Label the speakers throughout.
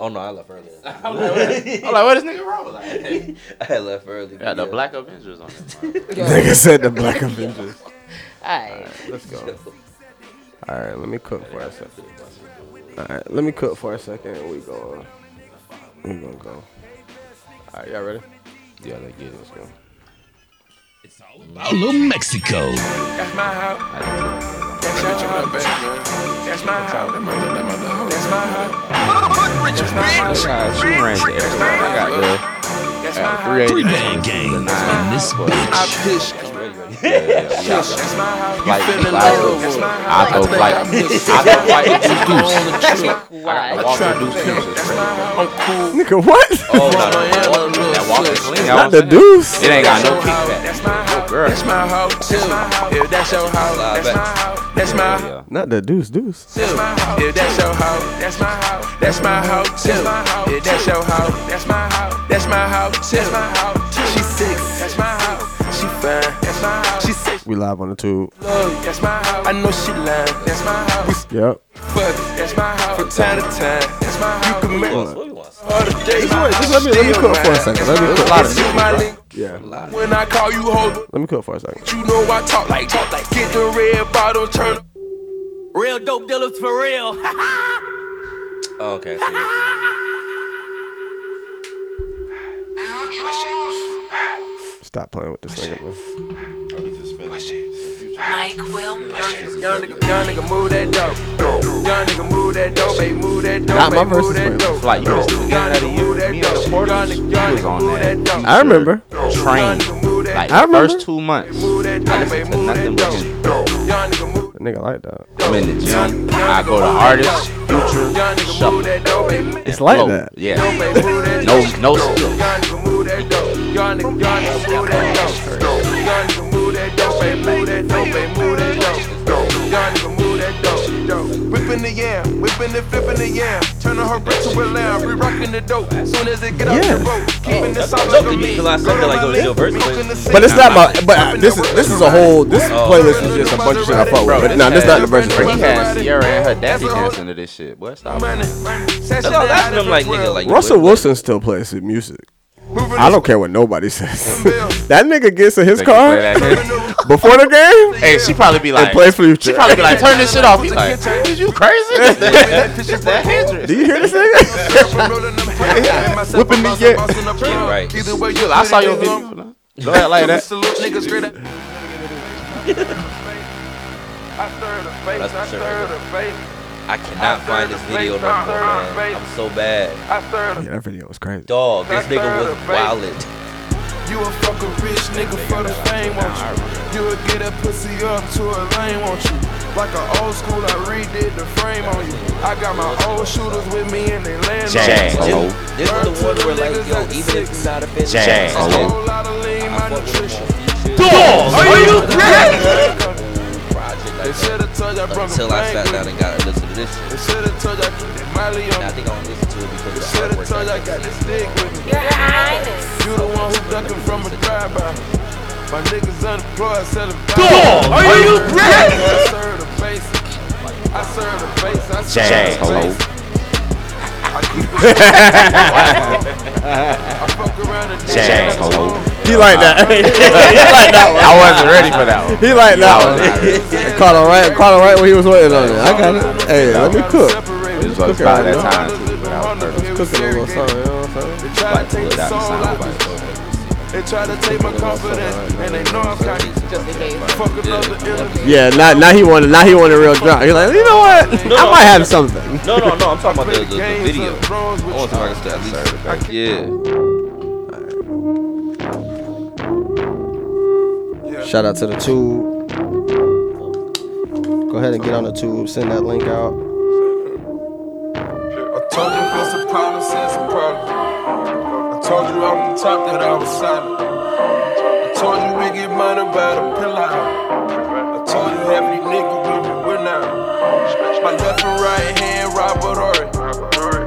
Speaker 1: Oh no, I left early.
Speaker 2: I'm like, what- I'm like, what is nigga wrong with that?
Speaker 1: I left early.
Speaker 2: Got the
Speaker 1: yeah.
Speaker 2: Black Avengers on it.
Speaker 3: Nigga said the Black Avengers.
Speaker 4: Alright.
Speaker 3: Let's go. All right, let me cook for a second. All right, let me cook for a second. and We go. We gonna go. All right, y'all ready? Yeah, let's get it. Let's go.
Speaker 5: About Little Mexico.
Speaker 6: That's my house. That's your house. That's my house. That's my house. That's my house.
Speaker 2: She ran to everywhere. I got the
Speaker 6: That's my
Speaker 2: Uh,
Speaker 6: house.
Speaker 2: 380.
Speaker 5: Three man gang on this
Speaker 6: I
Speaker 5: bitch.
Speaker 6: push.
Speaker 2: Yeah, yeah, yeah.
Speaker 6: That's my house.
Speaker 2: Like,
Speaker 6: You feel in
Speaker 2: like,
Speaker 6: love with
Speaker 4: like,
Speaker 6: me.
Speaker 2: I go flight. I go flight with Deuce Deuce. I
Speaker 4: Why?
Speaker 2: walk with Deuce Deuce. It's
Speaker 6: That's
Speaker 2: crazy.
Speaker 6: my house. I'm cool.
Speaker 3: Nigga, what?
Speaker 2: Oh, no, no, no. That walk is clean.
Speaker 3: Not
Speaker 2: That
Speaker 3: the
Speaker 2: walk-
Speaker 3: deuce.
Speaker 2: It ain't got no
Speaker 6: That's
Speaker 2: kickback.
Speaker 6: my house.
Speaker 2: girl.
Speaker 6: That's my house too. If that's your house, that's my house. That's my house.
Speaker 2: Yeah.
Speaker 3: Not the deuce, deuce.
Speaker 6: too. Yeah, that's your hoe. That's my hoe. That's my hoe too. Yeah, that's your hoe. That's my hoe. That's my hoe too. That's my hoe too. She six. That's my hoe. She fine. That's my hoe. She six.
Speaker 3: We live on the tube.
Speaker 6: Love. That's my hoe. I know she lying. That's my hoe. We
Speaker 3: Yep.
Speaker 6: fuck. That's my hoe. From time to time. That's my hoe. You can make
Speaker 1: What you want?
Speaker 6: all the days.
Speaker 3: Just let me let me cook for a second. Let me cook.
Speaker 2: lot of
Speaker 6: It's you, my link.
Speaker 3: Yeah.
Speaker 6: When I call you, hold.
Speaker 3: Let me cook for a second.
Speaker 6: You know I talk like talk like. Get the red bottle, turn. up.
Speaker 7: Real dope dealers for real.
Speaker 1: Oh, okay. I see what you-
Speaker 3: Stop playing with this nigga. Man.
Speaker 6: Young nigga, young nigga, move that dope. Young nigga, move that dope, baby, move that dope.
Speaker 3: Not my
Speaker 6: baby, move
Speaker 3: verses,
Speaker 6: that
Speaker 3: but
Speaker 6: dope.
Speaker 2: Like, you missed the beginning
Speaker 6: Young
Speaker 2: of the
Speaker 6: nigga, move
Speaker 2: year.
Speaker 6: that
Speaker 2: Me and the
Speaker 6: dope. Young
Speaker 2: Porters,
Speaker 6: nigga,
Speaker 2: we
Speaker 6: young
Speaker 2: was
Speaker 6: nigga,
Speaker 2: on
Speaker 6: move that
Speaker 2: that
Speaker 6: dope.
Speaker 3: I remember.
Speaker 2: train.
Speaker 6: Young nigga, move that
Speaker 2: Like,
Speaker 3: I
Speaker 2: the
Speaker 3: remember.
Speaker 2: first two months,
Speaker 6: move that dope, baby,
Speaker 2: listened to
Speaker 6: move that
Speaker 2: nothing but him.
Speaker 6: dope. Young nigga, move
Speaker 3: A nigga like that.
Speaker 2: I'm in the gym. I go to artists, future,
Speaker 6: young nigga, move that dope, baby, move
Speaker 3: It's like
Speaker 2: flow.
Speaker 3: that.
Speaker 2: Yeah.
Speaker 6: that dope, baby,
Speaker 2: No, no skill.
Speaker 6: Young nigga, move that dope. Young nigga, young nigga, move that dope. Young nigga, move that dope, baby, move that dope, baby, move that dope. Young nigga, move that dope. Whipping the yam, whipping and flipping the yam. Turning her brick to a lamb, re-rocking the dope. Soon as it get out the
Speaker 3: Yeah.
Speaker 6: boat, keeping the
Speaker 1: dope,
Speaker 6: solid for
Speaker 1: because
Speaker 6: me.
Speaker 1: I said that, like, it was your verse, but-
Speaker 3: But it's not my. But I- this is this is a whole. This
Speaker 1: Oh.
Speaker 3: playlist is just a bunch of shit I fuck
Speaker 2: Bro,
Speaker 3: with. Nah, this not the version.
Speaker 2: Bro, he
Speaker 3: Bro.
Speaker 2: had Sierra and her daddy dancing to this shit. Boy, stop. it.
Speaker 1: That's what that's what I'm like, nigga. Like
Speaker 3: Russell
Speaker 1: what-
Speaker 3: Wilson still plays his music. I don't care what nobody says. that nigga gets in his
Speaker 2: They can play
Speaker 3: car
Speaker 2: that shit.
Speaker 3: before the game
Speaker 2: Hey, she probably be
Speaker 3: and
Speaker 2: like,
Speaker 3: play Future.
Speaker 2: she probably be like, turn this shit off. He like, is you crazy? It's that Hendrix.
Speaker 3: Do you hear this nigga?
Speaker 6: Whipping
Speaker 3: me yet?
Speaker 1: Yeah, right.
Speaker 6: Either way, you
Speaker 2: I saw your video. Go ahead like that.
Speaker 6: Salute niggas straight up.
Speaker 1: That's for sure. I cannot find this video no more, man. I'm so bad.
Speaker 3: Yeah, that video was crazy.
Speaker 1: Dog, this nigga was wild.
Speaker 6: You a fucking rich nigga for the fame, won't you? You'll get a pussy up to a lane, won't you? Like an old school, I redid the frame on you. I got my old shooters with me and they land
Speaker 2: Jazz.
Speaker 6: on you.
Speaker 2: Oh.
Speaker 1: This, this is the one where like, yo, even if you're not a fan,
Speaker 2: Jazz. Oh,
Speaker 1: I
Speaker 6: A
Speaker 1: fuck
Speaker 6: whole lot of lean, my
Speaker 1: oh. with
Speaker 6: nutrition.
Speaker 1: him on each project
Speaker 6: They
Speaker 1: like that.
Speaker 6: should've told you I brought
Speaker 1: Until I sat down
Speaker 6: a
Speaker 1: and got to listen to this
Speaker 6: They
Speaker 1: shit.
Speaker 6: should've told you I keep that Miley on
Speaker 1: And I think I only listened to it because of the
Speaker 6: Should've
Speaker 1: artwork.
Speaker 6: told you I
Speaker 1: I
Speaker 6: got
Speaker 1: got
Speaker 6: this dick with me. You the one who ducking from a drive-by. My niggas unemployed, selling Dog, are you ready? I serve the face. I serve the face. I serve
Speaker 2: Jazz.
Speaker 6: the
Speaker 2: Hello.
Speaker 6: face. I keep it. I fuck around and
Speaker 2: Jazz.
Speaker 6: dance.
Speaker 2: Hello.
Speaker 3: He like that. he like that one.
Speaker 2: I wasn't ready for that one.
Speaker 3: He
Speaker 2: I
Speaker 3: like that
Speaker 2: was not ready.
Speaker 3: one. Caught him right. Caught him right when he was waiting on it. I got it. Hey, let me cook.
Speaker 2: This was about that time too, but I was nervous.
Speaker 3: Cooking a little something. You know what I'm saying?
Speaker 6: They try to take
Speaker 2: Look,
Speaker 6: the
Speaker 2: that
Speaker 6: soul
Speaker 2: sound
Speaker 6: out.
Speaker 2: like-
Speaker 6: They try to take my confidence, and they know I'm cocky. Fuck another interview.
Speaker 3: Yeah, now now he wanted. Now he wanted real drunk. He's like, you know what? I might have something.
Speaker 1: No, no, no. I'm talking about the, the, the
Speaker 6: Games
Speaker 1: video.
Speaker 6: of thrones with
Speaker 1: I want to talk about at least. Yeah.
Speaker 3: Shout out to the tube. Go ahead and get on the tube. Send that link out.
Speaker 6: I told you it's a problem, since a problem. I told you on the top that I was silent. I told you we get money by the pillow. I told you every nigga we be winning. My left and right hand, Robert Ory.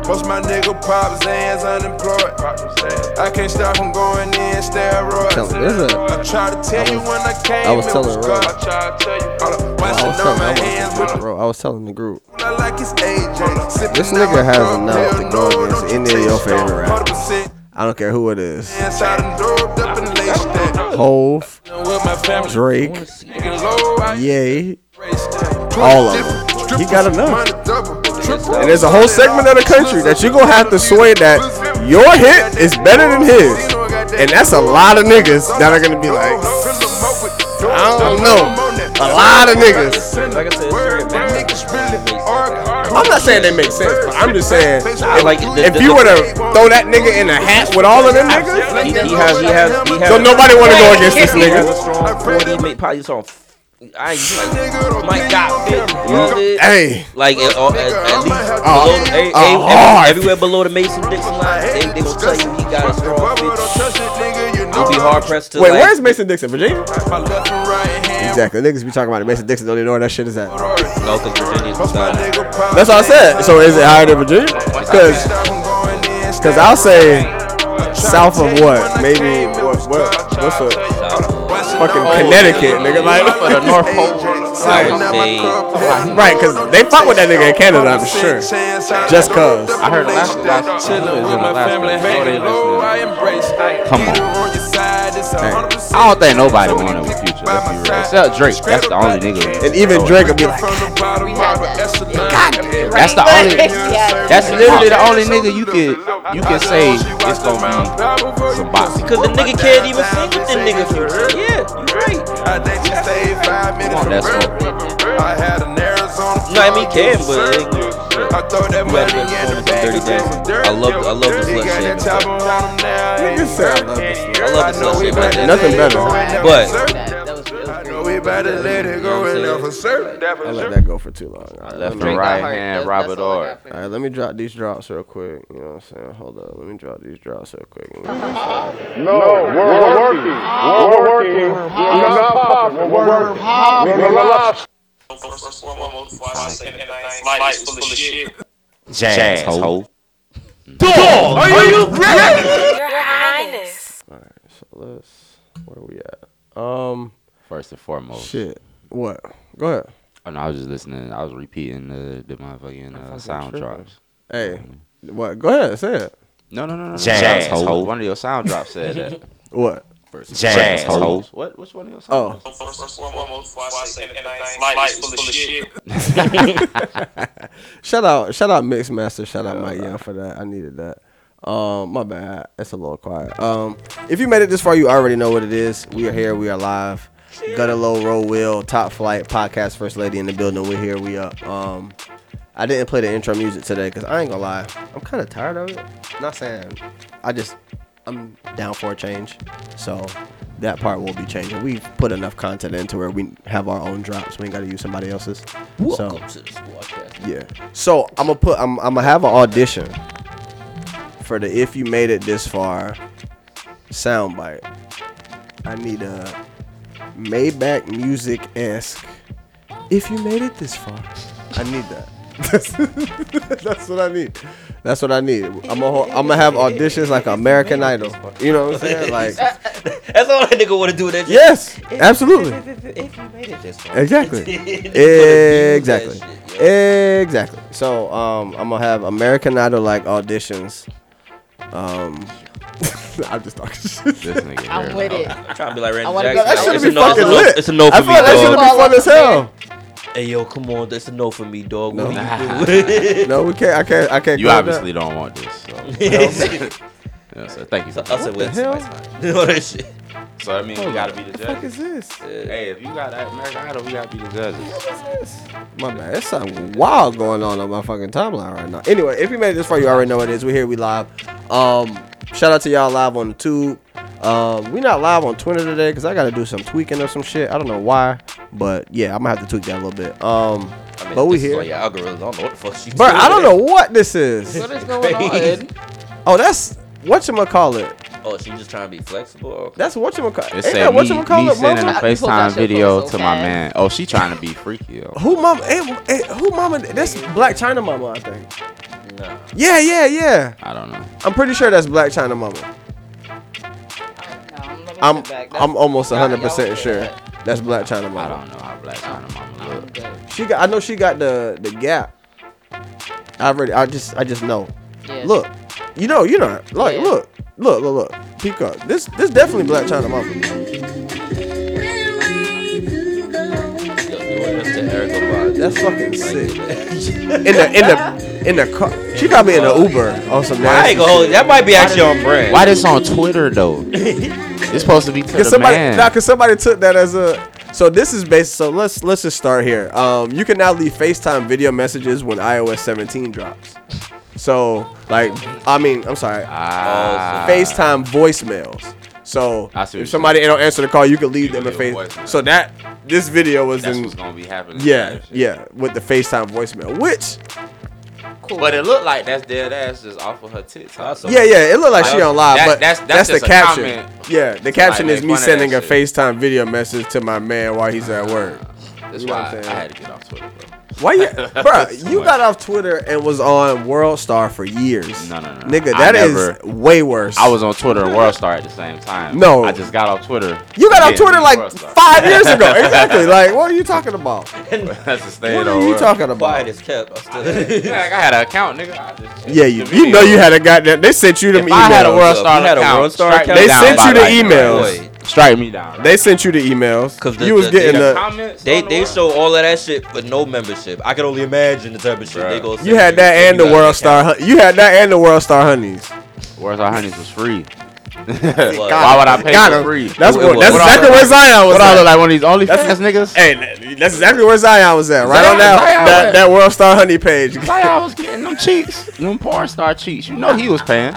Speaker 6: Most my nigga pops hands unemployed. I can't stop from going in steroids.
Speaker 3: Tell- there's a-
Speaker 6: I try to tell you when I came,
Speaker 3: I was
Speaker 6: it
Speaker 3: telling
Speaker 6: was
Speaker 3: Roy.
Speaker 6: God. I try to tell you. Hold up,
Speaker 3: I was
Speaker 6: washing
Speaker 3: telling,
Speaker 6: on my
Speaker 3: I
Speaker 6: hands
Speaker 3: was,
Speaker 6: with a
Speaker 3: bro, I was telling the group.
Speaker 6: I like his AJ. Sipping
Speaker 3: This
Speaker 6: down
Speaker 3: nigga
Speaker 6: my
Speaker 3: has
Speaker 6: cup,
Speaker 3: enough to
Speaker 6: hell
Speaker 3: go
Speaker 6: no,
Speaker 3: against
Speaker 6: don't you
Speaker 3: any of
Speaker 6: taste
Speaker 3: your
Speaker 6: it,
Speaker 3: favorite
Speaker 6: dog.
Speaker 3: rappers.
Speaker 6: 100%
Speaker 3: I don't care who it is.
Speaker 6: Inside and doped up and laced that.
Speaker 3: Hove,
Speaker 6: With my family,
Speaker 3: Drake,
Speaker 6: nigga low, I
Speaker 3: Ye.
Speaker 6: raised that.
Speaker 3: All of them. He got enough.
Speaker 6: Money double, triple.
Speaker 3: And there's a whole segment of the country that you're gonna have to sway that your hit is better than his. And that's a lot of niggas that are gonna be like, I don't know. A lot of niggas.
Speaker 1: Like I said, it's very big.
Speaker 3: I'm not saying they make sense, but I'm just saying,
Speaker 1: I like the-
Speaker 3: if
Speaker 1: the-
Speaker 3: you
Speaker 1: the-
Speaker 3: were to throw that nigga in a hat with all of them
Speaker 1: he,
Speaker 3: niggas,
Speaker 1: he has, he has, he has.
Speaker 3: so nobody wanna go against this
Speaker 1: He has a
Speaker 3: nigga.
Speaker 1: strong 40, make probably strong. I ain't like, my God,
Speaker 3: Oh.
Speaker 1: bitch.
Speaker 3: Hey,
Speaker 1: Like at, all- at, at least
Speaker 6: Oh,
Speaker 1: below,
Speaker 6: oh,
Speaker 1: a, a,
Speaker 3: hard.
Speaker 1: everywhere below the Mason Dixon line, they, they gonna tell you he got a strong bitch. You'll be hard pressed to
Speaker 3: wait,
Speaker 1: like,
Speaker 3: where's Mason Dixon, Virginia?
Speaker 6: My left and right hand.
Speaker 3: Exactly, niggas be talking about it. Mason Dixon don't even know where that shit is at.
Speaker 1: No, because Virginia's not.
Speaker 3: That's all I said. So is it higher than Virginia? Because Cause I'll say south of what? Maybe what? what what's a fucking Connecticut, nigga? Like,
Speaker 6: the North Pole.
Speaker 3: right? Cause they fought with that nigga in Canada, I'm sure. Just cause.
Speaker 6: I heard
Speaker 2: Alaska got chillin' with my family, so they listening.
Speaker 6: Come on.
Speaker 2: I don't think nobody wanted with Future. Let's be real. Except Drake. That's the only nigga.
Speaker 3: And even Drake will be like,
Speaker 2: That's the only.
Speaker 4: Yeah.
Speaker 2: That's literally the only nigga you could you could say it's gonna be some boxing.
Speaker 1: Because the nigga can't even sing with the nigga future. Yeah, you right.
Speaker 6: I think you stayed five minutes
Speaker 2: on, that's
Speaker 6: from birth. I had an Arizona.
Speaker 1: No, I mean, can, but it ain't gonna-
Speaker 6: I throw that
Speaker 1: You had
Speaker 6: money
Speaker 1: to
Speaker 6: in the
Speaker 1: perform
Speaker 6: bag.
Speaker 1: some dirty dancing. I love- I love the slut shaming.
Speaker 6: Nigga
Speaker 3: said I love the slut-
Speaker 1: I love the slut shaming, but that-
Speaker 3: Nothing better.
Speaker 1: But-
Speaker 6: I know we better let it go and never serve.
Speaker 3: I let that go for too long. All right, let
Speaker 2: Left
Speaker 3: me,
Speaker 2: and
Speaker 4: Drake
Speaker 2: right
Speaker 4: got hurt.
Speaker 2: hand,
Speaker 4: That's-
Speaker 2: Robert
Speaker 4: that's all I
Speaker 2: R.
Speaker 4: got for you.
Speaker 3: all right, let me drop these drops real quick. You know what I'm saying? Hold up, let me drop these drops real quick. and we gonna start.
Speaker 8: We're, working. We're working. We're, not popping. We're, working. We're, alive.
Speaker 2: Jazz hoe.
Speaker 3: So let's. Where we at? Um,
Speaker 2: First and foremost.
Speaker 3: shit. What? Go ahead.
Speaker 2: Oh, no, I was just listening. I was repeating the the motherfucking uh, sound
Speaker 3: tripping.
Speaker 2: drops.
Speaker 3: Hey, what? Go ahead. Say it.
Speaker 2: No, no, no, no. no. Jazz hoes. One of your sound drops said that.
Speaker 3: What?
Speaker 2: Jazz hoes. What? Which one of your sound?
Speaker 3: Oh, Shout out, shout out Mixmaster, shout out Mike Young for that. I needed that. Um, my bad. It's a little quiet. Um, if you made it this far, you already know what it is. We are here. We are live. Gutter low, roll wheel, top flight podcast. First lady in the building. We're here. We up. Um, I didn't play the intro music today because I ain't gonna lie. I'm kind of tired of it. Not saying. I just I'm down for a change. So that part will be changing. We've put enough content into where we have our own drops. We ain't gotta use somebody else's. so
Speaker 1: Welcome to the squadcast.
Speaker 3: yeah. So I'm gonna put. I'm, I'm gonna have an audition for the if you made it this far soundbite. I need a Maybach music esque. If you made it this far, I need that. That's, that's what I need. That's what I need. I'm gonna I'm gonna have auditions like American Idol. You know what I'm saying? Like
Speaker 1: That's all that nigga wanna do. That
Speaker 3: yes, absolutely.
Speaker 1: If you made it this far.
Speaker 3: Exactly.
Speaker 1: Exactly.
Speaker 3: exactly. Exactly. So um, I'm gonna have American Idol like auditions. Um, I'm just talking shit.
Speaker 2: This nigga.
Speaker 4: I'm
Speaker 2: here,
Speaker 4: with
Speaker 2: though.
Speaker 4: it.
Speaker 1: I'm trying to be like Randy
Speaker 4: wanna be
Speaker 1: Jackson.
Speaker 4: like, that
Speaker 1: It's
Speaker 4: should've
Speaker 1: a
Speaker 3: been
Speaker 1: no-
Speaker 3: fucking
Speaker 1: it's a-
Speaker 3: lit.
Speaker 1: It's a no
Speaker 3: I
Speaker 1: for
Speaker 3: feel
Speaker 1: me,
Speaker 3: like that should be
Speaker 1: dog.
Speaker 4: dog.
Speaker 3: fun as hell.
Speaker 1: Hey yo, come on, that's a no for me, dog. What
Speaker 3: No.
Speaker 1: do you do?
Speaker 3: No, we can't. I can't. I can't.
Speaker 2: You
Speaker 3: go with
Speaker 2: obviously don't want this. So, yeah, so thank you.
Speaker 1: So
Speaker 2: For
Speaker 1: I
Speaker 2: that.
Speaker 1: said, wait, somebody's fine. All that shit.
Speaker 2: So I mean, we gotta be the
Speaker 3: That. Fuck
Speaker 2: judges.
Speaker 3: is this?
Speaker 2: Hey, if you got American Idol, we gotta be the judges.
Speaker 3: My bad. It's something wild going on on my fucking timeline right now. Anyway, if you made it this far, you already know what it is. We're here. We live. Um, shout out to y'all live on the tube. Um, we not live on Twitter today because I got to do some tweaking or some shit. I don't know why, but yeah, I'm gonna have to tweak that a little bit. Um,
Speaker 1: I mean,
Speaker 3: but we
Speaker 1: this is
Speaker 3: here.
Speaker 1: on your algorithm. I don't know what the fuck she
Speaker 3: Bro,
Speaker 1: doing.
Speaker 3: I don't know what this is.
Speaker 4: What is going on? Ed?
Speaker 3: Oh, that's whatchamacallit.
Speaker 1: Oh, she just trying to be flexible. Okay.
Speaker 3: That's whatchamacallit.
Speaker 2: It
Speaker 3: Ain't
Speaker 2: said
Speaker 3: that
Speaker 2: me, me
Speaker 3: whatchamacallit,
Speaker 2: sending a
Speaker 3: mama?
Speaker 4: I- you pulled out
Speaker 2: FaceTime
Speaker 4: your
Speaker 2: video
Speaker 4: phone so
Speaker 2: to my
Speaker 4: fast.
Speaker 2: man. Oh, she trying to be freaky. Yo.
Speaker 3: eh, Who mama? Ain't, ain't, who mama? That's Black China mama, I think. Yeah, yeah, yeah.
Speaker 2: I don't know.
Speaker 3: I'm pretty sure that's Black China Mama. I'm I'm almost 100 percent sure that's Black China
Speaker 2: I
Speaker 3: Mama.
Speaker 2: don't know how Black China Mama look.
Speaker 3: She got I know she got the the gap. I already I just I just know.
Speaker 4: Yeah.
Speaker 3: Look, you know you know like
Speaker 4: Yeah.
Speaker 3: look look look look peacock. This this definitely Black China Mama.
Speaker 1: Yo, doing this to Erica Badu.
Speaker 3: That's fucking sick. In the in the in the car. She got me in an Uber on some.
Speaker 1: I
Speaker 3: nasty
Speaker 1: ain't gonna hold you. That might be actually on brand.
Speaker 2: Why this on Twitter though? it's supposed to be to
Speaker 3: Cause
Speaker 2: the
Speaker 3: somebody,
Speaker 2: man.
Speaker 3: nah, cause somebody took that as a. So this is based. So let's let's just start here. Um, you can now leave FaceTime video messages when iOS 17 drops. So like, I mean, I'm sorry,
Speaker 2: Ah.
Speaker 3: FaceTime voicemails. So
Speaker 2: I see what you're
Speaker 3: if somebody don't answer the call, you can leave them a
Speaker 1: leave a
Speaker 3: face.
Speaker 1: voicemail.
Speaker 3: So that this video was
Speaker 2: That's
Speaker 3: in.
Speaker 2: what's gonna be happening.
Speaker 3: Yeah,
Speaker 2: That shit.
Speaker 3: yeah, with the FaceTime voicemail, which
Speaker 4: Cool.
Speaker 2: But it looked like that's dead ass just off of her TikTok. So
Speaker 3: yeah, yeah, it looked like
Speaker 2: Like,
Speaker 3: she on live,
Speaker 2: that-
Speaker 3: but
Speaker 2: that's- that's
Speaker 3: that's, the
Speaker 2: just a
Speaker 3: caption.
Speaker 2: comment.
Speaker 3: Yeah, the caption
Speaker 2: made
Speaker 3: is
Speaker 2: fun
Speaker 3: me
Speaker 2: of that
Speaker 3: sending a
Speaker 2: shit.
Speaker 3: FaceTime video message to my man while he's at work.
Speaker 2: That's
Speaker 3: You know
Speaker 2: why
Speaker 3: what I'm
Speaker 2: I,
Speaker 3: saying?
Speaker 2: I had to get off Twitter, bro.
Speaker 3: Why you, bro? You got off Twitter and was on World Star for years.
Speaker 2: No, no, no.
Speaker 3: nigga,
Speaker 2: I
Speaker 3: that is
Speaker 2: never-
Speaker 3: way worse.
Speaker 2: I was on Twitter and WorldStar at the same time.
Speaker 3: No.
Speaker 2: I just got off Twitter.
Speaker 3: You got off
Speaker 2: Then
Speaker 3: Twitter like
Speaker 2: WorldStar.
Speaker 3: five years ago. Exactly. Like, what are you talking about?
Speaker 2: That's a stand
Speaker 3: What are you talking
Speaker 1: Quiet
Speaker 3: about?
Speaker 1: as kept. I'm still
Speaker 2: Yeah, like I had an account, nigga. I just,
Speaker 3: Yeah, you, you know you had a goddamn. They sent you them
Speaker 2: If I had a
Speaker 3: emails.
Speaker 2: World
Speaker 1: You
Speaker 2: Star
Speaker 1: had a
Speaker 2: account,
Speaker 1: World Star
Speaker 2: strike me
Speaker 1: account?
Speaker 3: They
Speaker 2: down
Speaker 3: sent
Speaker 2: by
Speaker 3: you the
Speaker 2: lightning,
Speaker 3: emails.
Speaker 2: right? Strike me down.
Speaker 3: They sent you the emails.
Speaker 1: 'Cause the-
Speaker 3: you was
Speaker 1: the-
Speaker 3: getting
Speaker 1: the
Speaker 3: the.
Speaker 2: comments.
Speaker 1: They
Speaker 2: on the
Speaker 1: they
Speaker 2: World-
Speaker 1: show all of that shit with no membership. I can only imagine the type of shit they
Speaker 2: Bruh.
Speaker 1: go.
Speaker 3: You had that and the World Star. Hun- You had that and the World Star honeys.
Speaker 2: World Star Honeys was free.
Speaker 1: Why
Speaker 2: Why would I pay
Speaker 3: Got
Speaker 2: for
Speaker 3: him.
Speaker 2: free?
Speaker 3: That's
Speaker 1: What-
Speaker 3: what. That's
Speaker 2: what I
Speaker 3: exactly
Speaker 2: look-
Speaker 3: where Zion was.
Speaker 2: What I
Speaker 3: at.
Speaker 2: look like one of these OnlyFans
Speaker 3: That's-
Speaker 2: niggas?
Speaker 3: Hey, that- that's exactly where Zion was at. Right
Speaker 2: Zion-
Speaker 3: on that
Speaker 2: Zion
Speaker 3: that,
Speaker 2: was-
Speaker 3: that World Star Honey page.
Speaker 2: I was getting them cheeks, them porn star cheeks. You know he was paying.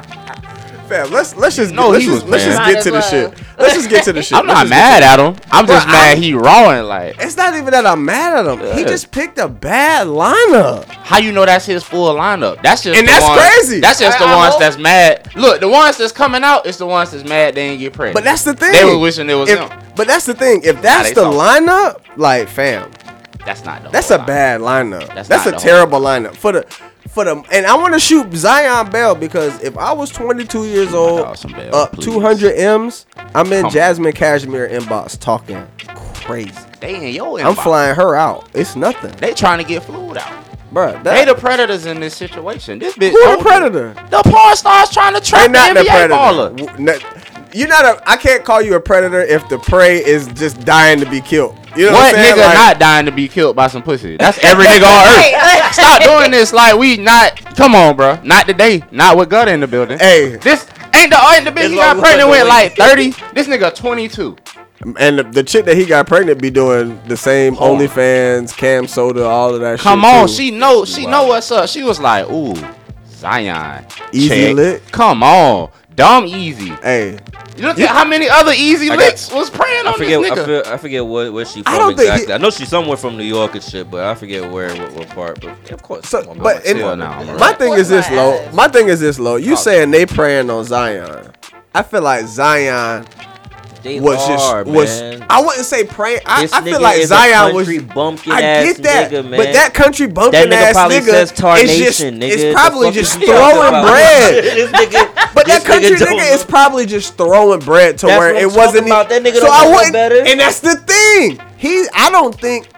Speaker 3: Fam, let's let's just
Speaker 2: No,
Speaker 3: let's,
Speaker 2: he
Speaker 3: just,
Speaker 2: was
Speaker 3: let's
Speaker 2: mad.
Speaker 3: just
Speaker 4: Might
Speaker 3: get
Speaker 4: as
Speaker 3: to the
Speaker 4: well.
Speaker 3: shit. Let's just get to the shit.
Speaker 2: I'm
Speaker 3: Let's
Speaker 2: not
Speaker 3: just-
Speaker 2: mad at him. I'm just
Speaker 3: Bruh,
Speaker 2: mad he rawing. Like,
Speaker 3: It's not even that I'm mad at him. He
Speaker 2: Yeah.
Speaker 3: just picked a bad lineup.
Speaker 2: how you know that's his full lineup? That's just
Speaker 3: And
Speaker 2: the
Speaker 3: that's
Speaker 2: ones-
Speaker 3: crazy.
Speaker 2: That's just
Speaker 4: I-
Speaker 2: the
Speaker 4: I
Speaker 2: ones
Speaker 4: hope-
Speaker 2: that's mad. Look, the ones that's coming out is the ones that's mad they ain't get pregnant.
Speaker 3: But that's the thing.
Speaker 2: They were wishing it was
Speaker 3: If-
Speaker 2: him.
Speaker 3: But that's the thing. If that's
Speaker 2: they
Speaker 3: the
Speaker 2: soft.
Speaker 3: lineup, like fam,
Speaker 2: That's not the
Speaker 3: that's
Speaker 2: whole
Speaker 3: a
Speaker 2: lineup.
Speaker 3: bad lineup. That's,
Speaker 2: That's
Speaker 3: a
Speaker 2: not the whole-
Speaker 3: terrible lineup for the for the. And I want to shoot Zion Bell because if I was 22 years old,
Speaker 2: dog, Oh some Bell,
Speaker 3: up
Speaker 2: please.
Speaker 3: 200 m's, I'm in
Speaker 2: Come on.
Speaker 3: Jasmine Cashmere inbox talking crazy.
Speaker 2: They in your
Speaker 3: I'm
Speaker 2: inbox.
Speaker 3: flying her out. It's nothing,
Speaker 2: They trying to get flued out.
Speaker 3: Bruh. That,
Speaker 2: They the predators in this situation. This bitch.
Speaker 3: who
Speaker 2: told
Speaker 3: the
Speaker 2: you.
Speaker 3: predator?
Speaker 2: The porn stars trying to
Speaker 3: They
Speaker 2: trap the
Speaker 3: not
Speaker 2: NBA
Speaker 3: the predator.
Speaker 2: baller.
Speaker 3: W- no- You're not a. I can't call you a predator if the prey is just dying to be killed. You know what,
Speaker 2: What
Speaker 3: I'm saying?
Speaker 2: nigga
Speaker 3: Like,
Speaker 2: not dying to be killed by some pussy? That's every nigga on earth. Stop doing this. Like we not. Come on, bro. Not today. Not with gutter in the building.
Speaker 3: Hey.
Speaker 2: this ain't the ain't the bitch he
Speaker 1: It's
Speaker 2: got
Speaker 1: like-
Speaker 2: pregnant with like thirty. This nigga twenty two.
Speaker 3: And the, the chick that he got pregnant be doing the same
Speaker 2: Hold on.
Speaker 3: OnlyFans, Cam Soda, all of that.
Speaker 2: Come
Speaker 3: shit
Speaker 2: on,
Speaker 3: too.
Speaker 2: she know she know what's up. She was like, ooh, Zion.
Speaker 3: Easy
Speaker 2: check.
Speaker 3: lick.
Speaker 2: Come on, dumb easy.
Speaker 3: Hey,
Speaker 2: Look at how many other easy
Speaker 1: I got-
Speaker 2: licks was praying
Speaker 1: I
Speaker 2: on
Speaker 1: forget,
Speaker 2: this
Speaker 1: I
Speaker 2: nigga.
Speaker 1: forget. I forget where, where she from
Speaker 3: don't think he-
Speaker 1: exactly. I know she's somewhere from New York and shit, but I forget where what, what part. But yeah, of course.
Speaker 3: So,
Speaker 1: come on,
Speaker 3: but
Speaker 1: man,
Speaker 3: it-
Speaker 1: chill
Speaker 2: my
Speaker 3: my thing is this,
Speaker 4: my
Speaker 3: low.
Speaker 4: ass.
Speaker 3: My thing is this, low. You saying they praying on Zion? I feel like Zion
Speaker 1: They
Speaker 3: was
Speaker 1: are,
Speaker 3: just was.
Speaker 1: man.
Speaker 3: I wouldn't say praying. I,
Speaker 1: This
Speaker 3: I feel
Speaker 1: nigga
Speaker 3: like
Speaker 1: is a
Speaker 3: Zion was.
Speaker 1: country bumpkin
Speaker 3: I
Speaker 1: ass
Speaker 3: get that,
Speaker 1: nigga, man.
Speaker 3: but that country bumpkin
Speaker 1: That nigga
Speaker 3: ass
Speaker 1: probably
Speaker 3: nigga is
Speaker 1: says
Speaker 3: just.
Speaker 1: tarnation, nigga. The
Speaker 3: It's probably
Speaker 1: fuck
Speaker 3: just
Speaker 1: you talking
Speaker 3: throwing
Speaker 1: about?
Speaker 3: bread.
Speaker 1: this nigga,
Speaker 3: But that
Speaker 1: this
Speaker 3: country
Speaker 1: don't
Speaker 3: nigga is probably just throwing bread to
Speaker 1: That's
Speaker 3: where
Speaker 1: what
Speaker 3: it
Speaker 1: I'm
Speaker 3: wasn't.
Speaker 1: talking about.
Speaker 3: even-
Speaker 1: That nigga
Speaker 3: so
Speaker 1: don't
Speaker 3: I
Speaker 1: know
Speaker 3: wouldn't.
Speaker 1: better.
Speaker 3: And that's the thing. He. I don't think.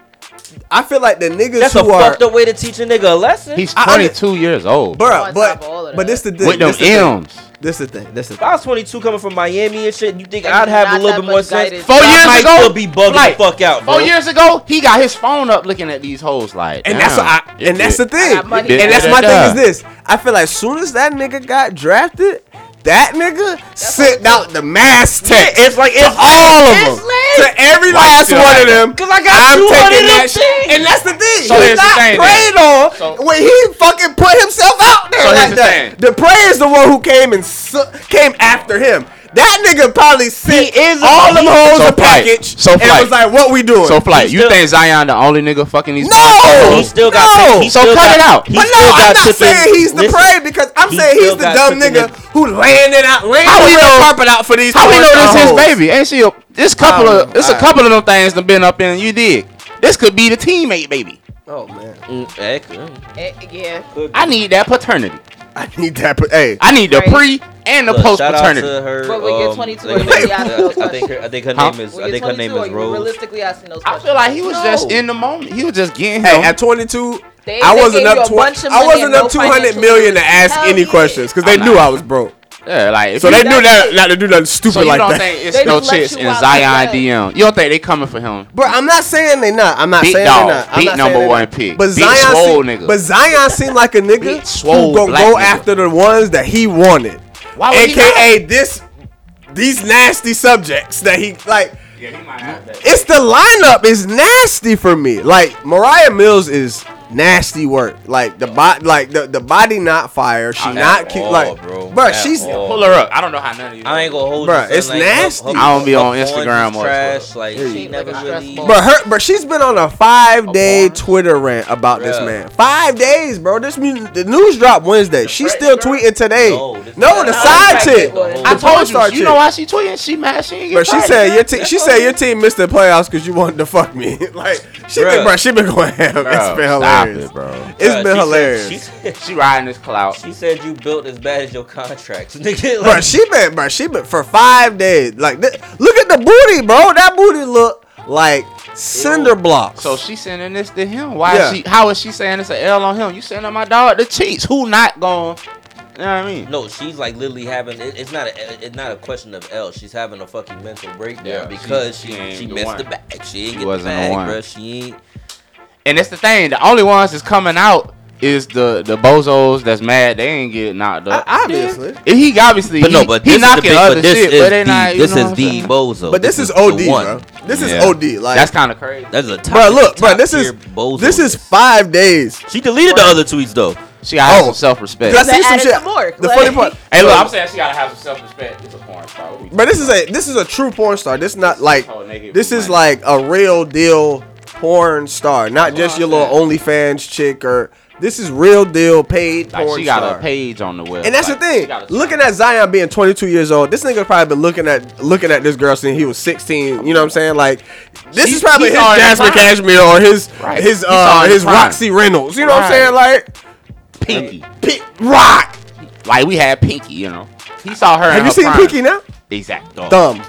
Speaker 3: I feel like the niggas
Speaker 1: That's a
Speaker 3: who are.
Speaker 1: fucked up way to teach a nigga a lesson.
Speaker 2: He's
Speaker 3: I- I
Speaker 2: twenty
Speaker 3: didn't-
Speaker 2: two years old.
Speaker 3: Bruh,
Speaker 4: on top
Speaker 3: but
Speaker 4: of all of
Speaker 3: but
Speaker 4: that.
Speaker 3: this the thing.
Speaker 2: with them
Speaker 3: this the thing.
Speaker 2: M's.
Speaker 3: This the thing. This the
Speaker 1: if I was 22 coming from Miami and shit, you think
Speaker 4: And
Speaker 1: I'd have
Speaker 4: not
Speaker 1: a little
Speaker 4: that
Speaker 1: bit more
Speaker 4: much
Speaker 1: sense?
Speaker 4: guidance.
Speaker 2: Four
Speaker 1: I
Speaker 2: years
Speaker 1: might
Speaker 2: ago,
Speaker 1: still be bugging
Speaker 2: like,
Speaker 1: the fuck out, bro.
Speaker 2: Four years ago, he got his phone up looking at these hoes like,
Speaker 3: And that's what
Speaker 2: damn,
Speaker 3: I, and that's the thing.
Speaker 4: got money.
Speaker 3: And that's my
Speaker 2: Da-da-da-da.
Speaker 3: thing is this. I feel like soon as that nigga got drafted, that nigga sent out the mass text.
Speaker 1: it's like
Speaker 3: to
Speaker 1: it's
Speaker 3: all of
Speaker 4: it's
Speaker 3: them.
Speaker 4: lit.
Speaker 3: To every
Speaker 2: Why you
Speaker 3: last
Speaker 2: feel
Speaker 3: one
Speaker 2: like
Speaker 3: of them.
Speaker 1: Cause I got
Speaker 3: I'm
Speaker 1: 200
Speaker 3: taking
Speaker 1: of them
Speaker 3: that shit.
Speaker 1: things.
Speaker 3: And that's the thing.
Speaker 2: So
Speaker 3: He's
Speaker 2: here's the
Speaker 3: not
Speaker 2: thing then.
Speaker 3: prayed on
Speaker 2: So-
Speaker 3: when he fucking put himself out there
Speaker 2: So here's
Speaker 3: like
Speaker 2: the
Speaker 3: that.
Speaker 2: thing.
Speaker 3: The prayer is the one who came and su- came after him. That nigga probably sent
Speaker 2: is a-
Speaker 3: all them
Speaker 2: he- So
Speaker 3: hoes a
Speaker 2: flight.
Speaker 3: package
Speaker 2: So
Speaker 3: and
Speaker 2: flight.
Speaker 3: was like, "What we doing?"
Speaker 2: So, Flight, you
Speaker 1: still-
Speaker 2: think Zion the only nigga fucking these?
Speaker 3: No!
Speaker 1: He still got.
Speaker 3: No!
Speaker 1: He
Speaker 2: So
Speaker 1: still
Speaker 2: cut
Speaker 1: got,
Speaker 2: it out.
Speaker 1: he
Speaker 3: But no,
Speaker 1: still
Speaker 3: I'm
Speaker 1: got
Speaker 3: not
Speaker 1: took
Speaker 3: saying
Speaker 1: in-
Speaker 3: he's the
Speaker 1: listen,
Speaker 3: prey because I'm
Speaker 1: he
Speaker 3: saying he's
Speaker 1: still
Speaker 3: the
Speaker 1: got
Speaker 3: dumb
Speaker 1: took in
Speaker 3: nigga
Speaker 1: the-
Speaker 3: who landing out landing
Speaker 2: How we
Speaker 3: the
Speaker 2: know-
Speaker 3: red carpet out for these. Oh.
Speaker 2: How we know
Speaker 3: porn
Speaker 2: this
Speaker 3: star
Speaker 2: his
Speaker 3: hoes.
Speaker 2: baby? Ain't she? A, this couple
Speaker 3: Oh,
Speaker 2: of it's a
Speaker 3: alright.
Speaker 2: couple of them things that been up in you dig. This could be the teammate baby.
Speaker 3: Oh man,
Speaker 1: Mm, excellent.
Speaker 4: Eh, yeah.
Speaker 2: I need that paternity.
Speaker 3: I need that. pa- Hey,
Speaker 2: I need the
Speaker 4: Right.
Speaker 2: pre and the
Speaker 1: Look,
Speaker 2: post
Speaker 1: shout out to
Speaker 2: paternity.
Speaker 1: her.
Speaker 4: But when you're
Speaker 1: um,
Speaker 4: 22
Speaker 1: like,
Speaker 4: or you're young,
Speaker 1: I
Speaker 4: those
Speaker 1: think- I think her. I think her
Speaker 2: Huh?
Speaker 1: name is.
Speaker 4: When
Speaker 1: I
Speaker 4: you're
Speaker 1: think her
Speaker 4: 22,
Speaker 1: name
Speaker 4: are
Speaker 1: is
Speaker 4: you
Speaker 1: Rose.
Speaker 4: realistically asking those
Speaker 2: I
Speaker 4: questions?
Speaker 2: feel like he was just
Speaker 1: No.
Speaker 2: in the moment. He was just getting
Speaker 3: hey,
Speaker 2: him.
Speaker 3: at 22,
Speaker 4: They-
Speaker 3: I
Speaker 4: they
Speaker 3: wasn't
Speaker 4: gave you
Speaker 3: up
Speaker 4: a
Speaker 3: tw-
Speaker 4: bunch of
Speaker 3: I
Speaker 4: money
Speaker 3: wasn't
Speaker 4: and
Speaker 3: up
Speaker 4: no
Speaker 3: 200
Speaker 4: financial
Speaker 3: million to
Speaker 4: literacy.
Speaker 3: ask
Speaker 4: Hell
Speaker 3: any
Speaker 4: yeah.
Speaker 3: questions because they
Speaker 2: I'm
Speaker 3: knew
Speaker 2: not.
Speaker 3: I was broke,
Speaker 2: yeah, like if
Speaker 3: so
Speaker 2: you
Speaker 3: they
Speaker 2: don't-
Speaker 3: knew that not to do nothing stupid
Speaker 2: So you
Speaker 3: like
Speaker 2: don't
Speaker 3: that.
Speaker 2: think
Speaker 4: They
Speaker 2: it's no
Speaker 4: just let
Speaker 2: chicks
Speaker 4: you
Speaker 2: in
Speaker 4: out
Speaker 2: Zion
Speaker 4: like that.
Speaker 2: DM? You don't think they coming for him?
Speaker 3: Bro, I'm not saying they not. I'm not
Speaker 2: Big
Speaker 3: saying
Speaker 2: dog.
Speaker 3: they not. I'm
Speaker 2: Big
Speaker 3: not
Speaker 2: number
Speaker 3: saying they
Speaker 2: one
Speaker 3: not.
Speaker 2: pick.
Speaker 3: But
Speaker 2: Big
Speaker 3: Zion,
Speaker 2: swole
Speaker 3: seem,
Speaker 2: nigga.
Speaker 3: but Zion seemed like a nigga
Speaker 2: Big swole
Speaker 3: who gonna
Speaker 2: black
Speaker 3: go
Speaker 2: nigga.
Speaker 3: after the ones that he wanted.
Speaker 2: Why would he
Speaker 3: AKA this, these nasty subjects that he like.
Speaker 2: Yeah, he might have that.
Speaker 3: It's the lineup is nasty for me. Like Mariah Mills is nasty work. Like the bot, like the, the body not fire. She
Speaker 1: At
Speaker 3: not cute.
Speaker 1: all,
Speaker 3: Like,
Speaker 1: bro.
Speaker 3: bro,
Speaker 1: At
Speaker 3: she's
Speaker 1: all.
Speaker 2: Pull her up. I don't know how none of you.
Speaker 1: I ain't gonna hold
Speaker 3: Bruh,
Speaker 1: you.
Speaker 3: it's
Speaker 1: son,
Speaker 3: nasty.
Speaker 1: Like,
Speaker 2: I don't be
Speaker 1: up
Speaker 2: on
Speaker 1: on
Speaker 2: Instagram
Speaker 1: is
Speaker 2: or
Speaker 1: Trash. Like she
Speaker 4: She's
Speaker 1: never
Speaker 4: like a
Speaker 1: really.
Speaker 4: stressful-
Speaker 3: But her, but she's been on a five day Twitter rant about this
Speaker 1: Bruh.
Speaker 3: man. Five days, bro. This mu- the news dropped Wednesday. She's still tweeting today.
Speaker 1: No,
Speaker 3: No,
Speaker 1: this-
Speaker 3: the
Speaker 1: No,
Speaker 3: side
Speaker 4: like
Speaker 3: chick.
Speaker 4: it was.
Speaker 3: The
Speaker 2: I told
Speaker 3: porn star
Speaker 2: you. You
Speaker 3: chick.
Speaker 2: know why she tweeting? She mad. She ain't get.
Speaker 3: But she
Speaker 2: pregnant.
Speaker 3: said your team. She said your team missed the playoffs because you wanted to fuck me. like she
Speaker 1: Bruh.
Speaker 3: been, bro. She been going ham. It's been
Speaker 2: Bro, stop
Speaker 3: hilarious.
Speaker 2: it, bro.
Speaker 3: It's
Speaker 1: Bruh,
Speaker 3: been
Speaker 1: she said-
Speaker 3: hilarious.
Speaker 1: she said-
Speaker 2: She riding this clout.
Speaker 1: She said you built as bad as your contracts, nigga.
Speaker 3: Bro, she been, bro, she been for five days. Like, thi- look at the booty, bro. That booty look like cinder blocks.
Speaker 2: So she sending this to him. Why
Speaker 3: Yeah.
Speaker 2: is she? How is she saying it's an L on him? You sending my dog the cheats? Who not going? You know what I mean?
Speaker 1: No, she's like literally having. It, it's not a. It's not a question of L. She's having a fucking mental breakdown
Speaker 2: Yeah,
Speaker 1: because
Speaker 2: she-
Speaker 1: she
Speaker 2: she
Speaker 1: she,
Speaker 2: ain't the
Speaker 1: missed
Speaker 2: one.
Speaker 1: the bag. She ain't
Speaker 2: She
Speaker 1: get the
Speaker 2: wasn't the
Speaker 1: bag,
Speaker 2: one.
Speaker 1: bro. She ain't.
Speaker 2: And that's the thing. The only ones that's coming out is the the bozos that's mad. They ain't get knocked
Speaker 3: O-
Speaker 2: up.
Speaker 3: obviously.
Speaker 2: And he obviously,
Speaker 1: But
Speaker 2: he,
Speaker 1: no, but this
Speaker 2: he
Speaker 1: is the
Speaker 2: knocking
Speaker 1: big,
Speaker 2: other
Speaker 1: but this
Speaker 2: shit,
Speaker 1: is
Speaker 2: but they
Speaker 1: the,
Speaker 2: not. you
Speaker 1: this
Speaker 2: know
Speaker 1: is
Speaker 2: what I'm
Speaker 1: the
Speaker 2: saying?
Speaker 1: bozo.
Speaker 3: But this, is
Speaker 1: the
Speaker 3: OD,
Speaker 1: one.
Speaker 3: bro. This is
Speaker 2: Yeah.
Speaker 3: OD. Like,
Speaker 2: That's kind of crazy.
Speaker 1: That's a top.
Speaker 3: bro. Look, bro.
Speaker 1: top
Speaker 3: This is
Speaker 1: tier bozo.
Speaker 3: this is five days.
Speaker 1: She deleted the other tweets though.
Speaker 2: She gotta have
Speaker 3: Oh.
Speaker 2: some self respect.
Speaker 3: I
Speaker 4: Could've
Speaker 3: see some
Speaker 4: added
Speaker 3: shit.
Speaker 4: some more.
Speaker 3: The
Speaker 4: Like-
Speaker 3: funny part,
Speaker 2: Hey, look, I'm saying she gotta have some self respect. It's a porn star. What we-
Speaker 3: but this is a this is a true porn star. This not like
Speaker 2: Oh, nigga,
Speaker 3: this is
Speaker 2: money. Oh,
Speaker 3: like a real deal porn star, not just
Speaker 2: what
Speaker 3: your
Speaker 2: I'm
Speaker 3: little OnlyFans chick or. This is real deal paid
Speaker 2: Like,
Speaker 3: porn
Speaker 2: she got
Speaker 3: star.
Speaker 2: a page on the web.
Speaker 3: And that's
Speaker 2: Like, she
Speaker 3: the
Speaker 2: got
Speaker 3: thing.
Speaker 2: a-
Speaker 3: Looking at Zion being 22 years old, this nigga probably been looking at looking at this girl since he was 16. You know what I'm saying? Like, this
Speaker 2: He's-
Speaker 3: is probably
Speaker 2: he's
Speaker 3: his
Speaker 2: already
Speaker 3: Jasper
Speaker 2: fine.
Speaker 3: Cashmere or his
Speaker 2: Right.
Speaker 3: his
Speaker 2: He's
Speaker 3: uh
Speaker 2: already
Speaker 3: his
Speaker 2: fine.
Speaker 3: Roxy Reynolds. You know
Speaker 2: Right.
Speaker 3: what I'm saying?
Speaker 2: Pinky.
Speaker 3: Like, P- rock.
Speaker 2: Like we had Pinky, you know. He saw her. in
Speaker 3: Have
Speaker 2: her
Speaker 3: you seen
Speaker 2: prime.
Speaker 3: Pinky now?
Speaker 2: Exactly.
Speaker 3: Thumb,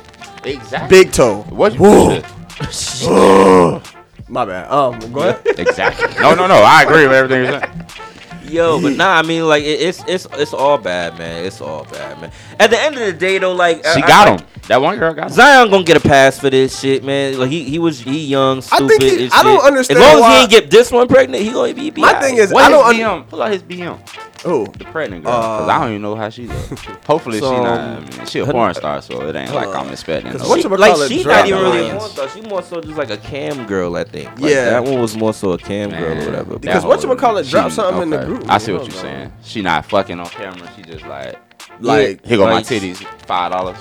Speaker 2: Exactly.
Speaker 3: big toe.
Speaker 2: What?
Speaker 3: Whoa. My bad. Um, go ahead.
Speaker 2: exactly. No, no, no. I agree with everything you're saying.
Speaker 1: Yo, but nah, I mean, like it, it's it's it's all bad, man. It's all bad, man. At the end of the day, though, like
Speaker 2: She
Speaker 1: I- I-
Speaker 2: got
Speaker 1: like,
Speaker 2: him. That one girl got him.
Speaker 1: Zion gonna get a pass for this shit, man. Like he, he was he young,
Speaker 3: I
Speaker 1: stupid.
Speaker 3: think he-
Speaker 1: and
Speaker 3: I don't
Speaker 1: shit.
Speaker 3: understand
Speaker 1: As long as
Speaker 3: why-
Speaker 1: he ain't get this one pregnant, he gonna be. be
Speaker 3: My
Speaker 1: all
Speaker 3: thing
Speaker 1: right.
Speaker 3: is- I don't
Speaker 2: his BM? Pull out his BM.
Speaker 3: Oh,
Speaker 2: The pregnant girl. Cause I don't even know how she look. Hopefully she
Speaker 3: So,
Speaker 2: not. I mean, she a porn star, so it ain't like I'm expecting. no-
Speaker 3: what
Speaker 1: she,
Speaker 3: you would call it,
Speaker 1: like she
Speaker 3: drama
Speaker 1: not even really a
Speaker 3: lines.
Speaker 1: porn star. She more so just like a cam girl, I think. Like,
Speaker 3: Yeah.
Speaker 1: that one was more so a cam girl
Speaker 2: Man,
Speaker 1: or whatever.
Speaker 3: Because
Speaker 1: That
Speaker 3: what you
Speaker 1: whole-
Speaker 3: would call it, drop
Speaker 2: she-
Speaker 3: something in the
Speaker 2: okay.
Speaker 3: group.
Speaker 2: I see what
Speaker 3: know,
Speaker 2: you're
Speaker 3: though.
Speaker 2: saying. She not fucking on camera. She just like,
Speaker 3: Like,
Speaker 2: here go
Speaker 1: like-
Speaker 2: my titties, five dollars.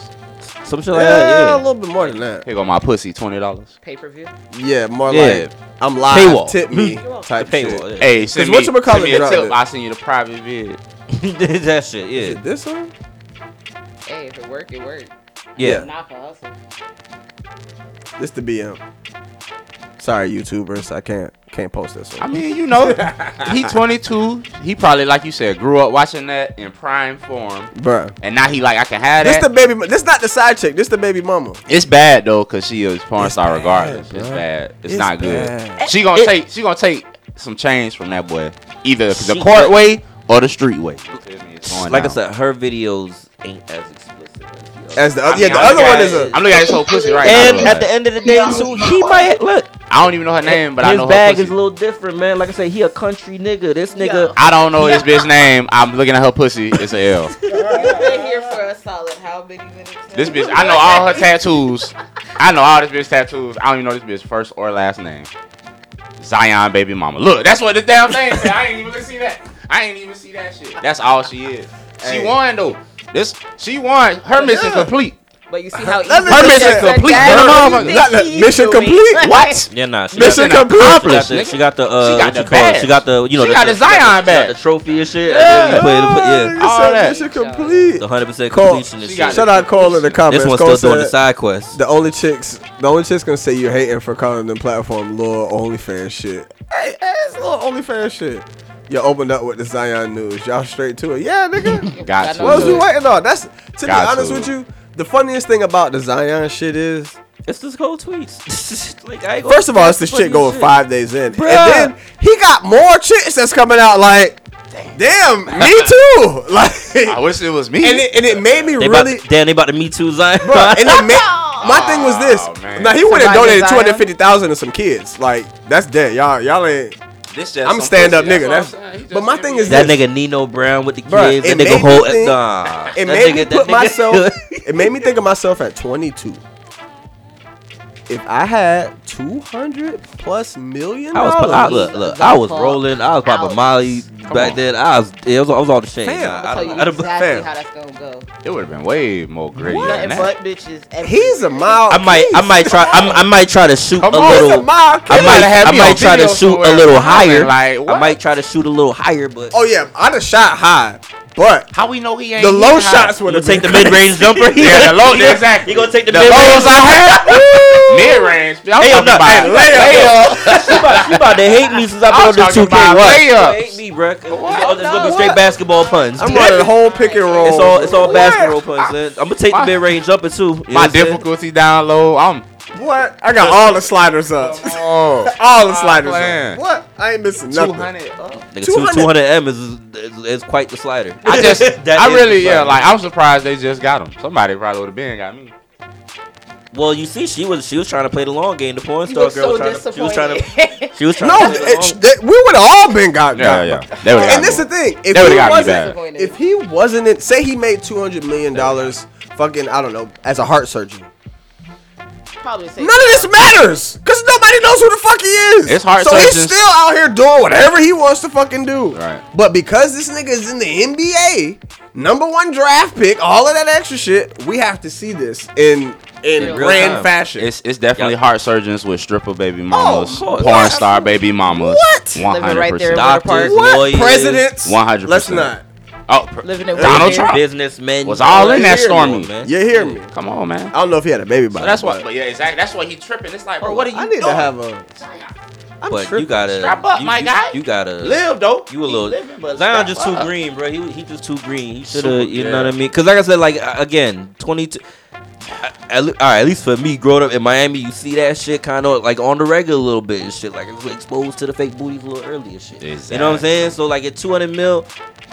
Speaker 1: some shit
Speaker 3: yeah,
Speaker 1: like that.
Speaker 3: a
Speaker 1: Yeah.
Speaker 3: little bit more than that.
Speaker 2: Here go my pussy, twenty dollars.
Speaker 4: Pay per view.
Speaker 3: Yeah, more
Speaker 1: Yeah.
Speaker 3: like I'm live.
Speaker 1: Paywall.
Speaker 3: Tip me type shit.
Speaker 1: Paywall. yeah.
Speaker 2: Hey, send
Speaker 3: what
Speaker 2: me,
Speaker 3: you call
Speaker 2: send
Speaker 3: it
Speaker 2: me a
Speaker 3: dropped it.
Speaker 2: tip. I send you the private vid.
Speaker 1: that shit.
Speaker 3: Is
Speaker 1: Yeah.
Speaker 3: it this one?
Speaker 4: Hey, if it work, it work.
Speaker 1: Yeah.
Speaker 4: Not for us.
Speaker 3: This the BM. Sorry, YouTubers, I can't can't post this
Speaker 2: I
Speaker 3: one.
Speaker 2: mean, you know, he 22. He probably, like you said, grew up watching that in prime form,
Speaker 3: Bruh.
Speaker 2: and now he like I can have
Speaker 3: This
Speaker 2: that.
Speaker 3: the baby. This not the side chick. This the baby mama.
Speaker 2: it's bad though, cause she is porn
Speaker 3: It's
Speaker 2: star
Speaker 3: bad,
Speaker 2: regardless. It's
Speaker 3: bruh.
Speaker 2: bad. It's,
Speaker 3: It's
Speaker 2: not good.
Speaker 3: bad.
Speaker 2: She gonna
Speaker 1: It-
Speaker 2: take. She gonna take some change from that boy, either the
Speaker 1: She-
Speaker 2: court way or the street way.
Speaker 1: Like I said, her videos ain't as explicit. as the other.
Speaker 3: As the other, yeah, the other one is a.
Speaker 2: I'm looking at this whole pussy right
Speaker 1: And
Speaker 2: now.
Speaker 1: at the end of the day, too, he might look.
Speaker 2: I don't even know her name, but
Speaker 1: his
Speaker 2: I know her
Speaker 1: bag
Speaker 2: pussy.
Speaker 1: is a little different, man. Like I said, he a country nigga. This nigga,
Speaker 2: I don't know this bitch's name. I'm looking at her pussy. It's a L.
Speaker 4: You've been here for a solid how many minutes? now?
Speaker 2: This bitch, I know all her tattoos. I know all this bitch tattoos. I don't even know this bitch first or last name. Zion baby mama. Look, that's what this damn thing said. I ain't even gonna see that. I ain't even see that shit. That's all she is. She
Speaker 3: Hey.
Speaker 2: won though. This she won. Her mission complete.
Speaker 4: But you see how easy
Speaker 2: Her
Speaker 4: it
Speaker 2: mission
Speaker 4: is.
Speaker 2: complete.
Speaker 4: That's
Speaker 2: Than a
Speaker 4: what you
Speaker 2: motherfucker.
Speaker 4: think
Speaker 3: Not-
Speaker 4: she's
Speaker 3: mission
Speaker 4: doing.
Speaker 3: complete? What?
Speaker 1: Yeah, nah. She
Speaker 3: Mission
Speaker 1: got, the, she
Speaker 3: accomplished.
Speaker 1: got the, she got the, uh,
Speaker 2: She got
Speaker 1: what
Speaker 2: the
Speaker 1: you call it?
Speaker 2: badge.
Speaker 1: She got the, you know,
Speaker 2: She got the Zion
Speaker 1: she got
Speaker 2: badge.
Speaker 1: the trophy and shit. Yeah. You play, you put, yeah.
Speaker 3: He
Speaker 2: All
Speaker 3: said
Speaker 2: that.
Speaker 3: Mission complete.
Speaker 1: It's 100%
Speaker 3: Cole,
Speaker 1: completion and
Speaker 2: she
Speaker 1: shit.
Speaker 2: got
Speaker 3: Shout out Cole in the comments.
Speaker 1: This one's
Speaker 3: Cole
Speaker 1: still doing the
Speaker 3: said,
Speaker 1: side quest.
Speaker 3: the only chicks, the only chicks gonna say you're hating for calling them platform little OnlyFans shit. Hey, hey, it's little OnlyFans shit. You opened up with the Zion news. Y'all straight to it. Yeah, nigga.
Speaker 2: Got
Speaker 4: Got
Speaker 2: to.
Speaker 4: no
Speaker 3: what else we
Speaker 4: Let's do it.
Speaker 3: waiting on? That's to be
Speaker 2: Got
Speaker 3: honest
Speaker 2: to.
Speaker 3: with you, the funniest thing about the Zion shit is
Speaker 1: It's this whole tweets. like, I ain't
Speaker 2: Oh,
Speaker 1: gonna-
Speaker 3: First of all, it's this
Speaker 1: That's
Speaker 3: shit going
Speaker 1: funny
Speaker 3: five days in,
Speaker 1: Bruh.
Speaker 3: and then he got more chicks that's coming out. Like, damn, me too. Like,
Speaker 2: I
Speaker 3: and
Speaker 2: wish it was me.
Speaker 3: it, and it made me
Speaker 1: They
Speaker 3: really.
Speaker 1: about to, damn, they about to Me Too Zion.
Speaker 3: Bruh, and it ma- my thing was
Speaker 2: Oh,
Speaker 3: this.
Speaker 2: man.
Speaker 3: now he went and
Speaker 4: Somebody
Speaker 3: donated
Speaker 4: desire?
Speaker 3: two hundred fifty thousand to some kids. Like that's dead. Y'all, y'all ain't.
Speaker 2: This just
Speaker 3: I'm
Speaker 2: some
Speaker 3: a stand up
Speaker 2: pussy,
Speaker 3: nigga.
Speaker 2: that's all
Speaker 3: That's.
Speaker 2: I'm saying. He
Speaker 3: But
Speaker 2: just
Speaker 3: my
Speaker 2: gave
Speaker 3: thing
Speaker 2: me
Speaker 3: is
Speaker 1: That
Speaker 3: this.
Speaker 1: nigga Nino Brown with the kids.
Speaker 3: Bruh, it
Speaker 1: that
Speaker 3: made
Speaker 1: nigga whole.
Speaker 3: me think-
Speaker 1: nah.
Speaker 3: It made
Speaker 1: That
Speaker 3: me
Speaker 1: nigga- that
Speaker 3: put
Speaker 1: nigga-
Speaker 3: myself. it made me think of myself at 22. If I had 200 plus million
Speaker 1: I was,
Speaker 3: dollars,
Speaker 1: I, look, look, I was rolling. I was popping
Speaker 4: Ouch.
Speaker 1: Molly back
Speaker 2: on.
Speaker 1: then. I was, it was, I was all the shame.
Speaker 3: Fam,
Speaker 1: Nah,
Speaker 3: I'm
Speaker 1: I
Speaker 4: I'll tell
Speaker 1: don't-
Speaker 4: you
Speaker 1: I don't-
Speaker 4: exactly
Speaker 3: Fair.
Speaker 4: how that's gonna go.
Speaker 2: It would have been way more gritty than
Speaker 4: Nothing
Speaker 2: that.
Speaker 4: but bitches. everywhere.
Speaker 3: he's a mild.
Speaker 1: I might, I might try, I'm, I might try to shoot
Speaker 2: Come
Speaker 1: a
Speaker 2: on,
Speaker 3: He's a
Speaker 1: little.
Speaker 3: mild
Speaker 1: I
Speaker 3: kid.
Speaker 1: might,
Speaker 2: have
Speaker 1: I
Speaker 2: me on
Speaker 1: might try to
Speaker 2: video
Speaker 1: shoot a
Speaker 2: somewhere.
Speaker 1: little
Speaker 2: I'm
Speaker 1: higher.
Speaker 2: like,
Speaker 1: I
Speaker 2: what?
Speaker 1: might try to shoot a little higher, but
Speaker 3: Oh yeah, I'd have shot high, but
Speaker 2: How we know he ain't
Speaker 3: the low
Speaker 2: even high?
Speaker 3: shots
Speaker 1: you
Speaker 3: would
Speaker 1: gonna
Speaker 3: have
Speaker 1: take the
Speaker 3: been
Speaker 1: mid range jumper.
Speaker 2: Yeah, the low. Exactly.
Speaker 1: You gonna take the
Speaker 2: the
Speaker 1: mid
Speaker 2: lows
Speaker 1: range?
Speaker 2: I had. Mid range. I'm
Speaker 1: Hey,
Speaker 2: talking
Speaker 1: yo, nah,
Speaker 2: about
Speaker 1: hey,
Speaker 2: layup.
Speaker 1: You about, you about to hate me since I've been
Speaker 2: I'm
Speaker 1: on this
Speaker 2: talking
Speaker 1: two K.
Speaker 2: about
Speaker 1: What?
Speaker 2: layups.
Speaker 1: You hate me, bro. It's,
Speaker 4: What?
Speaker 1: gonna be
Speaker 4: No,
Speaker 1: straight
Speaker 4: what?
Speaker 1: basketball puns.
Speaker 3: I'm running whole pick and roll.
Speaker 1: It's all, it's all
Speaker 3: What?
Speaker 1: basketball puns. Man. I'm gonna take the
Speaker 2: My-
Speaker 1: mid range jumper too. You know
Speaker 2: My
Speaker 1: what I'm saying?
Speaker 2: difficulty down low. I'm.
Speaker 3: What? I got all the sliders up.
Speaker 2: Oh.
Speaker 3: all the sliders
Speaker 2: playing.
Speaker 3: up. What? I ain't missing
Speaker 2: Two
Speaker 3: nothing.
Speaker 2: hundred.
Speaker 1: Nigga, two
Speaker 3: 200
Speaker 1: hundred M is, is is quite the slider.
Speaker 2: I just,
Speaker 1: That
Speaker 2: I
Speaker 1: is
Speaker 2: really,
Speaker 1: the
Speaker 2: yeah,
Speaker 1: slider.
Speaker 2: like I'm surprised they just got him. Somebody probably would have been got me.
Speaker 1: Well, you see, she was she was trying to play the long game. The porn
Speaker 4: You
Speaker 1: star
Speaker 4: look
Speaker 1: girl.
Speaker 4: so
Speaker 1: trying to, she was trying to.
Speaker 4: disappointed.
Speaker 1: She was trying
Speaker 3: No,
Speaker 1: to. play the
Speaker 3: it,
Speaker 1: long-
Speaker 3: sh- that- we would have all been got.
Speaker 2: Yeah,
Speaker 3: got.
Speaker 2: yeah. They would've got
Speaker 3: And
Speaker 2: me.
Speaker 3: this the thing. If
Speaker 2: They would've
Speaker 3: he
Speaker 2: got me
Speaker 3: wasn't,
Speaker 2: bad.
Speaker 4: Disappointed.
Speaker 3: if he wasn't, in, say he made two hundred million dollars, fucking, I don't know, as a heart surgeon.
Speaker 4: Probably say
Speaker 3: None of this matters, cause nobody knows who the fuck he is.
Speaker 2: It's heart
Speaker 3: so he's
Speaker 2: surgeons.
Speaker 3: still out here doing whatever he wants to fucking do.
Speaker 2: Right.
Speaker 3: But because this nigga is in the NBA, number one draft pick, all of that extra shit, we have to see this in in
Speaker 1: real
Speaker 3: grand
Speaker 1: time.
Speaker 3: fashion.
Speaker 2: It's it's definitely
Speaker 1: Yeah.
Speaker 2: heart surgeons with stripper baby mamas,
Speaker 3: of course.
Speaker 2: porn star baby mamas.
Speaker 3: What?
Speaker 2: One
Speaker 4: Living
Speaker 2: hundred
Speaker 4: right there.
Speaker 2: percent.
Speaker 1: Doctors,
Speaker 3: what
Speaker 1: lawyers,
Speaker 3: presidents?
Speaker 2: 100%.
Speaker 3: Let's not.
Speaker 2: Oh, pr-
Speaker 4: living in
Speaker 2: Donald
Speaker 4: wheelchair.
Speaker 2: Trump.
Speaker 1: businessmen
Speaker 2: Was all in that
Speaker 1: Here,
Speaker 2: stormy.
Speaker 1: man.
Speaker 3: You hear me?
Speaker 2: come on, man.
Speaker 3: I don't know if he had a baby by.
Speaker 2: So that's
Speaker 3: now,
Speaker 2: why. But yeah, exactly. That's why he tripping. It's like,
Speaker 3: but-
Speaker 2: bro, what are you
Speaker 3: I need
Speaker 2: doing?
Speaker 3: to have a. I'm
Speaker 1: But
Speaker 3: tripping.
Speaker 1: you gotta
Speaker 2: Strap up,
Speaker 1: you,
Speaker 2: my
Speaker 1: you,
Speaker 2: guy.
Speaker 1: You gotta
Speaker 2: live though.
Speaker 1: You a little
Speaker 2: living, but
Speaker 1: Zion
Speaker 2: strap
Speaker 1: just too
Speaker 2: up.
Speaker 1: green, bro. He he just too green. He should
Speaker 2: Super,
Speaker 1: have, you know what I
Speaker 2: yeah.
Speaker 1: mean? Because like I said, like uh, again, twenty two. At, le- all right, at least for me, growing up in Miami, you see that shit kind of like on the regular a little bit and shit. Like it's exposed to the fake booties a little early and shit. You know what I'm saying? So like at 200 mil,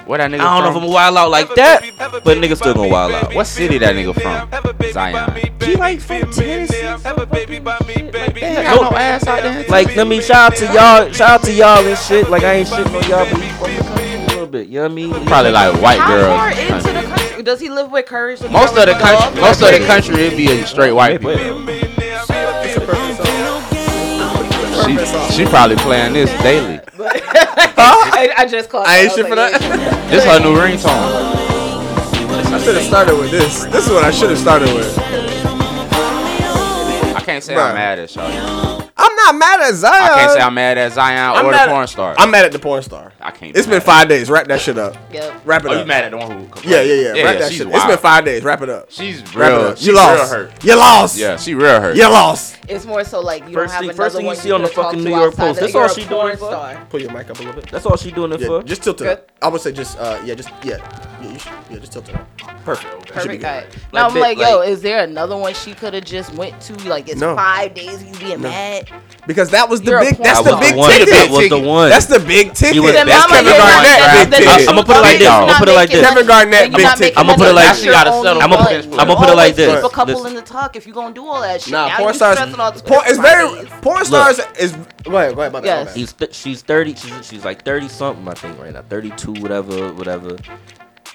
Speaker 2: Where that nigga
Speaker 1: I don't know if I'm
Speaker 2: from?
Speaker 1: gonna wild out like that, but niggas still gonna wild out.
Speaker 2: What city that nigga from? Zion.
Speaker 1: She like from Tennessee. Some fucking shit like that.
Speaker 2: got no ass out there.
Speaker 1: Like, let me shout out to y'all, shout out to y'all and shit. Like, I ain't shitting on y'all, but you fucking a little bit. You know what I mean?
Speaker 2: Probably like white
Speaker 4: How
Speaker 2: girls.
Speaker 4: far into the country does he live with courage? to
Speaker 2: most of
Speaker 4: travel
Speaker 2: the
Speaker 4: to
Speaker 2: country,
Speaker 4: Boston?
Speaker 2: most of the country, it'd be a straight white people. She, she probably playing this daily.
Speaker 4: I, I just called.
Speaker 3: I ain't
Speaker 4: was
Speaker 3: shit for
Speaker 4: like,
Speaker 3: that.
Speaker 4: yeah.
Speaker 2: This her new ringtone.
Speaker 3: I should have started with this. This is what I should have started with.
Speaker 2: I can't say
Speaker 3: Bruh.
Speaker 2: I'm mad at Shawty.
Speaker 3: I'm not mad at Zion.
Speaker 2: I can't say I'm mad at Zion
Speaker 3: I'm
Speaker 2: or
Speaker 3: mad
Speaker 2: the
Speaker 3: at-
Speaker 2: porn star.
Speaker 3: I'm mad at the porn star.
Speaker 2: I can't. be
Speaker 3: It's
Speaker 2: mad
Speaker 3: been
Speaker 2: at-
Speaker 3: five days. Wrap that shit up.
Speaker 4: Yep.
Speaker 3: Wrap it
Speaker 2: Oh,
Speaker 3: up.
Speaker 2: you mad at the one who? Complained.
Speaker 3: Yeah, yeah, yeah. Wrap that
Speaker 2: she's
Speaker 3: shit. It's
Speaker 2: wild.
Speaker 3: been five days. Wrap it up.
Speaker 2: She's
Speaker 3: Wrap it
Speaker 2: real.
Speaker 3: up.
Speaker 2: she
Speaker 3: You lost.
Speaker 2: Real hurt.
Speaker 3: You lost.
Speaker 2: Yeah, she real hurt.
Speaker 3: You lost.
Speaker 4: It's more so like you
Speaker 1: First
Speaker 4: don't
Speaker 1: thing-
Speaker 4: have
Speaker 1: first
Speaker 4: another
Speaker 1: thing you
Speaker 4: one
Speaker 1: see on the
Speaker 4: can talk
Speaker 1: fucking
Speaker 4: to
Speaker 1: New York
Speaker 4: outside
Speaker 1: Post.
Speaker 4: that
Speaker 1: That's
Speaker 4: you're
Speaker 1: all
Speaker 4: a
Speaker 1: she
Speaker 4: porn
Speaker 1: doing, fuck.
Speaker 4: star.
Speaker 3: Pull your mic up a little bit.
Speaker 1: That's all she doing it
Speaker 3: Yeah,
Speaker 1: for.
Speaker 3: just tilt it.
Speaker 4: Good.
Speaker 3: Up. I would say just uh yeah just yeah yeah, you should, yeah just tilt it. Up. Perfect. You should be
Speaker 4: Perfect
Speaker 3: good.
Speaker 4: guy. Now I'm
Speaker 1: bit-
Speaker 4: like, yo,
Speaker 1: like-
Speaker 4: is there another one she could have just went to? Like, it's
Speaker 3: No.
Speaker 4: five days you being
Speaker 3: No.
Speaker 4: mad.
Speaker 3: Because that was the
Speaker 4: You're a
Speaker 3: big.
Speaker 4: porn
Speaker 3: That's
Speaker 1: that
Speaker 3: the
Speaker 4: That's
Speaker 1: was
Speaker 3: big
Speaker 1: the one. That
Speaker 3: ticket.
Speaker 1: was the one.
Speaker 3: That's the big ticket.
Speaker 1: was- Then
Speaker 3: That's
Speaker 1: mama,
Speaker 3: Kevin
Speaker 1: you're not-
Speaker 3: Garnett.
Speaker 4: that's
Speaker 3: Big
Speaker 4: the
Speaker 1: I-
Speaker 3: ticket.
Speaker 1: I'ma put it like this. I'ma put it like this.
Speaker 3: Kevin Garnett, big ticket.
Speaker 1: I'ma put it like this.
Speaker 2: I'ma
Speaker 1: put it- I'ma put it like this.
Speaker 4: Keep a couple
Speaker 1: Listen.
Speaker 4: in the tuck if you gonna do all that shit.
Speaker 3: Nah,
Speaker 4: now
Speaker 3: porn
Speaker 4: you
Speaker 3: stars.
Speaker 4: stressing all the
Speaker 3: Porn, it's very
Speaker 4: Fridays.
Speaker 3: porn stars is. Go ahead, go ahead, my bad.
Speaker 4: Yes.
Speaker 3: my bad.
Speaker 1: He's th- she's thirty. She's, she's like thirty something, I think, right now. Thirty two, whatever, whatever.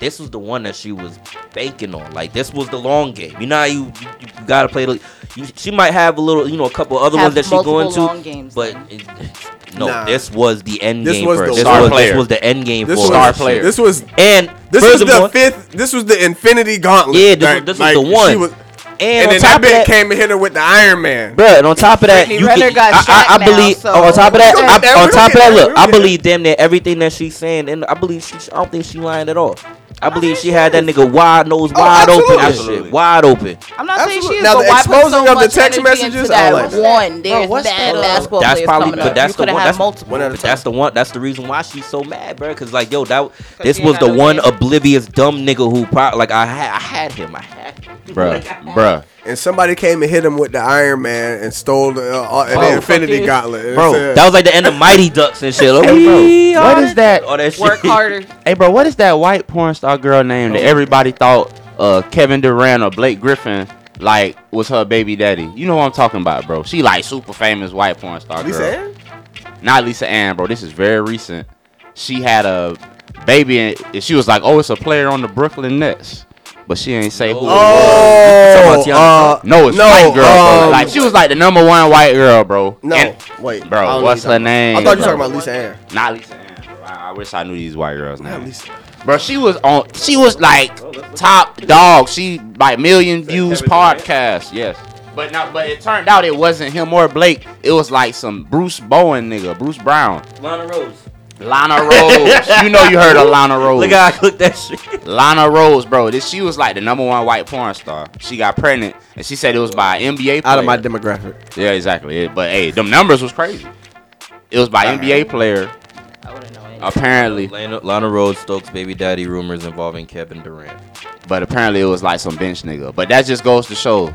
Speaker 1: This was the one that she was banking on. Like this was the long game. You know, how you you, you gotta play the. You, she might have a little, you know, a couple other
Speaker 4: Have
Speaker 1: ones that she's
Speaker 4: multiple
Speaker 1: going to,
Speaker 4: long games
Speaker 1: but
Speaker 4: then.
Speaker 1: it- no,
Speaker 3: Nah.
Speaker 1: this was the end
Speaker 3: This
Speaker 1: game
Speaker 3: was
Speaker 1: for her.
Speaker 3: the
Speaker 1: This
Speaker 2: star
Speaker 1: was,
Speaker 2: player.
Speaker 1: this was the end game
Speaker 3: This
Speaker 1: for
Speaker 3: was
Speaker 1: her.
Speaker 2: star player.
Speaker 3: This was
Speaker 1: And
Speaker 3: This was the
Speaker 1: furthermore,
Speaker 3: fifth. This was the Infinity Gauntlet.
Speaker 1: Yeah, this was- this was the one.
Speaker 3: she was-
Speaker 1: and,
Speaker 3: And
Speaker 1: on
Speaker 3: then that
Speaker 1: top of
Speaker 3: bitch
Speaker 1: that,
Speaker 3: came and hit her with the Iron Man.
Speaker 1: Bruh, and on top of that,
Speaker 4: Brittany
Speaker 1: you
Speaker 4: Renner
Speaker 1: can,
Speaker 4: got
Speaker 1: I, I, I
Speaker 4: shot now,
Speaker 1: believe
Speaker 4: so-
Speaker 1: on top of that,
Speaker 3: We don't
Speaker 1: I,
Speaker 3: get that, we
Speaker 1: on
Speaker 3: don't
Speaker 1: top
Speaker 3: get
Speaker 1: of that,
Speaker 3: that, we
Speaker 1: look,
Speaker 3: don't
Speaker 1: I
Speaker 3: get that.
Speaker 1: believe damn near everything that she's saying, and I believe she, I don't think she lying at all. I believe she had that nigga wide nose
Speaker 4: Oh,
Speaker 1: wide open, and
Speaker 2: absolutely.
Speaker 1: shit, wide open.
Speaker 4: I'm not
Speaker 3: Absolutely.
Speaker 4: saying she is,
Speaker 3: Now,
Speaker 4: but
Speaker 3: the
Speaker 4: why put so
Speaker 3: exposing of the
Speaker 4: much
Speaker 3: text
Speaker 4: energy into
Speaker 3: messages, I
Speaker 4: that?
Speaker 3: like that.
Speaker 4: One, there's
Speaker 3: what's
Speaker 4: bad
Speaker 3: that?
Speaker 4: basketball
Speaker 1: That's
Speaker 4: players
Speaker 1: probably,
Speaker 4: coming
Speaker 1: but
Speaker 4: up.
Speaker 1: that's
Speaker 4: you
Speaker 1: the
Speaker 4: could
Speaker 1: one.
Speaker 4: have
Speaker 1: That's,
Speaker 4: had multiple.
Speaker 3: One at a
Speaker 1: but that's the one. That's the reason why she's so mad, bro. Cause like, yo, that this
Speaker 4: you
Speaker 1: was
Speaker 4: ain't
Speaker 1: the
Speaker 4: got no
Speaker 1: one
Speaker 4: game.
Speaker 1: oblivious dumb nigga who probably like I had, I had him, I had him.
Speaker 2: bruh, bruh.
Speaker 3: And somebody came and hit him with the Iron Man and stole the, uh, uh, the
Speaker 1: Bro,
Speaker 3: Infinity
Speaker 4: fuck you.
Speaker 3: Gauntlet. And
Speaker 1: bro.
Speaker 3: said-
Speaker 1: That was like the end of Mighty Ducks and shit. Like,
Speaker 2: Hey,
Speaker 1: bro,
Speaker 2: what is that?
Speaker 1: All that shit.
Speaker 4: Work harder.
Speaker 2: Hey, bro, what is that white porn star girl name
Speaker 3: Oh.
Speaker 2: that everybody thought uh, Kevin Durant or Blake Griffin like was her baby daddy? You know what I'm talking about, bro. She like super famous white porn star
Speaker 3: Lisa
Speaker 2: girl.
Speaker 3: Ann?
Speaker 2: Not Lisa Ann, bro. This is very recent. She had a baby and and she was like, "Oh, it's a player on the Brooklyn Nets," but she ain't say who. it was.
Speaker 3: Oh,
Speaker 1: talking
Speaker 3: uh,
Speaker 1: about
Speaker 2: No, it's
Speaker 3: no,
Speaker 2: white girl. bro.
Speaker 3: um,
Speaker 2: Like she was like the number one white girl, bro.
Speaker 3: no.
Speaker 2: And-
Speaker 3: wait,
Speaker 2: Bro,
Speaker 3: I don't know
Speaker 2: what's
Speaker 3: who
Speaker 2: her
Speaker 3: you're talking about.
Speaker 2: name,
Speaker 3: I thought you were talking
Speaker 2: bro?
Speaker 3: about Lisa Ann.
Speaker 2: not Lisa Ann, bro. I, I wish I knew these white girls'
Speaker 3: Not
Speaker 2: names.
Speaker 3: Lisa.
Speaker 2: Bro, she was on. She was like top dog. She like million views podcast. Yes, but now, but it turned out it wasn't him or Blake. It was like some Bruce Bowen nigga, Bruce Brown,
Speaker 1: Lana Rose.
Speaker 2: Lana Rose. you know you heard of Lana Rose.
Speaker 1: Look how I clicked that shit.
Speaker 2: Lana Rose, bro. This she was like the number one white porn star. She got pregnant, and she said it was by an NBA. Player.
Speaker 3: Out of my demographic.
Speaker 2: yeah, exactly. It- but hey, them numbers was crazy. It was by NBA player
Speaker 4: I wouldn't know anything.
Speaker 2: apparently.
Speaker 1: Lana, Lana Rose Stokes baby daddy rumors involving Kevin Durant.
Speaker 2: But apparently it was like some bench nigga. But that just goes to show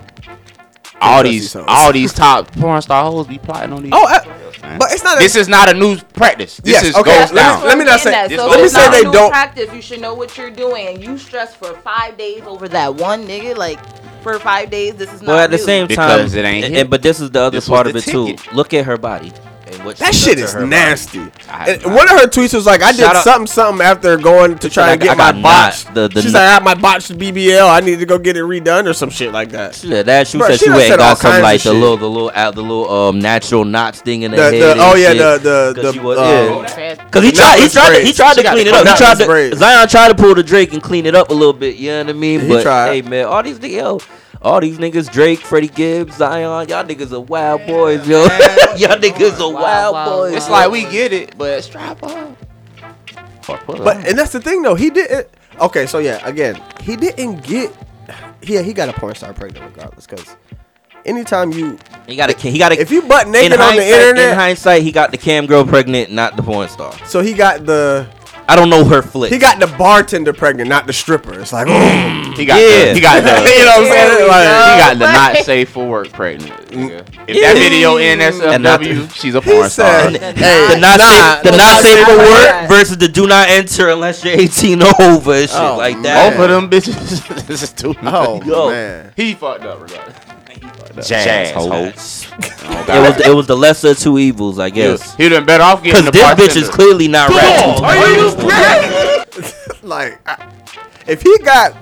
Speaker 2: all
Speaker 3: Pussy
Speaker 2: these
Speaker 3: songs.
Speaker 2: all these top porn star hoes be plotting on these.
Speaker 3: Oh,
Speaker 1: uh,
Speaker 3: I-
Speaker 2: man.
Speaker 3: but it's not a-
Speaker 2: this is not a new practice. This
Speaker 3: Yes,
Speaker 2: is
Speaker 3: okay,
Speaker 2: goes
Speaker 3: let me-
Speaker 2: down.
Speaker 3: let me not say-
Speaker 2: this-
Speaker 4: So
Speaker 2: let me
Speaker 4: it's
Speaker 2: say
Speaker 4: not
Speaker 3: they
Speaker 4: a new
Speaker 3: don't-
Speaker 4: practice. You should know what you're doing. You stress for five days over that one nigga. Like for five days, this is not.
Speaker 1: Well, at the
Speaker 4: new.
Speaker 1: same
Speaker 2: Because
Speaker 1: time,
Speaker 2: it ain't
Speaker 1: and-
Speaker 2: hit.
Speaker 1: and- but this is the other
Speaker 2: This was
Speaker 1: part
Speaker 2: the
Speaker 1: of it too.
Speaker 2: ticket.
Speaker 1: Look at her body and what
Speaker 3: That
Speaker 1: she
Speaker 3: shit
Speaker 1: does
Speaker 3: is
Speaker 1: to her
Speaker 3: nasty.
Speaker 2: I
Speaker 3: And
Speaker 2: have
Speaker 3: one of her tweets was like, "I did
Speaker 1: Shout out-
Speaker 3: something, something after going to try
Speaker 1: like,
Speaker 3: and
Speaker 1: I
Speaker 3: get my
Speaker 1: got
Speaker 3: botch."
Speaker 1: not- the- the-
Speaker 3: She's like, "I had my botched BBL. I need to go get it redone or some shit like that."
Speaker 1: Body. She said that she
Speaker 3: Bruh,
Speaker 1: said
Speaker 3: she
Speaker 1: she
Speaker 3: done
Speaker 1: went
Speaker 3: said
Speaker 1: and
Speaker 3: all
Speaker 1: got some
Speaker 3: kinds of
Speaker 1: like the
Speaker 3: shit.
Speaker 1: little the little out the little um natural knots thing in the,
Speaker 3: The-
Speaker 1: head.
Speaker 3: the-
Speaker 1: and
Speaker 3: oh, yeah,
Speaker 1: shit.
Speaker 3: the- the-
Speaker 1: 'Cause
Speaker 3: the,
Speaker 1: she was,
Speaker 3: uh,
Speaker 1: yeah.
Speaker 4: Fast-
Speaker 1: Cause he
Speaker 3: Not
Speaker 1: tried, he
Speaker 3: with
Speaker 1: tried, to,
Speaker 3: braids.
Speaker 1: he tried
Speaker 3: She
Speaker 1: to
Speaker 3: got
Speaker 1: clean
Speaker 3: the-
Speaker 1: it up.
Speaker 3: not
Speaker 1: He tried
Speaker 3: with
Speaker 1: to,
Speaker 3: braids.
Speaker 1: Zion tried to pull the Drake and clean it up a little bit. You know what I mean?
Speaker 3: He
Speaker 1: but
Speaker 3: tried.
Speaker 1: hey, man, all these niggas, yo, all these niggas, Drake, Freddie Gibbs, Zion, y'all niggas are wild boys, yo. y'all niggas are wild,
Speaker 4: Wild, wild,
Speaker 1: boys.
Speaker 4: wild.
Speaker 2: It's like we get it, but strap up. Or pull up.
Speaker 3: But and that's the thing though, he didn't. Okay, so yeah, again, he didn't get. Yeah, he got a porn star pregnant regardless, because anytime you,
Speaker 1: He got a he got a
Speaker 3: if you butt naked
Speaker 1: in
Speaker 3: on the
Speaker 1: hindsight- In
Speaker 3: internet,
Speaker 1: hindsight, he got the cam girl pregnant, not the porn star.
Speaker 3: so he got the
Speaker 1: I don't know her flick.
Speaker 3: he got the bartender pregnant, not the stripper. It's like, oh,
Speaker 1: Mm.
Speaker 2: he got
Speaker 1: Yeah.
Speaker 2: the, he got the
Speaker 3: you know what I'm
Speaker 4: There
Speaker 3: saying?
Speaker 4: we
Speaker 3: Like,
Speaker 4: go.
Speaker 2: he got the
Speaker 4: Right.
Speaker 2: not safe for work pregnant. nigga. If
Speaker 1: Yeah.
Speaker 2: that video
Speaker 3: Mm.
Speaker 2: in
Speaker 1: And not-
Speaker 2: SFW, she's a
Speaker 3: He
Speaker 2: porn star.
Speaker 3: said-
Speaker 1: the not
Speaker 3: nah,
Speaker 1: safe, the
Speaker 3: nah,
Speaker 1: not
Speaker 3: nah,
Speaker 1: safe for
Speaker 4: nah,
Speaker 1: work
Speaker 4: nah.
Speaker 1: versus the do not enter unless you're 18 or over and shit
Speaker 3: Oh,
Speaker 1: like
Speaker 2: Both
Speaker 1: that.
Speaker 2: of them bitches. this is too.
Speaker 3: oh
Speaker 1: Yo.
Speaker 3: man,
Speaker 2: He fucked up regardless. Jazz, hoe.
Speaker 1: It was it was the lesser of two evils, I
Speaker 2: He
Speaker 1: guess.
Speaker 2: was- He done better off getting
Speaker 1: Because
Speaker 2: the
Speaker 1: this
Speaker 2: bartender.
Speaker 1: bitch is clearly not right.
Speaker 3: like I, if he got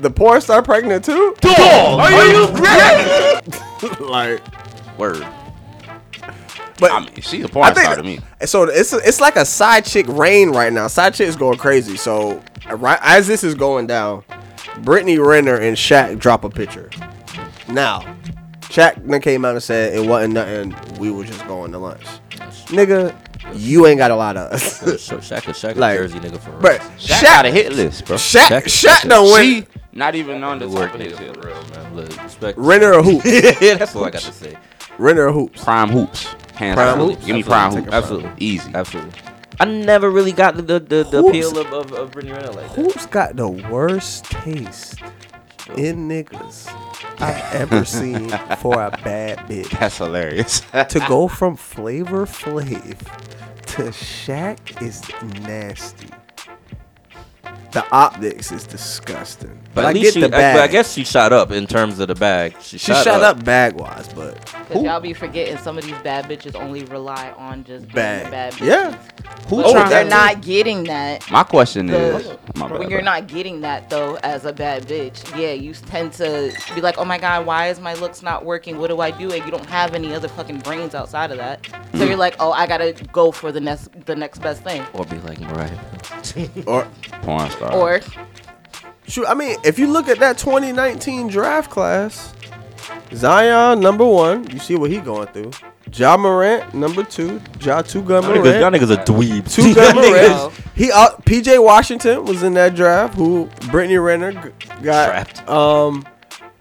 Speaker 3: the porn star pregnant too, like.
Speaker 1: Word.
Speaker 3: But
Speaker 2: I mean, she's a porn star to me.
Speaker 3: So it's it's like a side chick rain right now. Side chick is going crazy. So right as this is going down, Brittany Renner and Shaq drop a picture. Now, Shaq then came out and said it wasn't nothing. We were just going to lunch, nigga. You ain't got a lot of us,
Speaker 1: Shaq, Shaq, Shaq a
Speaker 3: Like,
Speaker 1: Jersey nigga for real.
Speaker 3: but
Speaker 2: Shaq got a
Speaker 3: Shaq,
Speaker 2: hit list, bro.
Speaker 3: Shaq,
Speaker 1: Shaq-
Speaker 3: Shaq done
Speaker 2: She
Speaker 3: went
Speaker 2: not even on the
Speaker 1: The
Speaker 2: top
Speaker 1: work
Speaker 2: of
Speaker 1: nigga
Speaker 2: his hit
Speaker 1: for
Speaker 2: list.
Speaker 1: real, man. Look, respect.
Speaker 3: Renner a hoop,
Speaker 1: That's all I got to say.
Speaker 3: Renner a hoops.
Speaker 2: Prime hoops. Hands
Speaker 3: Prime
Speaker 2: down.
Speaker 3: hoops?
Speaker 2: Give me
Speaker 3: Absolutely.
Speaker 2: prime
Speaker 3: Take
Speaker 2: hoops.
Speaker 3: a
Speaker 1: Absolutely.
Speaker 2: Easy.
Speaker 1: Absolutely. I never really got the the, the, the
Speaker 3: Who's-
Speaker 1: appeal of, of, of Brittany Renner like that.
Speaker 3: Hoops got the worst taste in niggas I've ever seen for a bad bitch.
Speaker 2: That's hilarious.
Speaker 3: to go from Flavor Flav to Shaq is nasty. The optics is disgusting. But,
Speaker 1: But
Speaker 3: I
Speaker 1: at
Speaker 3: get
Speaker 1: least she,
Speaker 3: the
Speaker 1: I, but
Speaker 3: bag.
Speaker 1: I guess she shot up in terms of the bag. She,
Speaker 3: she shut up, bag wise, but
Speaker 4: Cause y'all be forgetting some of these bad bitches only rely on just being
Speaker 3: bag.
Speaker 4: a bad bitch.
Speaker 3: yeah.
Speaker 2: Who
Speaker 1: Oh,
Speaker 4: But
Speaker 3: trying-
Speaker 4: when they're
Speaker 3: that
Speaker 4: not getting that.
Speaker 2: My question
Speaker 4: the-
Speaker 2: is, my bad,
Speaker 4: when you're
Speaker 2: bro.
Speaker 4: not getting that though as a bad bitch yeah you tend to be like oh my god why is my looks not working what do i do and you don't have any other fucking brains outside of that so
Speaker 2: Mm.
Speaker 4: you're like oh i gotta go for the next the next best thing
Speaker 1: Or be like Mariah. Hill.
Speaker 3: Or
Speaker 2: porn star.
Speaker 4: or
Speaker 3: shoot, I mean, if you look at that 2019 draft class, Zion number one. You see what he going through. Ja Morant number two. Ja two gun
Speaker 1: Y'all niggas, y'all
Speaker 3: Morant.
Speaker 1: niggas are dweebs.
Speaker 3: Two gun
Speaker 1: Y'all niggas
Speaker 3: Morant. He out. PJ Washington was in that draft. Who Brittany Renner g- got
Speaker 1: Trapped.
Speaker 3: um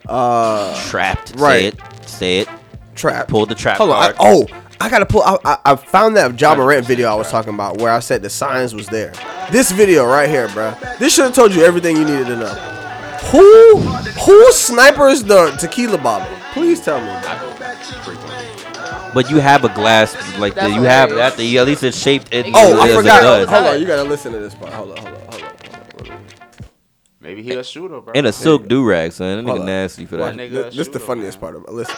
Speaker 3: uh
Speaker 1: Trapped.
Speaker 3: Right.
Speaker 1: Say it. Say it.
Speaker 3: trapped.
Speaker 1: Pull the trap
Speaker 3: Hold on. I-
Speaker 1: card.
Speaker 3: oh, I gotta pull. I, I, I found that Ja Morant video I was talking about where I said the signs was there. This video right here, bruh. This should have told you everything you needed to know. Who who snipers the tequila bottle? Please tell me.
Speaker 1: But you have a glass like that.
Speaker 4: That's
Speaker 1: You have
Speaker 4: hilarious.
Speaker 1: that. At least it's shaped. It,
Speaker 3: Oh,
Speaker 1: it
Speaker 3: I
Speaker 1: is a
Speaker 3: forgot.
Speaker 1: gun.
Speaker 3: Hold on, you gotta listen to this part. Hold on, hold on, hold on. Hold on.
Speaker 2: Maybe he a shooter, bro.
Speaker 1: And a silk do rag, son. That
Speaker 3: Hold
Speaker 1: nigga
Speaker 3: on.
Speaker 1: nasty for
Speaker 2: That
Speaker 1: that.
Speaker 2: nigga a
Speaker 3: Th- This is the
Speaker 2: shooter,
Speaker 3: funniest part of it. Listen.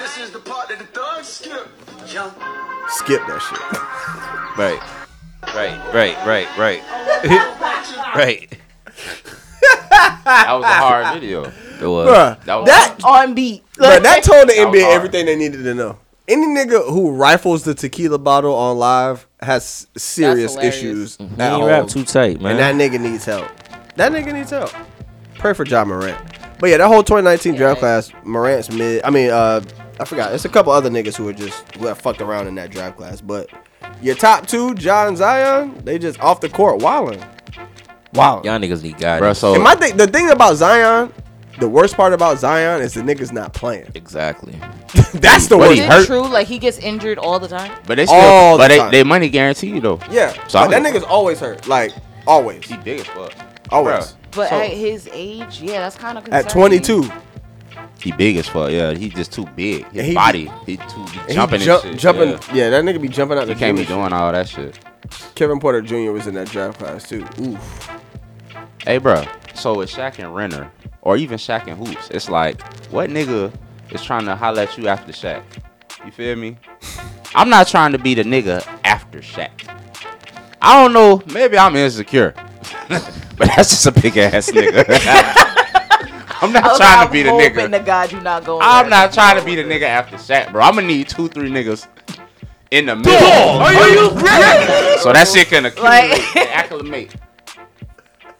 Speaker 6: This is the part that the thugs skip.
Speaker 3: Skip that
Speaker 1: Right. Right. Right. Right. Right. right.
Speaker 2: That was a hard video.
Speaker 1: It was.
Speaker 3: shit. Bruh.
Speaker 2: That was
Speaker 3: That
Speaker 4: on beat.
Speaker 3: Bruh, that told the NBA
Speaker 2: hard.
Speaker 3: everything they needed to know. Any nigga who rifles the tequila bottle on live has serious
Speaker 4: hilarious.
Speaker 3: issues
Speaker 1: He
Speaker 3: at
Speaker 1: ain't
Speaker 3: home.
Speaker 1: rap too tight, man.
Speaker 3: and that nigga needs help. That nigga needs help. Pray for John Morant. But yeah, that whole 2019 draft class, Morant's mid. I mean, uh, I forgot. It's a couple other niggas who are just who have fucked around in that draft class. But your top two, John Zion, they just off the court wilding. Wow.
Speaker 1: y'all niggas need guidance.
Speaker 2: Bro, so
Speaker 3: And my thing, the thing about Zion, the worst part about Zion is the niggas not playing.
Speaker 1: exactly.
Speaker 3: That's the
Speaker 2: But
Speaker 3: worst.
Speaker 2: he
Speaker 4: Is it
Speaker 2: hurt.
Speaker 4: true? Like he gets injured all the time.
Speaker 2: but they still,
Speaker 3: all the
Speaker 2: but they,
Speaker 3: time.
Speaker 2: they money guarantee you though.
Speaker 3: Yeah.
Speaker 2: So
Speaker 3: Like,
Speaker 2: I'm-
Speaker 3: that nigga's always hurt. Like always.
Speaker 2: He big as fuck.
Speaker 3: Always.
Speaker 4: But
Speaker 3: So-
Speaker 4: at his age, yeah, that's kind of concerning.
Speaker 3: At 22,
Speaker 2: He big as fuck. Yeah, he just too big. His
Speaker 3: And he-
Speaker 2: body, he too he
Speaker 3: he
Speaker 2: jumping
Speaker 3: jump-
Speaker 2: and shit.
Speaker 3: jumping.
Speaker 2: Yeah.
Speaker 3: Yeah. that nigga be jumping out
Speaker 2: He
Speaker 3: the
Speaker 2: can't be
Speaker 3: gym and
Speaker 2: doing all that shit.
Speaker 3: shit. Kevin Porter Jr. was in that draft class too. Oof.
Speaker 2: Hey, bro. So with Shaq and Renner, or even Shaq and Hoops, it's like, what nigga is trying to holler at you after Shaq? You feel me? I'm not trying to be the nigga after Shaq. I don't know. Maybe I'm insecure, but that's just a big ass nigga. I'm not trying to be the nigga.
Speaker 4: Hoping to God you not going.
Speaker 2: I'm
Speaker 4: there.
Speaker 2: not trying to be the nigga after Shaq, bro. I'm gonna need two, three niggas in the middle. So that shit can accumulate,
Speaker 4: Like-
Speaker 2: and acclimate.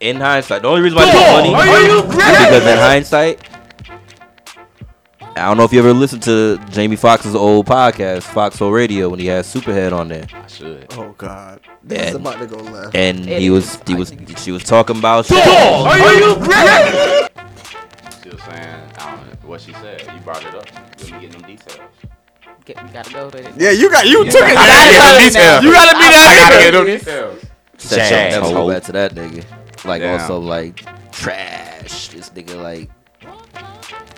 Speaker 1: In hindsight, the only reason why I put money is because in hindsight, I don't know if you ever listened to Jamie Foxx's old podcast, Foxhole Radio, when he had Superhead on there,
Speaker 2: I should.
Speaker 3: Oh God. This is
Speaker 1: And-
Speaker 3: about to go left.
Speaker 1: and
Speaker 4: It
Speaker 1: he was
Speaker 4: is.
Speaker 1: he
Speaker 4: I
Speaker 1: was
Speaker 4: think-
Speaker 1: she was talking about shit.
Speaker 2: Still saying I don't know what she said. You brought it up. Let me get them details.
Speaker 4: Get- we gotta go to it.
Speaker 3: Yeah, you got you took
Speaker 2: I
Speaker 3: it.
Speaker 2: gotta get them details.
Speaker 3: You gotta be
Speaker 2: I gotta
Speaker 3: that
Speaker 2: get
Speaker 3: nigga.
Speaker 2: them details.
Speaker 1: Said
Speaker 2: Jazz.
Speaker 1: y'all never go
Speaker 2: Hoe.
Speaker 1: back to that nigga. Like
Speaker 2: Damn.
Speaker 1: also like trash. This nigga like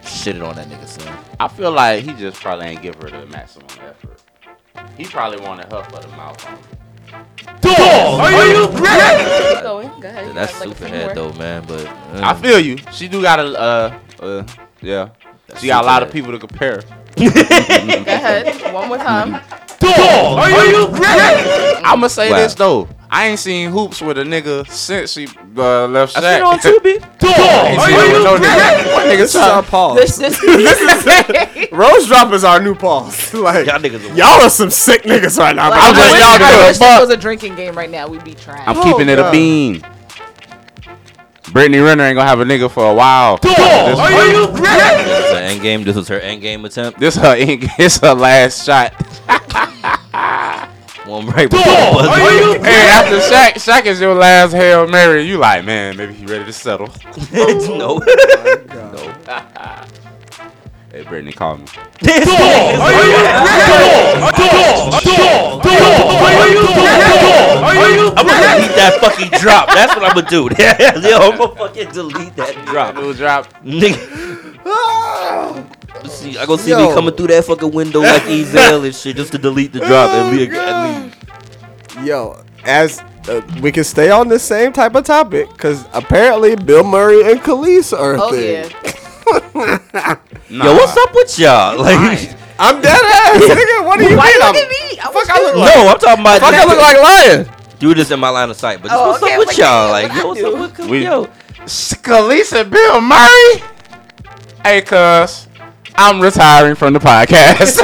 Speaker 1: shitted on that nigga son.
Speaker 2: I feel like he just probably ain't give her the maximum effort. He probably wanted her for the mouth. on.
Speaker 4: Keep going. Go ahead. You
Speaker 1: That's
Speaker 4: got, like,
Speaker 1: super
Speaker 4: a few
Speaker 1: head
Speaker 4: more.
Speaker 1: though, man. But uh,
Speaker 2: I feel you. She do got a uh uh yeah. She got a lot of people to compare.
Speaker 4: Go ahead. One more time.
Speaker 2: I'ma say
Speaker 1: Wow.
Speaker 2: this though. I ain't seen hoops with a nigga since she uh, left Shaq. Ain't seen
Speaker 3: Oh,
Speaker 2: it with no nigga. What nigga
Speaker 3: This is our
Speaker 2: talk?
Speaker 3: pause.
Speaker 4: This this this is
Speaker 3: Rose drop is our new pause. like
Speaker 1: y'all niggas. Are
Speaker 3: y'all are some sick niggas right now.
Speaker 4: Like,
Speaker 2: I'm
Speaker 4: I
Speaker 2: just
Speaker 4: wish-
Speaker 2: y'all
Speaker 4: I
Speaker 2: give a
Speaker 4: wish
Speaker 2: fuck.
Speaker 4: this was a drinking game right now. We'd be trash.
Speaker 2: I'm keeping it a
Speaker 3: God.
Speaker 2: bean. Brittany Renner ain't gonna have a nigga for a while. This,
Speaker 1: This is her end game. This was her end game attempt.
Speaker 2: this her ink. This her last shot.
Speaker 1: One right before the buzzer.
Speaker 2: Hey, after Shaq, Shaq is your last hail mary. You like, man, maybe he ready to settle.
Speaker 1: no.
Speaker 2: Hey, Brittany, call me.
Speaker 1: I'm gonna delete that fucking drop. That's what I'm gonna do. Yo, I'm gonna fucking delete that drop,
Speaker 2: New drop.
Speaker 1: nigga. See, I gonna see
Speaker 3: Yo.
Speaker 1: me coming through that fucking window like Ezel and shit just to delete the drop and leave. And leave.
Speaker 3: Oh, Yo, as uh, we can stay on this same type of topic, because apparently Bill Murray and Khalees are a
Speaker 4: Oh
Speaker 3: thing.
Speaker 4: yeah.
Speaker 2: Nah.
Speaker 1: Yo, what's up with y'all? Like,
Speaker 3: I'm dead ass, nigga. What do you
Speaker 4: Why
Speaker 3: mean?
Speaker 4: you
Speaker 3: I'm,
Speaker 4: look at me? I was
Speaker 3: fuck, I look like.
Speaker 1: no, I'm talking about.
Speaker 3: Fuck, I look like lying.
Speaker 1: You were just in my line of sight, but just
Speaker 4: Oh,
Speaker 1: what's
Speaker 4: okay,
Speaker 1: up with
Speaker 4: like,
Speaker 1: y'all?
Speaker 4: what
Speaker 1: Like, yo, what's
Speaker 4: I do?
Speaker 1: up with
Speaker 2: We-
Speaker 1: yo?
Speaker 2: Scalise and Bill Murray? Hey, cuz, I'm retiring from the podcast.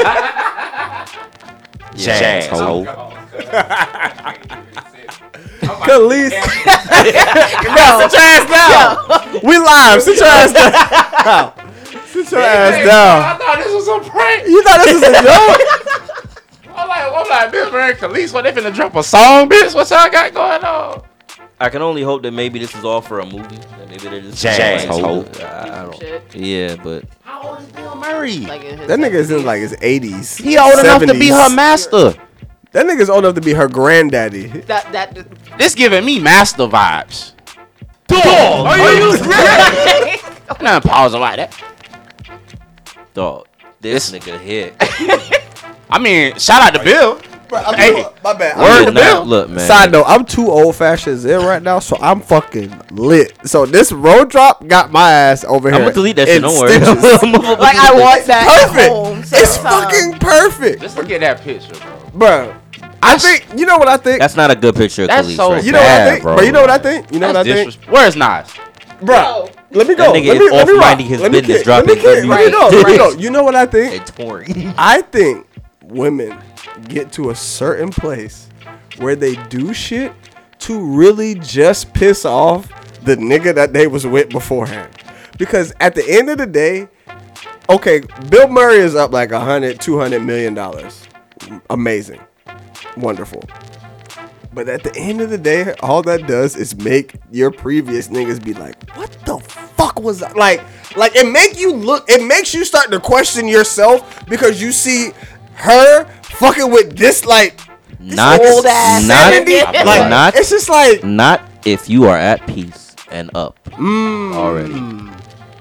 Speaker 2: Jazz, Oh, ho.
Speaker 3: Khalees.
Speaker 2: That's a jazz now.
Speaker 3: We live. Sit your ass down. Sit your ass down.
Speaker 2: I thought this was a prank.
Speaker 3: You thought this was a joke?
Speaker 2: I'm like, I'm like, this man, Khalees, what they finna drop a song, bitch? What y'all got going on?
Speaker 1: I can only hope that maybe this is all for a movie. That maybe they're just
Speaker 2: Jazz hoe.
Speaker 1: I, I don't.
Speaker 4: Shit.
Speaker 1: Yeah, but
Speaker 2: How old is Bill Murray?
Speaker 4: Like in his
Speaker 3: That nigga is in like his 80s.
Speaker 2: He old enough to be
Speaker 3: 70s.
Speaker 2: her master.
Speaker 3: That nigga's old enough to be her granddaddy.
Speaker 4: that that
Speaker 2: This giving me master vibes. Dog, are you I'm not pausing like that.
Speaker 1: dog, this nigga here.
Speaker 2: I mean, shout out to Bill. Hey,
Speaker 3: my bad.
Speaker 2: Word
Speaker 1: Look,
Speaker 2: to
Speaker 1: now,
Speaker 2: Bill.
Speaker 1: look, man.
Speaker 3: Side note, I'm too old fashioned in right now, so I'm fucking lit. So this road drop got my ass over here.
Speaker 1: I'm gonna delete that shit.
Speaker 3: in
Speaker 1: Don't worry.
Speaker 3: stitches.
Speaker 4: like I want that at
Speaker 3: perfect.
Speaker 4: home
Speaker 3: it's
Speaker 4: sometime.
Speaker 3: fucking perfect,
Speaker 2: Just look at that picture, bro.
Speaker 3: bro. I think you know what I think.
Speaker 1: That's not a good picture of
Speaker 2: That's
Speaker 1: Khalees.
Speaker 2: so
Speaker 1: right
Speaker 3: You
Speaker 1: there.
Speaker 3: know what
Speaker 2: bad,
Speaker 3: I think,
Speaker 2: bro.
Speaker 3: bro. You know what I think. You know what I
Speaker 2: That's
Speaker 3: think,
Speaker 2: disrespectful. Where's Nas?
Speaker 3: bro. Let me
Speaker 1: That
Speaker 3: go.
Speaker 1: nigga
Speaker 3: let me,
Speaker 1: is
Speaker 3: let me
Speaker 1: off
Speaker 3: rock.
Speaker 1: minding his
Speaker 3: let me
Speaker 1: business,
Speaker 3: kick- let me
Speaker 1: dropping
Speaker 3: kick- Let me go.
Speaker 1: WWE.
Speaker 3: Let me go. You know what I think?
Speaker 1: It tore.
Speaker 3: I think women get to a certain place where they do shit to really just piss off the nigga that they was with beforehand. Because at the end of the day, okay, Bill Murray is up like 100, 200 million dollars. Amazing. Wonderful. But at the end of the day, all that does is make your previous niggas be like, "What the fuck was that?" Like, like it make you look. It makes you start to question yourself because you see her fucking with this like this
Speaker 1: Not-
Speaker 3: old ass
Speaker 1: not-
Speaker 3: 70. Like,
Speaker 1: not-
Speaker 3: it's just like
Speaker 1: Not if you are at peace and up
Speaker 2: Mm.
Speaker 1: already.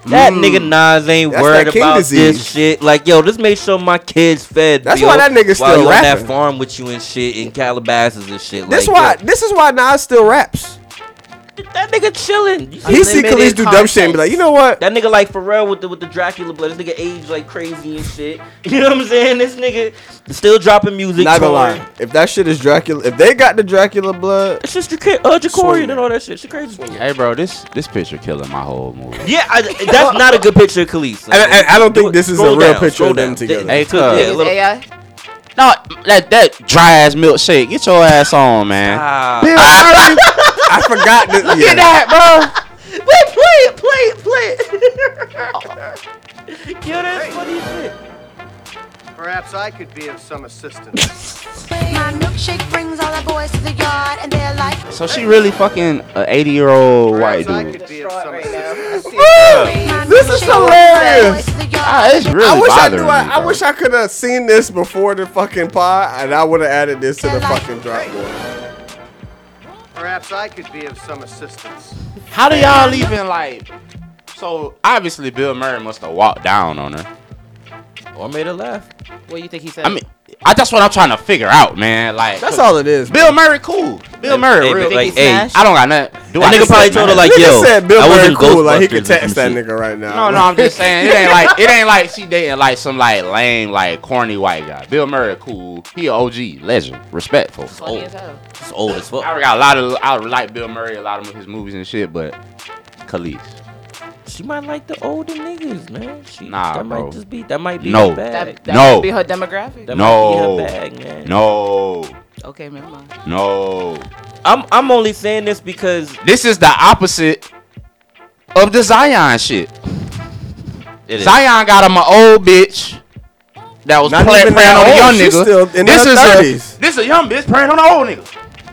Speaker 1: That nigga Nas ain't
Speaker 3: Mm. That's
Speaker 1: worried
Speaker 3: that king
Speaker 1: about
Speaker 3: disease.
Speaker 1: this shit. Like, yo, just make sure my kids fed.
Speaker 3: That's
Speaker 1: Bill,
Speaker 3: why that nigga
Speaker 1: while
Speaker 3: still
Speaker 1: you on
Speaker 3: rapping.
Speaker 1: that farm with you and shit in Calabasas and shit.
Speaker 3: this.
Speaker 1: like,
Speaker 3: why
Speaker 1: yo,
Speaker 3: this is why Nas still raps.
Speaker 1: that nigga chilling. You see
Speaker 3: He see Khalees do dumb shit and be like, you know what?
Speaker 1: That nigga like Pharrell with the with the Dracula blood. This nigga aged like crazy and shit. You know what I'm saying? This nigga still dropping music.
Speaker 3: Not gonna
Speaker 1: touring.
Speaker 3: lie. If that shit is Dracula, if they got the Dracula blood,
Speaker 1: It's just Jac-
Speaker 3: Swinging.
Speaker 1: uh, Jacorian and all that shit. She crazy.
Speaker 2: Hey, bro, this this picture killing my whole movie.
Speaker 1: Yeah, I, that's not a good picture of Khalees.
Speaker 3: And- and I don't think
Speaker 1: Do it.
Speaker 3: this is a
Speaker 1: Scroll
Speaker 3: real
Speaker 1: down,
Speaker 3: picture
Speaker 1: scroll
Speaker 3: of them
Speaker 1: down.
Speaker 3: together.
Speaker 1: They-
Speaker 2: Hey,
Speaker 1: took-
Speaker 2: cuz.
Speaker 1: yeah,
Speaker 4: Use
Speaker 1: look.
Speaker 4: AI.
Speaker 2: No, that that dry ass milkshake. Get your ass on, man.
Speaker 1: Ah,
Speaker 3: Bill Murray. I forgot. That,
Speaker 2: Look at that,
Speaker 1: Wait, play it, play it, play it. Yo, that's funny shit.
Speaker 9: Perhaps I could be of some assistance.
Speaker 10: My milkshake brings all the boys to the yard and they're like,
Speaker 2: bro. So she really fucking an eighty year old white
Speaker 9: Perhaps I
Speaker 2: dude.
Speaker 9: could be of some
Speaker 3: This is hilarious.
Speaker 2: Ah, it's really
Speaker 3: I wish I
Speaker 2: bothering
Speaker 3: knew.
Speaker 2: me,
Speaker 3: I, I
Speaker 2: bro.
Speaker 3: wish I could have seen this before the fucking pod, and I would have added this to the fucking drop board.
Speaker 9: Perhaps I could be of some assistance.
Speaker 2: How do y'all even like? So obviously Bill Murray must have walked down on her.
Speaker 1: Or made her laugh.
Speaker 4: What do you think he said?
Speaker 2: I mean, I that's what I'm trying to figure out, man. Like
Speaker 3: That's all it is.
Speaker 2: Bill Murray, cool. Bill Murray,
Speaker 1: Hey,
Speaker 2: real.
Speaker 1: but like,
Speaker 4: he
Speaker 1: hey,
Speaker 4: smashed?
Speaker 2: I don't got nothing. Do
Speaker 1: That
Speaker 2: I
Speaker 1: nigga probably told her, like,
Speaker 3: nigga
Speaker 1: yo,
Speaker 3: said Bill
Speaker 1: I was
Speaker 3: Murray
Speaker 1: in
Speaker 3: cool. Like he
Speaker 1: Ghostbusters
Speaker 3: could
Speaker 1: or some
Speaker 3: text that
Speaker 1: shit.
Speaker 3: nigga right
Speaker 2: No,
Speaker 3: now.
Speaker 2: no, I'm just saying it ain't like it ain't like she dating like some like lame like corny white guy. Bill Murray, cool. He a OG, legend, respectful.
Speaker 4: Funny as hell.
Speaker 1: It's old as fuck.
Speaker 2: I got a lot of I like Bill Murray, a lot of his movies and shit, but Khalees,
Speaker 1: She might like the older niggas, man. She,
Speaker 2: Nah,
Speaker 1: that
Speaker 2: bro.
Speaker 1: might just be that might be
Speaker 2: No.
Speaker 1: her bag.
Speaker 4: that, that
Speaker 2: No.
Speaker 4: could be her demographic.
Speaker 1: That
Speaker 2: No.
Speaker 1: might be her bag, man.
Speaker 2: no,
Speaker 4: Okay, never mind.
Speaker 2: no.
Speaker 1: I'm I'm only saying this because
Speaker 2: This is the opposite of the Zion shit.
Speaker 1: it is.
Speaker 2: Zion got him an old bitch that was
Speaker 3: Not
Speaker 2: playing,
Speaker 3: even
Speaker 2: praying
Speaker 3: that
Speaker 2: on a
Speaker 3: old.
Speaker 2: young
Speaker 3: She's
Speaker 2: nigga.
Speaker 3: still in
Speaker 2: this
Speaker 3: her
Speaker 2: is
Speaker 3: 30s.
Speaker 2: a this a young bitch praying on an old nigga.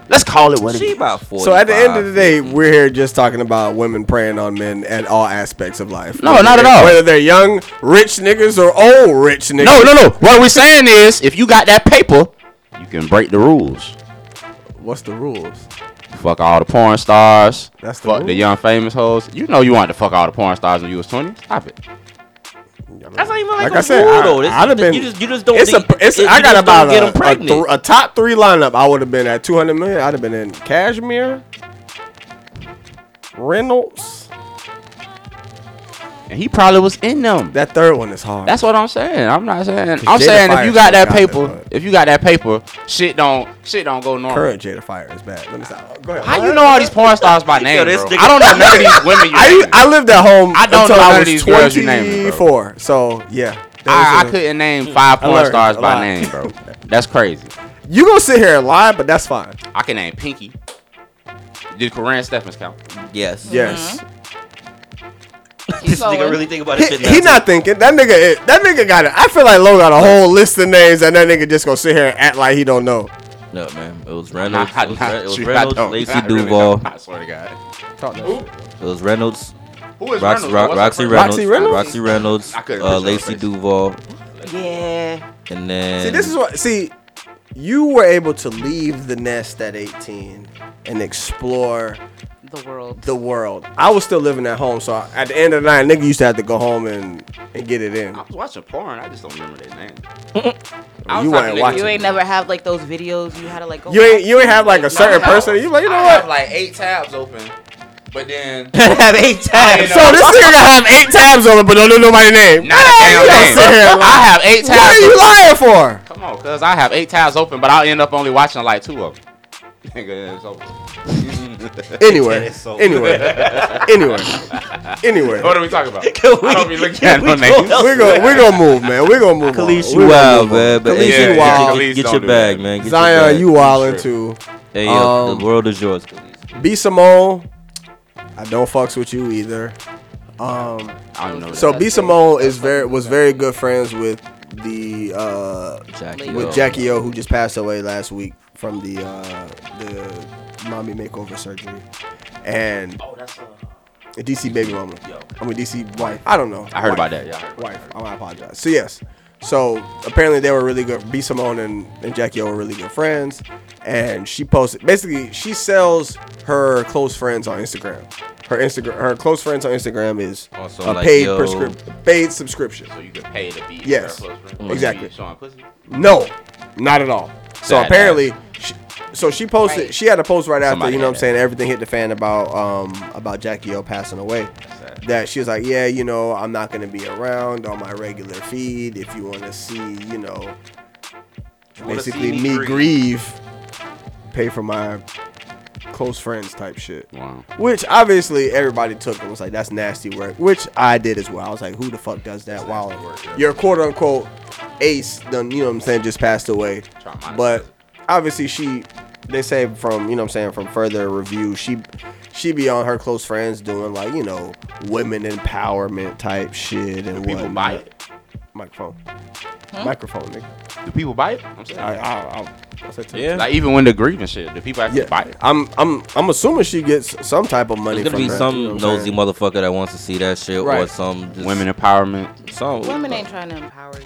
Speaker 2: Let's call it what it
Speaker 1: She
Speaker 2: is.
Speaker 1: about 40.
Speaker 3: So at the end of the day, we're here just talking about women preying on men at all aspects of life.
Speaker 2: No,
Speaker 3: Whether
Speaker 2: not at
Speaker 3: they're-
Speaker 2: all.
Speaker 3: Whether they're young, rich niggas or old rich niggas.
Speaker 2: No, no, no. What we're saying is, if you got that paper, you can break the rules.
Speaker 3: What's the rules?
Speaker 2: Fuck all the porn stars.
Speaker 3: That's the
Speaker 2: fuck the
Speaker 3: rule.
Speaker 2: young famous hoes. You know you wanted to fuck all the porn stars when you was twenty. Stop it.
Speaker 1: that's not even like,
Speaker 3: Like
Speaker 1: a
Speaker 3: I said,
Speaker 1: rule,
Speaker 3: I-
Speaker 1: though. This-
Speaker 3: I'd have been-
Speaker 1: You just you just don't.
Speaker 3: It's a.
Speaker 1: think-
Speaker 3: It's,
Speaker 1: you
Speaker 3: I
Speaker 1: just
Speaker 3: got
Speaker 1: don't
Speaker 3: about
Speaker 1: get
Speaker 3: a,
Speaker 1: 'em
Speaker 3: a, th-
Speaker 1: pregnant.
Speaker 3: a top three lineup. I would have been at 200 million. I'd have been in Cashmere, Reynolds.
Speaker 2: And he probably was in them.
Speaker 3: That third one is hard.
Speaker 2: That's what I'm saying. I'm not saying. I'm
Speaker 3: Jada
Speaker 2: saying if
Speaker 3: Fire
Speaker 2: you got
Speaker 3: still
Speaker 2: that
Speaker 3: got it,
Speaker 2: paper,
Speaker 3: but-
Speaker 2: if you got that paper, shit don't shit don't go normal.
Speaker 3: current Jada Fire is bad. Let me stop. Go ahead.
Speaker 2: How you know all these porn stars by name,
Speaker 1: this
Speaker 2: bro?
Speaker 1: nigga-
Speaker 2: I don't know none of these women. You
Speaker 3: I,
Speaker 2: naming.
Speaker 3: I lived at home.
Speaker 2: I don't
Speaker 3: until
Speaker 2: know none
Speaker 3: I
Speaker 2: of
Speaker 3: was
Speaker 2: these girls you naming, bro.
Speaker 3: 24, So yeah,
Speaker 2: I,
Speaker 3: Those
Speaker 2: I
Speaker 3: are-
Speaker 2: couldn't name five
Speaker 3: I
Speaker 2: porn
Speaker 3: learned
Speaker 2: stars
Speaker 3: a
Speaker 2: by
Speaker 3: lot.
Speaker 2: name, bro. That's crazy.
Speaker 3: You gonna sit here and lie, but that's fine.
Speaker 2: I can name Pinky. Did Corinne Stephens count?
Speaker 1: Yes.
Speaker 3: Yes.
Speaker 1: This nigga really think about his shit.
Speaker 3: He, he not thinking. That nigga. That nigga got it. I feel like Lo got a whole list of names, and that nigga just gonna sit here and act like he don't know.
Speaker 1: No, man. It was Reynolds. It was, Re- it was
Speaker 2: Nah,
Speaker 1: Reynolds.
Speaker 2: don't.
Speaker 1: Lacey
Speaker 2: I really
Speaker 1: Duval.
Speaker 2: don't. I swear to God.
Speaker 1: It was Reynolds.
Speaker 2: Who is
Speaker 1: Rox-
Speaker 2: Reynolds?
Speaker 1: Ro-
Speaker 2: What's
Speaker 1: Roxy
Speaker 2: her
Speaker 1: Reynolds.
Speaker 2: first
Speaker 1: Roxy
Speaker 2: name?
Speaker 1: Reynolds.
Speaker 2: Roxy Reynolds? I couldn't
Speaker 1: Uh,
Speaker 2: picture her
Speaker 1: Lacey
Speaker 2: face.
Speaker 1: Duval.
Speaker 4: Yeah.
Speaker 1: And then.
Speaker 3: See, this is what. See, you were able to leave the nest at 18 and explore
Speaker 4: the world.
Speaker 3: The world. I was still living at home, so at the end of the night, nigga used to have to go home and, and get it in.
Speaker 2: I was watching porn. I just don't remember their name.
Speaker 3: You weren't watching.
Speaker 4: You ain't never have like those videos. You had to like go.
Speaker 3: You ain't you ain't have like a certain
Speaker 2: no.
Speaker 3: person. You like you know
Speaker 2: I
Speaker 3: what?
Speaker 2: have like eight tabs open, but then
Speaker 1: have eight tabs.
Speaker 3: So this nigga gonna have eight tabs on it, but don't know nobody's name.
Speaker 2: Not a damn
Speaker 3: You gonna
Speaker 2: thing.
Speaker 3: sit here and
Speaker 2: I
Speaker 3: lie.
Speaker 2: have eight
Speaker 3: What are
Speaker 2: tabs.
Speaker 3: you lying for?
Speaker 2: Come on, cuz I have eight tabs open, but I'll end up only watching like two of them. Nigga, it's over.
Speaker 3: Anyway,
Speaker 2: It's over.
Speaker 3: anyway, anyway, anyway.
Speaker 2: What are we talking about?
Speaker 1: Can we-
Speaker 2: I don't be looking at
Speaker 1: can
Speaker 2: no
Speaker 1: we go
Speaker 2: names.
Speaker 1: else?
Speaker 3: We're gonna we're gonna move, man. We're gonna move. on.
Speaker 1: Khaleesi
Speaker 3: We're gonna
Speaker 1: Wild,
Speaker 3: move on.
Speaker 1: man. But
Speaker 3: Khaleesi
Speaker 1: hey, get,
Speaker 3: Wild.
Speaker 1: get,
Speaker 2: Khaleesi
Speaker 1: get, get
Speaker 2: don't
Speaker 1: your
Speaker 2: do
Speaker 1: bag,
Speaker 2: that.
Speaker 1: man. Get your
Speaker 3: Zion,
Speaker 1: bag.
Speaker 3: you wildin' too.
Speaker 1: Hey, yo,
Speaker 3: um,
Speaker 1: the world is yours, Khaleesi.
Speaker 3: B Simone, I don't fucks with you either. Um,
Speaker 2: I don't know.
Speaker 3: so
Speaker 2: that.
Speaker 3: B Simone is very was very good friends with the uh,
Speaker 1: Jackie.
Speaker 4: With
Speaker 1: yo.
Speaker 3: with Jackie O, who just passed away last week from the uh, the mommy makeover surgery, and
Speaker 2: Oh, that's, uh,
Speaker 3: a DC baby mama. I mean DC wife. I don't know.
Speaker 2: I heard
Speaker 3: Wife.
Speaker 2: about that. Yeah, I heard about
Speaker 3: Wife. Oh, I apologize. So yes. So apparently they were really good. B Simone and, and Jackie O were really good friends, and she posted basically she sells her close friends on Instagram. Her Instagram, her close friends on Instagram is
Speaker 1: Also,
Speaker 3: a
Speaker 1: like,
Speaker 3: paid
Speaker 1: yo.
Speaker 3: prescrip- paid subscription.
Speaker 2: that. So you could pay to be.
Speaker 3: Yes,
Speaker 2: her close friend.
Speaker 3: exactly.
Speaker 2: You Showing pussy.
Speaker 3: No, not at all. So
Speaker 2: Bad
Speaker 3: apparently, she, so she posted.
Speaker 4: Right.
Speaker 3: She had a post right after.
Speaker 2: Somebody
Speaker 3: you know what
Speaker 2: had
Speaker 3: I'm saying? Everything hit the fan about um about Jackie O passing away.
Speaker 2: sad.
Speaker 3: That she was like, yeah, you know, I'm not gonna be around on my regular feed. If you want to see, you know,
Speaker 2: wanna
Speaker 3: basically
Speaker 2: see me
Speaker 3: me
Speaker 2: grieve.
Speaker 3: grieve, pay for my close friends type shit.
Speaker 2: Wow.
Speaker 3: Which obviously everybody took and was like, that's nasty work, which I did as well. I was like, who the fuck does that? Wow. Your quote unquote ace, done, you know what I'm saying, just passed away.
Speaker 2: Try mine.
Speaker 3: But obviously she, they say from, you know what I'm saying, from further review, she, she be on her close friends doing like, you know, women empowerment type shit and
Speaker 2: People
Speaker 3: whatnot.
Speaker 2: buy it.
Speaker 3: Microphone. Microphone, nigga.
Speaker 2: Do people buy it? I'm saying.
Speaker 3: I, I, I, I said to
Speaker 1: Yeah.
Speaker 2: Like even when the grieving shit, do people actually
Speaker 3: Yeah,
Speaker 2: buy it?
Speaker 3: I'm, I'm, I'm assuming she gets some type of money.
Speaker 1: There's gonna
Speaker 3: from
Speaker 1: be
Speaker 3: that,
Speaker 1: some
Speaker 3: you know what I'm
Speaker 1: nosy
Speaker 3: saying?
Speaker 1: motherfucker that wants to see that shit, or
Speaker 3: Right.
Speaker 1: some just,
Speaker 2: Women empowerment.
Speaker 1: Some
Speaker 4: Women ain't trying to empower you,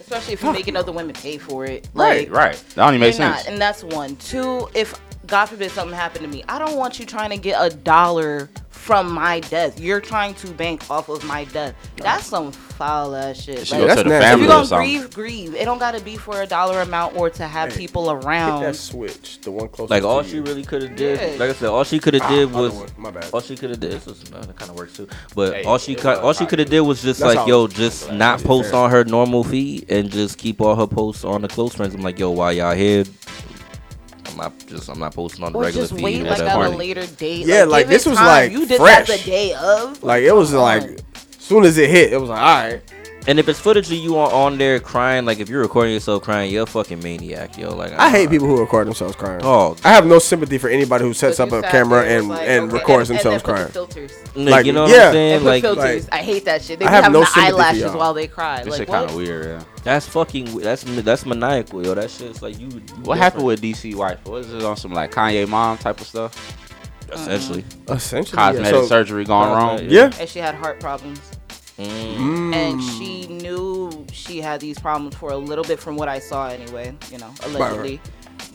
Speaker 4: especially if you're making other women pay for it.
Speaker 2: Right,
Speaker 4: Like,
Speaker 2: right. That don't even make
Speaker 4: You're
Speaker 2: sense.
Speaker 4: not, and that's one. Two, if God forbid something happened to me, I don't want you trying to get a dollar from my death. You're trying to bank off of my death. That's some foul ass shit.
Speaker 2: She
Speaker 4: Like,
Speaker 2: go
Speaker 3: that's
Speaker 2: to the
Speaker 3: nasty.
Speaker 4: if
Speaker 2: family
Speaker 4: you're
Speaker 2: or
Speaker 4: gonna
Speaker 2: something.
Speaker 4: grieve, grieve. It don't gotta be for a dollar amount or to have
Speaker 3: Hey,
Speaker 4: people
Speaker 3: Hit that
Speaker 4: around.
Speaker 3: switch, the one closest.
Speaker 1: Like
Speaker 3: to
Speaker 1: all
Speaker 3: you.
Speaker 1: she really could have did,
Speaker 4: Yeah.
Speaker 1: like I said, all she could have did
Speaker 3: other
Speaker 1: was
Speaker 3: one, my bad.
Speaker 1: all she could have did. This was uh, kind of works too, but
Speaker 2: Hey,
Speaker 1: all she
Speaker 2: it
Speaker 1: cut,
Speaker 2: was
Speaker 1: all she
Speaker 2: hot.
Speaker 1: could have did was just
Speaker 3: That's
Speaker 1: like,
Speaker 3: how
Speaker 1: yo,
Speaker 3: it
Speaker 1: just not
Speaker 3: That's
Speaker 1: post
Speaker 3: fair.
Speaker 1: on her normal feed and just keep all her posts on the close friends. I'm like, yo, while y'all here, I'm not just I'm not posting on the
Speaker 4: Or
Speaker 1: regular
Speaker 4: just
Speaker 1: feed.
Speaker 4: wait
Speaker 1: and
Speaker 4: like
Speaker 1: whatever.
Speaker 4: at a later date.
Speaker 3: Yeah, like,
Speaker 4: give
Speaker 3: this
Speaker 4: it
Speaker 3: was,
Speaker 4: time.
Speaker 3: like,
Speaker 4: you did that
Speaker 3: fresh.
Speaker 4: the day of.
Speaker 3: Like it was
Speaker 4: come
Speaker 3: like,
Speaker 4: on.
Speaker 3: soon as it hit, it was like, all right.
Speaker 1: And if it's footage of you on, on there crying, like if you're recording yourself crying, you're a fucking maniac, yo. Like
Speaker 3: I hate
Speaker 1: uh,
Speaker 3: people who record themselves crying.
Speaker 1: Oh,
Speaker 3: I have no sympathy for anybody who
Speaker 4: But
Speaker 3: sets
Speaker 4: you
Speaker 3: up a
Speaker 4: sat
Speaker 3: camera
Speaker 4: there,
Speaker 3: and,
Speaker 4: like,
Speaker 3: and
Speaker 4: okay,
Speaker 3: records
Speaker 4: and- and
Speaker 3: themselves
Speaker 4: then put the
Speaker 3: crying.
Speaker 4: Filters.
Speaker 1: like, you know what
Speaker 3: yeah.
Speaker 1: I'm
Speaker 4: And
Speaker 1: saying?
Speaker 4: put
Speaker 1: Like
Speaker 4: filters.
Speaker 3: like-
Speaker 4: I hate that shit. They
Speaker 3: I
Speaker 4: be
Speaker 3: have
Speaker 4: having
Speaker 3: no
Speaker 4: the
Speaker 3: sympathy for
Speaker 4: eyelashes
Speaker 3: y'all.
Speaker 4: while they cry.
Speaker 2: This
Speaker 4: Like,
Speaker 2: shit
Speaker 4: what?
Speaker 2: kind of weird. Yeah.
Speaker 1: that's fucking that's that's maniacal, yo. That shit's like you. you
Speaker 2: What happened with DC wife? Was it on some like Kanye mom type of stuff?
Speaker 1: essentially?
Speaker 3: Essentially, yeah.
Speaker 2: Cosmetic
Speaker 3: So-
Speaker 2: surgery gone wrong.
Speaker 1: Cosmetic,
Speaker 3: Yeah.
Speaker 4: and she had heart problems.
Speaker 1: Mm.
Speaker 4: And she knew she had these problems for a little bit from what I saw anyway, you know,
Speaker 3: right.
Speaker 4: allegedly.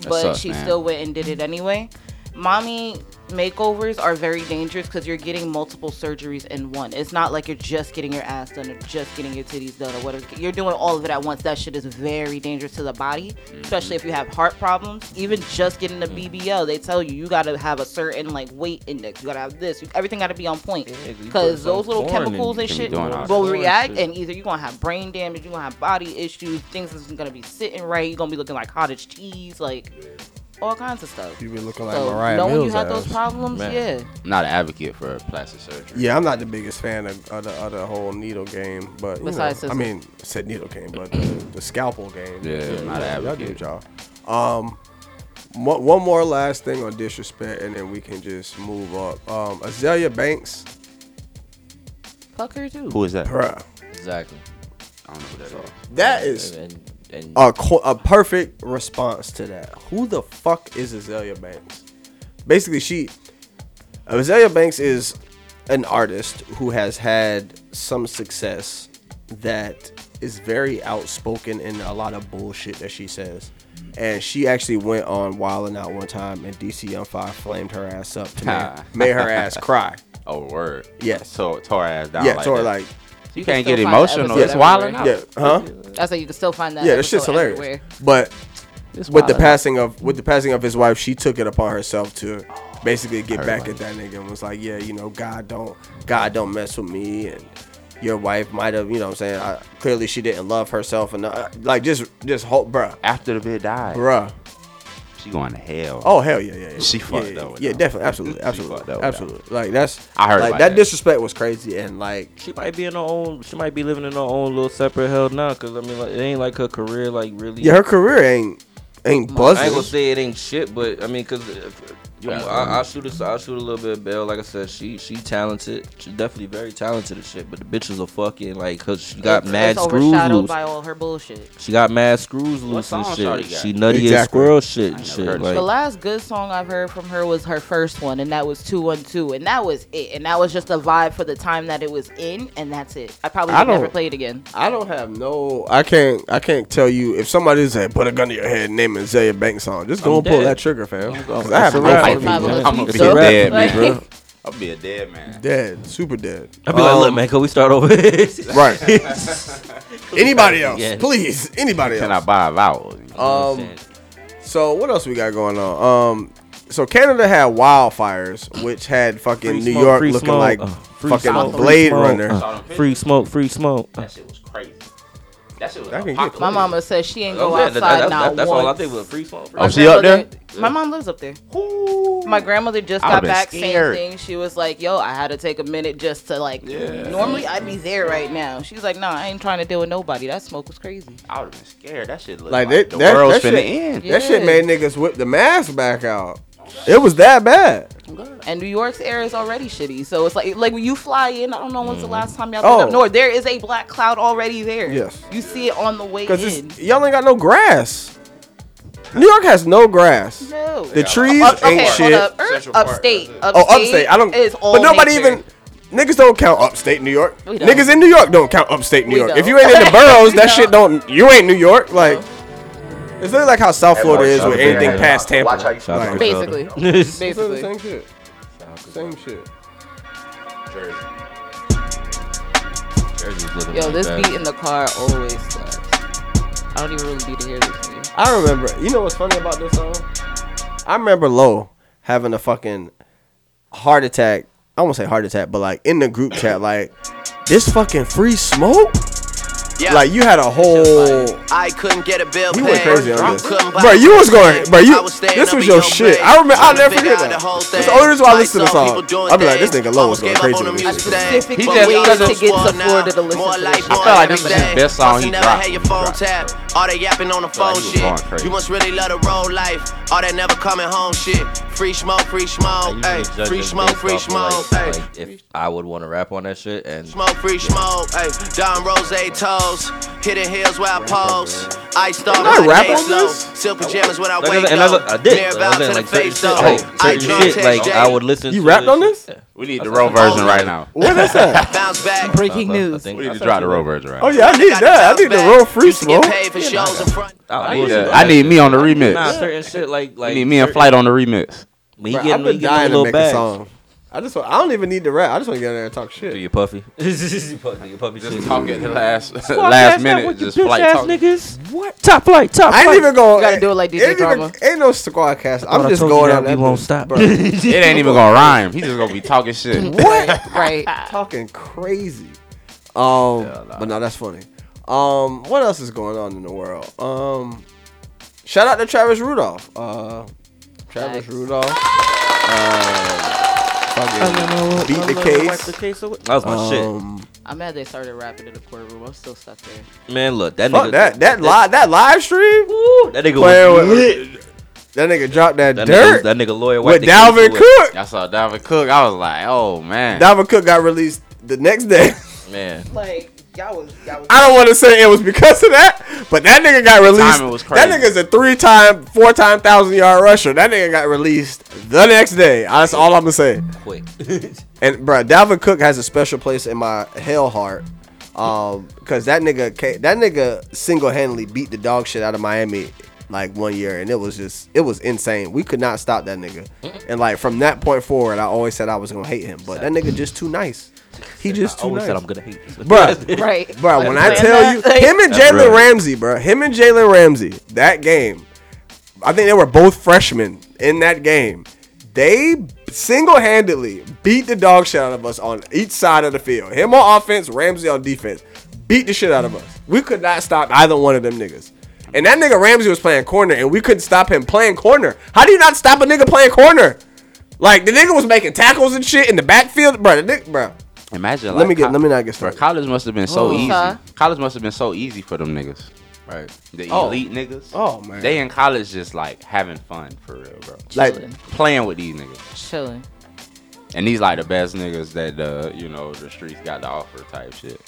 Speaker 2: That
Speaker 4: But
Speaker 2: sucks,
Speaker 4: she
Speaker 2: man.
Speaker 4: still went and did it anyway. Mommy makeovers are very dangerous because you're getting multiple surgeries in one. It's not like you're just getting your ass done or just getting your titties done or whatever. You're doing all of it at once. That shit is very dangerous to the body, especially if you have heart problems. Even just getting
Speaker 1: Mm-hmm.
Speaker 4: the BBL, they tell you you gotta have a certain like weight index. You gotta have this. You- Everything gotta be on point
Speaker 1: you put
Speaker 4: because
Speaker 1: some
Speaker 4: those little
Speaker 1: corn in,
Speaker 4: chemicals
Speaker 1: you
Speaker 4: and
Speaker 2: can be
Speaker 4: shit
Speaker 2: doing all that.
Speaker 4: will
Speaker 1: Corn
Speaker 4: react,
Speaker 1: shit.
Speaker 4: and either you're gonna have brain damage, you're gonna have body issues, things isn't gonna be sitting right. You're gonna be looking like cottage cheese, like all kinds of stuff.
Speaker 3: You be looking like
Speaker 4: So
Speaker 3: Mariah
Speaker 4: knowing
Speaker 3: Mills.
Speaker 4: you had
Speaker 3: ass.
Speaker 4: those problems,
Speaker 1: Man.
Speaker 4: yeah.
Speaker 2: I'm not an advocate for plastic surgery.
Speaker 3: Yeah, I'm not the biggest fan of, of, the, of the whole needle game, but you
Speaker 4: Besides
Speaker 3: know, I
Speaker 4: scissors.
Speaker 3: mean, I said needle game, but the, the scalpel game.
Speaker 2: Yeah, I'm not an
Speaker 3: y'all do what
Speaker 2: advocate.
Speaker 3: y'all. Um, mo- one more last thing on disrespect, and then we can just move up. Um, Azalea Banks
Speaker 4: Fuck her too.
Speaker 2: Who is that?
Speaker 3: Bruh.
Speaker 1: Exactly.
Speaker 2: I don't know who that is.
Speaker 3: That is
Speaker 1: And, and
Speaker 3: a co- a perfect response to that. Who the fuck is Azalea Banks? Basically, she Azalea Banks is an artist who has had some success that is very outspoken in a lot of bullshit that she says. And she actually went on Wild and Out one time, and DC on Fire flamed her ass up to
Speaker 2: Ha.
Speaker 3: make, made her ass cry.
Speaker 2: Oh word.
Speaker 3: Yes.
Speaker 2: So tore her ass down.
Speaker 3: yeah,
Speaker 2: like
Speaker 3: so
Speaker 2: that. Oh,
Speaker 3: like,
Speaker 2: you
Speaker 4: can
Speaker 2: can't
Speaker 4: still
Speaker 2: get
Speaker 4: find the
Speaker 2: emotional.
Speaker 4: episode
Speaker 2: It's
Speaker 4: everywhere.
Speaker 2: wilding out.
Speaker 3: yeah, huh?
Speaker 4: I said you can still find that.
Speaker 3: yeah, that shit's
Speaker 4: episode
Speaker 3: hilarious.
Speaker 4: everywhere.
Speaker 3: But
Speaker 2: It's
Speaker 3: with the
Speaker 2: wilding out.
Speaker 3: passing of with the passing of his wife, she took it upon herself to basically get back at that nigga and was like, "Yeah, you know, God don't God don't mess with me and your wife might have, you know what I'm saying? I, clearly she didn't love herself and uh, like just just hope, bruh.
Speaker 2: After the bit died,
Speaker 3: Bruh.
Speaker 2: she going to hell.
Speaker 3: Oh hell yeah, yeah. yeah.
Speaker 2: She
Speaker 3: yeah,
Speaker 2: fucked
Speaker 3: yeah,
Speaker 2: up with
Speaker 3: Yeah,
Speaker 2: that.
Speaker 3: definitely. Absolutely.
Speaker 2: She fucked up with that.
Speaker 3: Absolutely. Absolutely. Like that's
Speaker 2: I heard
Speaker 3: like,
Speaker 2: about
Speaker 3: that,
Speaker 2: that.
Speaker 3: disrespect was crazy and like
Speaker 1: she might be in her own. She might be living in her own little separate hell now. Cause I mean, like, it ain't like her career like really.
Speaker 3: yeah, her career ain't ain't
Speaker 1: I ain't gonna
Speaker 3: buzzing.
Speaker 1: say it ain't shit, but I mean, cause if,
Speaker 2: Yeah.
Speaker 1: I, I shoot a, I shoot a little bit of Bell. Like I said, she she talented. She definitely very talented and shit. But the bitch is a fucking like, cause she got
Speaker 4: It's-
Speaker 1: mad
Speaker 4: it's
Speaker 1: screws
Speaker 4: overshadowed
Speaker 1: loose.
Speaker 4: by all her bullshit.
Speaker 1: She got mad screws loose
Speaker 2: song
Speaker 1: and
Speaker 2: Shawty
Speaker 1: shit.
Speaker 2: got?
Speaker 1: She nutty as
Speaker 3: Exactly.
Speaker 1: squirrel shit and
Speaker 2: never
Speaker 1: shit.
Speaker 2: heard
Speaker 1: Like,
Speaker 2: of
Speaker 4: The last good song I've heard from her was her first one, and that was 212, and that was it. And that was just a vibe for the time that it was in, and that's it. I probably
Speaker 3: I
Speaker 4: would never
Speaker 3: don't-
Speaker 4: play it again.
Speaker 3: I don't have no. I can't. I can't tell you if somebody said put a gun to your head, and name an Azalea Banks song. Just go
Speaker 1: I'm
Speaker 3: and pull
Speaker 1: dead.
Speaker 3: that trigger, fam. 'Cause I
Speaker 1: it's
Speaker 3: have
Speaker 1: a
Speaker 3: no
Speaker 1: wrap.
Speaker 3: fucking
Speaker 4: Five
Speaker 3: clue.
Speaker 4: eleven.
Speaker 2: I'm gonna be
Speaker 4: It's a
Speaker 2: a
Speaker 4: wrap.
Speaker 2: dead man,
Speaker 4: Like-
Speaker 2: bro. I'll be a dead man.
Speaker 3: dead, super dead.
Speaker 1: I'd be like, look,
Speaker 3: Um,
Speaker 1: man, can we start over? right.
Speaker 3: right. anybody else,
Speaker 1: Yeah.
Speaker 3: please, anybody
Speaker 2: Can I
Speaker 3: else.
Speaker 2: buy a vowel?
Speaker 3: um, so what else we got going on? Um, so Canada had wildfires, which had fucking
Speaker 1: Free
Speaker 3: New
Speaker 1: smoke,
Speaker 3: York
Speaker 1: free
Speaker 3: looking
Speaker 1: smoke,
Speaker 3: like
Speaker 1: uh, free
Speaker 3: fucking
Speaker 1: smoke, free
Speaker 3: Blade
Speaker 1: smoke,
Speaker 3: Runner.
Speaker 1: uh, free smoke, free smoke. Uh,
Speaker 2: That shit was crazy. That shit was
Speaker 3: That can get
Speaker 2: apocalyptic.
Speaker 4: My mama says she ain't go
Speaker 1: yeah, that-
Speaker 4: outside
Speaker 1: that- that-
Speaker 4: not
Speaker 1: that's
Speaker 4: once.
Speaker 1: all I think was free smoke. Free
Speaker 2: Oh,
Speaker 4: My
Speaker 2: she up there?
Speaker 4: grandmother- My mom lives up there. My grandmother just
Speaker 2: I'd
Speaker 4: got
Speaker 2: been
Speaker 4: back,
Speaker 2: scared.
Speaker 4: same thing. She was like, "Yo, I had to take a minute just to like. Normally, I'd be there right now." She's like, "Nah, I ain't trying to deal with nobody. That smoke was crazy."
Speaker 2: I would have been scared. That shit looked
Speaker 3: Like,
Speaker 2: like,
Speaker 3: that-
Speaker 2: the
Speaker 3: that-
Speaker 2: world's
Speaker 3: that
Speaker 2: finna
Speaker 3: shit-
Speaker 2: end.
Speaker 4: Yeah.
Speaker 3: That shit made niggas whip the mask back out. It was that bad.
Speaker 4: And New York's air is already shitty, so it's like like when you fly in, I don't know when's the last time y'all
Speaker 3: Oh.
Speaker 4: been up north. There is a black cloud already there.
Speaker 3: Yes.
Speaker 4: you see it on the way
Speaker 3: Cause
Speaker 4: in.
Speaker 3: it's, y'all ain't got no grass. New York has no grass.
Speaker 4: No.
Speaker 3: The trees
Speaker 4: Up- okay,
Speaker 3: ain't
Speaker 4: hold
Speaker 3: shit.
Speaker 4: up. Er,
Speaker 2: Central Park,
Speaker 4: upstate,
Speaker 2: that's it.
Speaker 4: upstate.
Speaker 3: Oh, upstate. I don't.
Speaker 4: Is all
Speaker 3: but nobody
Speaker 4: nature.
Speaker 3: even. Niggas don't count upstate New York.
Speaker 4: We don't.
Speaker 3: Niggas in New York don't count upstate New
Speaker 4: We
Speaker 3: York. If
Speaker 4: don't.
Speaker 3: you ain't in the boroughs,
Speaker 4: We
Speaker 3: that shit don't. You ain't New York. Like, it's literally like how South Florida is
Speaker 2: shout
Speaker 3: with
Speaker 2: out to
Speaker 3: anything
Speaker 2: Big
Speaker 3: past Tampa.
Speaker 1: Shout out
Speaker 3: Like,
Speaker 1: to
Speaker 4: Basically,
Speaker 3: it's literally the
Speaker 4: basically.
Speaker 3: same shit. Same shit.
Speaker 1: Jersey's looking
Speaker 4: Yo,
Speaker 1: like
Speaker 4: this
Speaker 1: that.
Speaker 4: beat in the car always sucks. I don't even really need to hear this. Beat.
Speaker 3: I remember. You know what's funny about this song? I remember Lo having a fucking heart attack. I won't say heart attack, but like in the group chat, like this fucking free smoke.
Speaker 7: Yeah.
Speaker 3: Like you had a whole.
Speaker 7: I couldn't get a bill.
Speaker 3: You went
Speaker 7: paid.
Speaker 3: crazy on this,
Speaker 7: Couldn't buy
Speaker 3: bro. You was going,
Speaker 7: bread.
Speaker 3: bro.
Speaker 7: I
Speaker 3: You
Speaker 7: staying
Speaker 3: this
Speaker 7: up
Speaker 3: was
Speaker 7: in
Speaker 3: your
Speaker 7: no
Speaker 3: shit.
Speaker 7: bed.
Speaker 3: I remember. I'll
Speaker 7: Trying to
Speaker 3: never
Speaker 7: figure
Speaker 3: forget
Speaker 7: out
Speaker 3: that.
Speaker 7: the whole
Speaker 3: That's the
Speaker 7: thing.
Speaker 3: only reason why I listen to
Speaker 7: Saw
Speaker 3: the song.
Speaker 7: people doing
Speaker 3: I'll be like, this
Speaker 7: things.
Speaker 3: nigga Lo
Speaker 7: Almost
Speaker 3: was going
Speaker 7: gave up
Speaker 3: crazy.
Speaker 7: on the
Speaker 3: with
Speaker 7: music
Speaker 3: this shit.
Speaker 7: today.
Speaker 4: Specific
Speaker 7: He
Speaker 4: ways
Speaker 7: just-
Speaker 4: to get to
Speaker 7: now.
Speaker 4: Florida to listen
Speaker 7: More
Speaker 4: to this
Speaker 7: life
Speaker 4: shit.
Speaker 7: on
Speaker 2: I feel like this
Speaker 7: every
Speaker 2: is his
Speaker 7: day.
Speaker 2: best song
Speaker 7: Plus
Speaker 2: he
Speaker 7: never
Speaker 2: dropped.
Speaker 7: had your phone tapped. All that yapping on the phone
Speaker 2: was
Speaker 7: shit.
Speaker 2: going crazy.
Speaker 7: You must really love the road life. All that never coming home shit. Free smoke, free smoke,
Speaker 1: I
Speaker 7: hey.
Speaker 1: usually judge
Speaker 7: Free
Speaker 1: it
Speaker 7: smoke,
Speaker 1: based
Speaker 7: free
Speaker 1: off of,
Speaker 7: smoke,
Speaker 1: like-
Speaker 7: hey.
Speaker 1: like, if I would want to rap on that shit, and
Speaker 7: Smoke, free smoke, hey. Don Rose toes, hidden hills where I pose. I start
Speaker 3: I
Speaker 7: my
Speaker 3: rap
Speaker 7: day
Speaker 3: on
Speaker 7: slow.
Speaker 3: this?
Speaker 7: Silk pajamas when I
Speaker 1: Like,
Speaker 7: wake
Speaker 1: and I,
Speaker 7: up.
Speaker 1: I did.
Speaker 7: Mirror
Speaker 1: Like,
Speaker 7: bow
Speaker 1: I
Speaker 7: to
Speaker 1: was
Speaker 7: the
Speaker 1: like, certain
Speaker 7: face
Speaker 1: shit,
Speaker 7: though.
Speaker 1: like,
Speaker 7: I
Speaker 1: certain
Speaker 7: drum
Speaker 1: shit,
Speaker 7: text
Speaker 1: like
Speaker 7: Jay.
Speaker 1: I would listen.
Speaker 3: You
Speaker 1: to
Speaker 3: rapped
Speaker 1: the
Speaker 3: on this?
Speaker 1: shit.
Speaker 2: We need the row version right now.
Speaker 3: What is that?
Speaker 7: Bounce back.
Speaker 4: Breaking
Speaker 1: I
Speaker 4: news.
Speaker 1: think
Speaker 2: We need to
Speaker 1: I
Speaker 2: drop the row version right
Speaker 3: Oh
Speaker 2: now.
Speaker 3: yeah, I need
Speaker 7: Got
Speaker 3: that.
Speaker 7: bounce
Speaker 3: I need the
Speaker 7: back.
Speaker 3: real free
Speaker 7: Used to get
Speaker 3: smoke.
Speaker 7: paid for shows in front.
Speaker 1: I,
Speaker 2: I need,
Speaker 1: was-
Speaker 2: that. I need me on the remix.
Speaker 1: Nah, certain shit like like
Speaker 2: I need me and
Speaker 1: certain-
Speaker 2: Flight on the remix.
Speaker 1: When he
Speaker 3: Bro, I've
Speaker 1: get
Speaker 3: been
Speaker 1: when he get
Speaker 3: dying to
Speaker 1: little
Speaker 3: make a
Speaker 1: bags.
Speaker 3: song. I just want, I don't even need to rap. I just want to get in there and talk
Speaker 1: Do
Speaker 3: shit.
Speaker 1: you puffy? you puffy? You puffy? shit.
Speaker 2: Talking the last last minute, just Flight talking.
Speaker 1: niggas. What? Top flight. Top
Speaker 3: I ain't even going.
Speaker 4: gotta do it like DJ
Speaker 3: ain't even-
Speaker 4: Drama.
Speaker 3: Ain't no squad cast. I'm
Speaker 1: I
Speaker 3: just
Speaker 1: told you
Speaker 3: going
Speaker 1: that
Speaker 3: up.
Speaker 1: we
Speaker 3: that
Speaker 1: won't
Speaker 3: bitch,
Speaker 1: stop.
Speaker 3: bro.
Speaker 2: It ain't even gonna rhyme. He's just gonna be talking shit.
Speaker 3: what?
Speaker 4: Mm, Right.
Speaker 3: Talking crazy. Um, but no, that's funny. Um, what else is going on in the world? Um, shout out to Travis Rudolph. Uh, Travis
Speaker 4: Facts.
Speaker 3: Rudolph. Um, fucking beat the case.
Speaker 1: That was my shit.
Speaker 3: Um,
Speaker 4: I'm mad they started rapping in the courtroom. I'm still stuck there.
Speaker 1: Man, look that
Speaker 3: fuck
Speaker 1: nigga.
Speaker 3: that that live that live stream.
Speaker 1: Woo, that nigga
Speaker 3: Playing
Speaker 1: was
Speaker 3: with-
Speaker 1: lit.
Speaker 3: That nigga dropped that,
Speaker 1: That nigga,
Speaker 3: dirt
Speaker 1: that nigga lawyer
Speaker 3: with
Speaker 1: wiped the case
Speaker 3: Dalvin
Speaker 1: away.
Speaker 3: Cook.
Speaker 2: I saw Dalvin Cook. I was like, oh man.
Speaker 3: Dalvin Cook got released the next day.
Speaker 1: Man.
Speaker 4: Like y'all was y'all was.
Speaker 3: I don't want to say it was because of that, but that nigga got released.
Speaker 2: timing was crazy.
Speaker 3: That nigga's a three-time, four-time thousand-yard rusher. That nigga got released the next day. That's all I'm gonna say.
Speaker 1: Quick.
Speaker 3: And bro, Dalvin Cook has a special place in my hell heart, um, because that nigga ca- that nigga single-handedly beat the dog shit out of Miami like one year, and it was just it was insane. We could not stop that nigga, and like from that point forward, I always said I was gonna hate him, but that nigga just too nice. He just
Speaker 1: I
Speaker 3: too
Speaker 1: always
Speaker 3: nice.
Speaker 1: said I'm gonna hate this.
Speaker 3: Bruh,
Speaker 4: Right.
Speaker 3: Bro, when I
Speaker 4: Like,
Speaker 3: tell
Speaker 4: that-
Speaker 3: you,
Speaker 4: like-
Speaker 3: him and
Speaker 1: That's
Speaker 3: Jalen
Speaker 1: right.
Speaker 3: Ramsey, bro, him and Jalen Ramsey, that game, I think they were both freshmen in that game. They single handedly beat the dog shit out of us on each side of the field. Him on offense, Ramsey on defense. Beat the shit out of us. We could not stop either one of them niggas. And that nigga Ramsey was playing corner, and we couldn't stop him playing corner. How do you not stop a nigga playing corner? Like the nigga was making tackles and shit in the backfield, bro. The nigga, bro.
Speaker 2: Imagine.
Speaker 3: Let
Speaker 2: like,
Speaker 3: me get.
Speaker 2: co-
Speaker 3: Let me not
Speaker 2: Bro,
Speaker 3: get started.
Speaker 2: college must have been so
Speaker 4: Oh.
Speaker 2: easy.
Speaker 4: Huh?
Speaker 2: College must have been so easy for them niggas.
Speaker 3: Right.
Speaker 2: The
Speaker 3: Oh.
Speaker 2: elite niggas.
Speaker 3: Oh, man.
Speaker 2: They in college just like having fun for real, bro.
Speaker 3: Like
Speaker 2: Playing with these niggas.
Speaker 4: Chilling.
Speaker 2: And these like the best niggas that uh, you know, the streets got to offer type shit.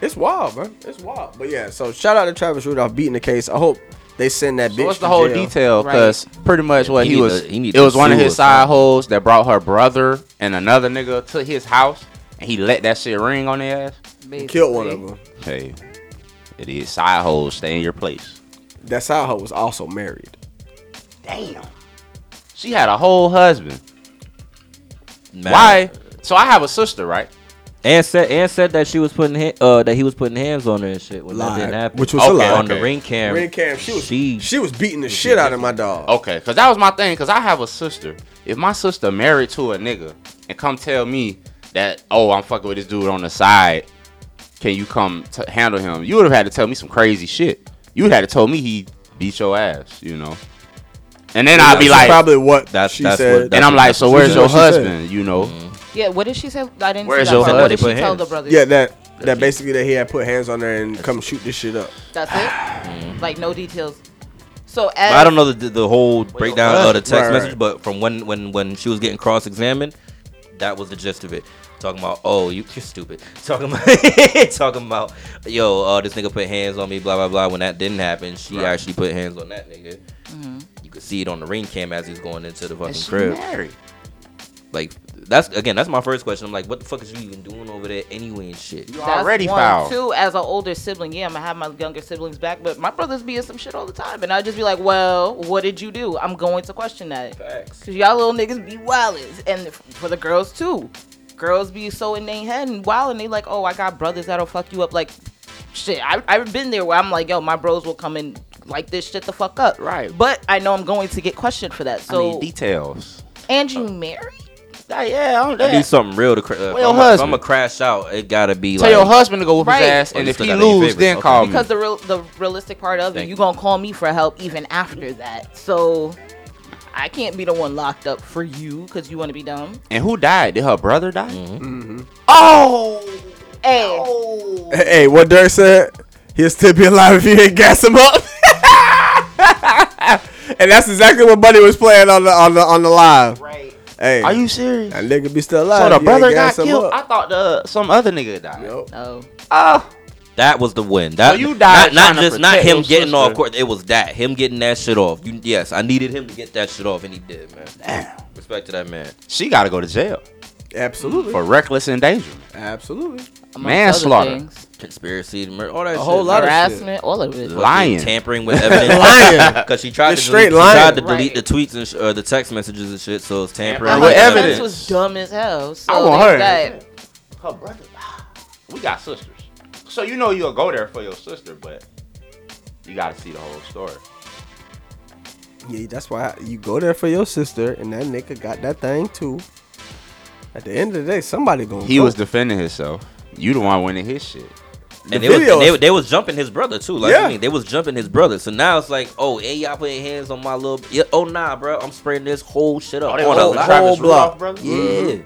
Speaker 3: It's wild, bro. It's wild. But yeah, so shout out to Travis Rudolph beating the case. I hope they send that bitch.
Speaker 2: So what's
Speaker 3: to
Speaker 2: the whole
Speaker 3: jail.
Speaker 2: detail?
Speaker 4: Right.
Speaker 2: Because pretty much what
Speaker 1: He
Speaker 2: he,
Speaker 1: need
Speaker 2: was,
Speaker 1: to- he need
Speaker 2: it
Speaker 1: to
Speaker 2: was one of
Speaker 1: sue
Speaker 2: his
Speaker 1: us, man.
Speaker 2: side hoes that brought her brother and another nigga to his house, and he let that shit ring on their ass.
Speaker 4: Basically.
Speaker 3: Killed one of them.
Speaker 2: Hey, it is side hoes. Stay in your place.
Speaker 3: That side hoe was also married.
Speaker 2: Damn. She had a whole husband.
Speaker 1: Man.
Speaker 2: Why? So I have a sister, right?
Speaker 1: And said and said that she was putting ha- uh that he was putting hands on her and shit when
Speaker 3: Lied,
Speaker 1: that didn't happen.
Speaker 3: which was
Speaker 2: a lie.
Speaker 1: on the
Speaker 2: Okay.
Speaker 1: ring cam.
Speaker 3: Ring cam, she was she,
Speaker 1: She-
Speaker 3: was beating the shit out of my dog.
Speaker 2: Okay, because that was my thing. Because I have a sister. If my sister married to a nigga and come tell me that, oh, I'm fucking with this dude on the side, can you come t- handle him? You would have had to tell me some crazy shit. You would have had to tell me he beat your ass, you know. And then I'd be
Speaker 3: That's
Speaker 2: like,
Speaker 3: probably what
Speaker 1: That's-
Speaker 3: she
Speaker 1: that's
Speaker 3: said.
Speaker 1: what-
Speaker 2: and I'm like, so
Speaker 3: She
Speaker 2: where's
Speaker 3: said
Speaker 2: your
Speaker 3: what she said.
Speaker 2: husband? You know,
Speaker 4: Yeah. What did she say? I didn't.
Speaker 2: Where's
Speaker 4: see that
Speaker 2: your
Speaker 4: part. What did she
Speaker 1: husband?
Speaker 4: tell the brothers?
Speaker 3: yeah, that that basically that he had put hands on her and come shoot this shit up.
Speaker 4: That's
Speaker 3: Mm.
Speaker 4: it. like no details. So as
Speaker 1: But I don't know the, the whole breakdown of the text
Speaker 3: Right, right.
Speaker 1: message, but from when when when she was getting cross examined, that was the gist of it. Talking about oh you you're stupid. Talking about talking about yo uh, this nigga put hands on me blah blah blah. When that didn't happen, she actually put hands on that nigga. You could see it on the ring cam as he's going into the fucking
Speaker 2: Mm-hmm. she
Speaker 1: crib.
Speaker 2: married.
Speaker 1: Like that's again that's my first question. I'm like what the fuck is you even doing over there anyway and shit.
Speaker 2: You
Speaker 4: That's
Speaker 2: already
Speaker 4: one.
Speaker 2: foul.
Speaker 4: Two, as an older sibling, yeah, I'm gonna have my younger siblings back, but my brothers be in some shit all the time, and I just be like, "Well, what did you do?" I'm going to question that,
Speaker 1: Facts.
Speaker 4: cause y'all little niggas be wildin', and f- for the girls too, girls be so in their head and wild, and they like, "Oh, I got brothers that'll fuck you up." Like, shit, I, I've been there where I'm like, "Yo, my bros will come and like this shit the fuck up,"
Speaker 2: Right.
Speaker 4: But I know I'm going to get questioned for that.
Speaker 2: I
Speaker 4: So,
Speaker 2: need details.
Speaker 4: and you married?
Speaker 2: Like, yeah, I don't.
Speaker 1: I need something real to. Cra- uh,
Speaker 2: your
Speaker 1: if I'm a- if I'm
Speaker 2: husband?
Speaker 1: gonna crash out, it gotta be
Speaker 2: Tell
Speaker 1: like
Speaker 2: your husband to go whoop
Speaker 4: Right.
Speaker 2: his ass,
Speaker 1: Oh,
Speaker 2: and
Speaker 1: you
Speaker 2: if
Speaker 1: still
Speaker 2: he
Speaker 1: got that in your
Speaker 2: lose,
Speaker 1: favorites.
Speaker 2: then
Speaker 1: Okay.
Speaker 2: call
Speaker 4: because
Speaker 2: me.
Speaker 4: the real the realistic part of it,
Speaker 1: Thank
Speaker 4: you
Speaker 1: you.
Speaker 4: gonna call me for help even after that. So I can't be the one locked up for you because you want to be dumb.
Speaker 2: And who died? Did her brother die?
Speaker 4: Oh, hey,
Speaker 3: Hey, what Dirk said, he'll still be alive if you didn't gas him up. and that's exactly what Buddy was playing on the on the on the live.
Speaker 4: right.
Speaker 3: Hey,
Speaker 2: Are you serious?
Speaker 3: that nigga be still alive?
Speaker 2: So the
Speaker 3: if you ain't
Speaker 2: brother got
Speaker 3: gas him
Speaker 2: killed.
Speaker 3: up.
Speaker 2: I thought the some other nigga died.
Speaker 3: Yup.
Speaker 4: No,
Speaker 2: Oh,
Speaker 1: That was the win. That
Speaker 2: you died trying
Speaker 1: not, not
Speaker 2: to
Speaker 1: just not
Speaker 2: protect
Speaker 1: him
Speaker 2: your
Speaker 1: getting
Speaker 2: sister.
Speaker 1: off course. It was that him getting that shit off. You, yes, I needed him to get that shit off, and he did, man.
Speaker 2: damn.
Speaker 1: Respect to that man.
Speaker 2: She got to go to jail
Speaker 3: Absolutely.
Speaker 2: for reckless endangerment.
Speaker 3: Absolutely.
Speaker 4: amongst
Speaker 2: Manslaughter.
Speaker 4: other things.
Speaker 1: Conspiracy, to murder, all that.
Speaker 3: A whole
Speaker 1: shit,
Speaker 3: lot of
Speaker 1: man.
Speaker 4: harassment, all of it.
Speaker 1: Fucking
Speaker 2: lying.
Speaker 1: tampering with evidence,
Speaker 3: Lying.
Speaker 1: because she tried
Speaker 3: Just
Speaker 1: to
Speaker 3: straight
Speaker 1: delete, she
Speaker 3: lying.
Speaker 1: tried to delete
Speaker 4: Right.
Speaker 1: the tweets and sh- or the text messages and shit. So it's tampering
Speaker 2: Tampering
Speaker 1: with
Speaker 2: with
Speaker 4: Like,
Speaker 1: evidence.
Speaker 2: evidence.
Speaker 4: This was dumb as hell. So
Speaker 2: I want
Speaker 4: they
Speaker 2: her.
Speaker 4: got-
Speaker 2: Her brother. We got sisters, so you know you'll go there for your sister, but you got to see the whole story.
Speaker 3: Yeah, that's why you go there for your sister, and that nigga got that thing too. At the end of the day, somebody gonna.
Speaker 2: He
Speaker 3: go.
Speaker 2: was defending himself. You the one winning his shit.
Speaker 1: And
Speaker 3: The
Speaker 1: they was,
Speaker 3: videos-
Speaker 1: and they, they was jumping his brother too. Like
Speaker 3: Yeah.
Speaker 1: I mean, they was jumping his brother. So now it's like, oh, hey, y'all putting hands on my little. Yeah, oh nah, bro, I'm spraying this whole shit up.
Speaker 2: Oh, they
Speaker 1: on
Speaker 2: was
Speaker 1: the
Speaker 2: up with
Speaker 1: live.
Speaker 2: Travis
Speaker 3: whole block.
Speaker 2: Rudolph, brother?
Speaker 1: Yeah.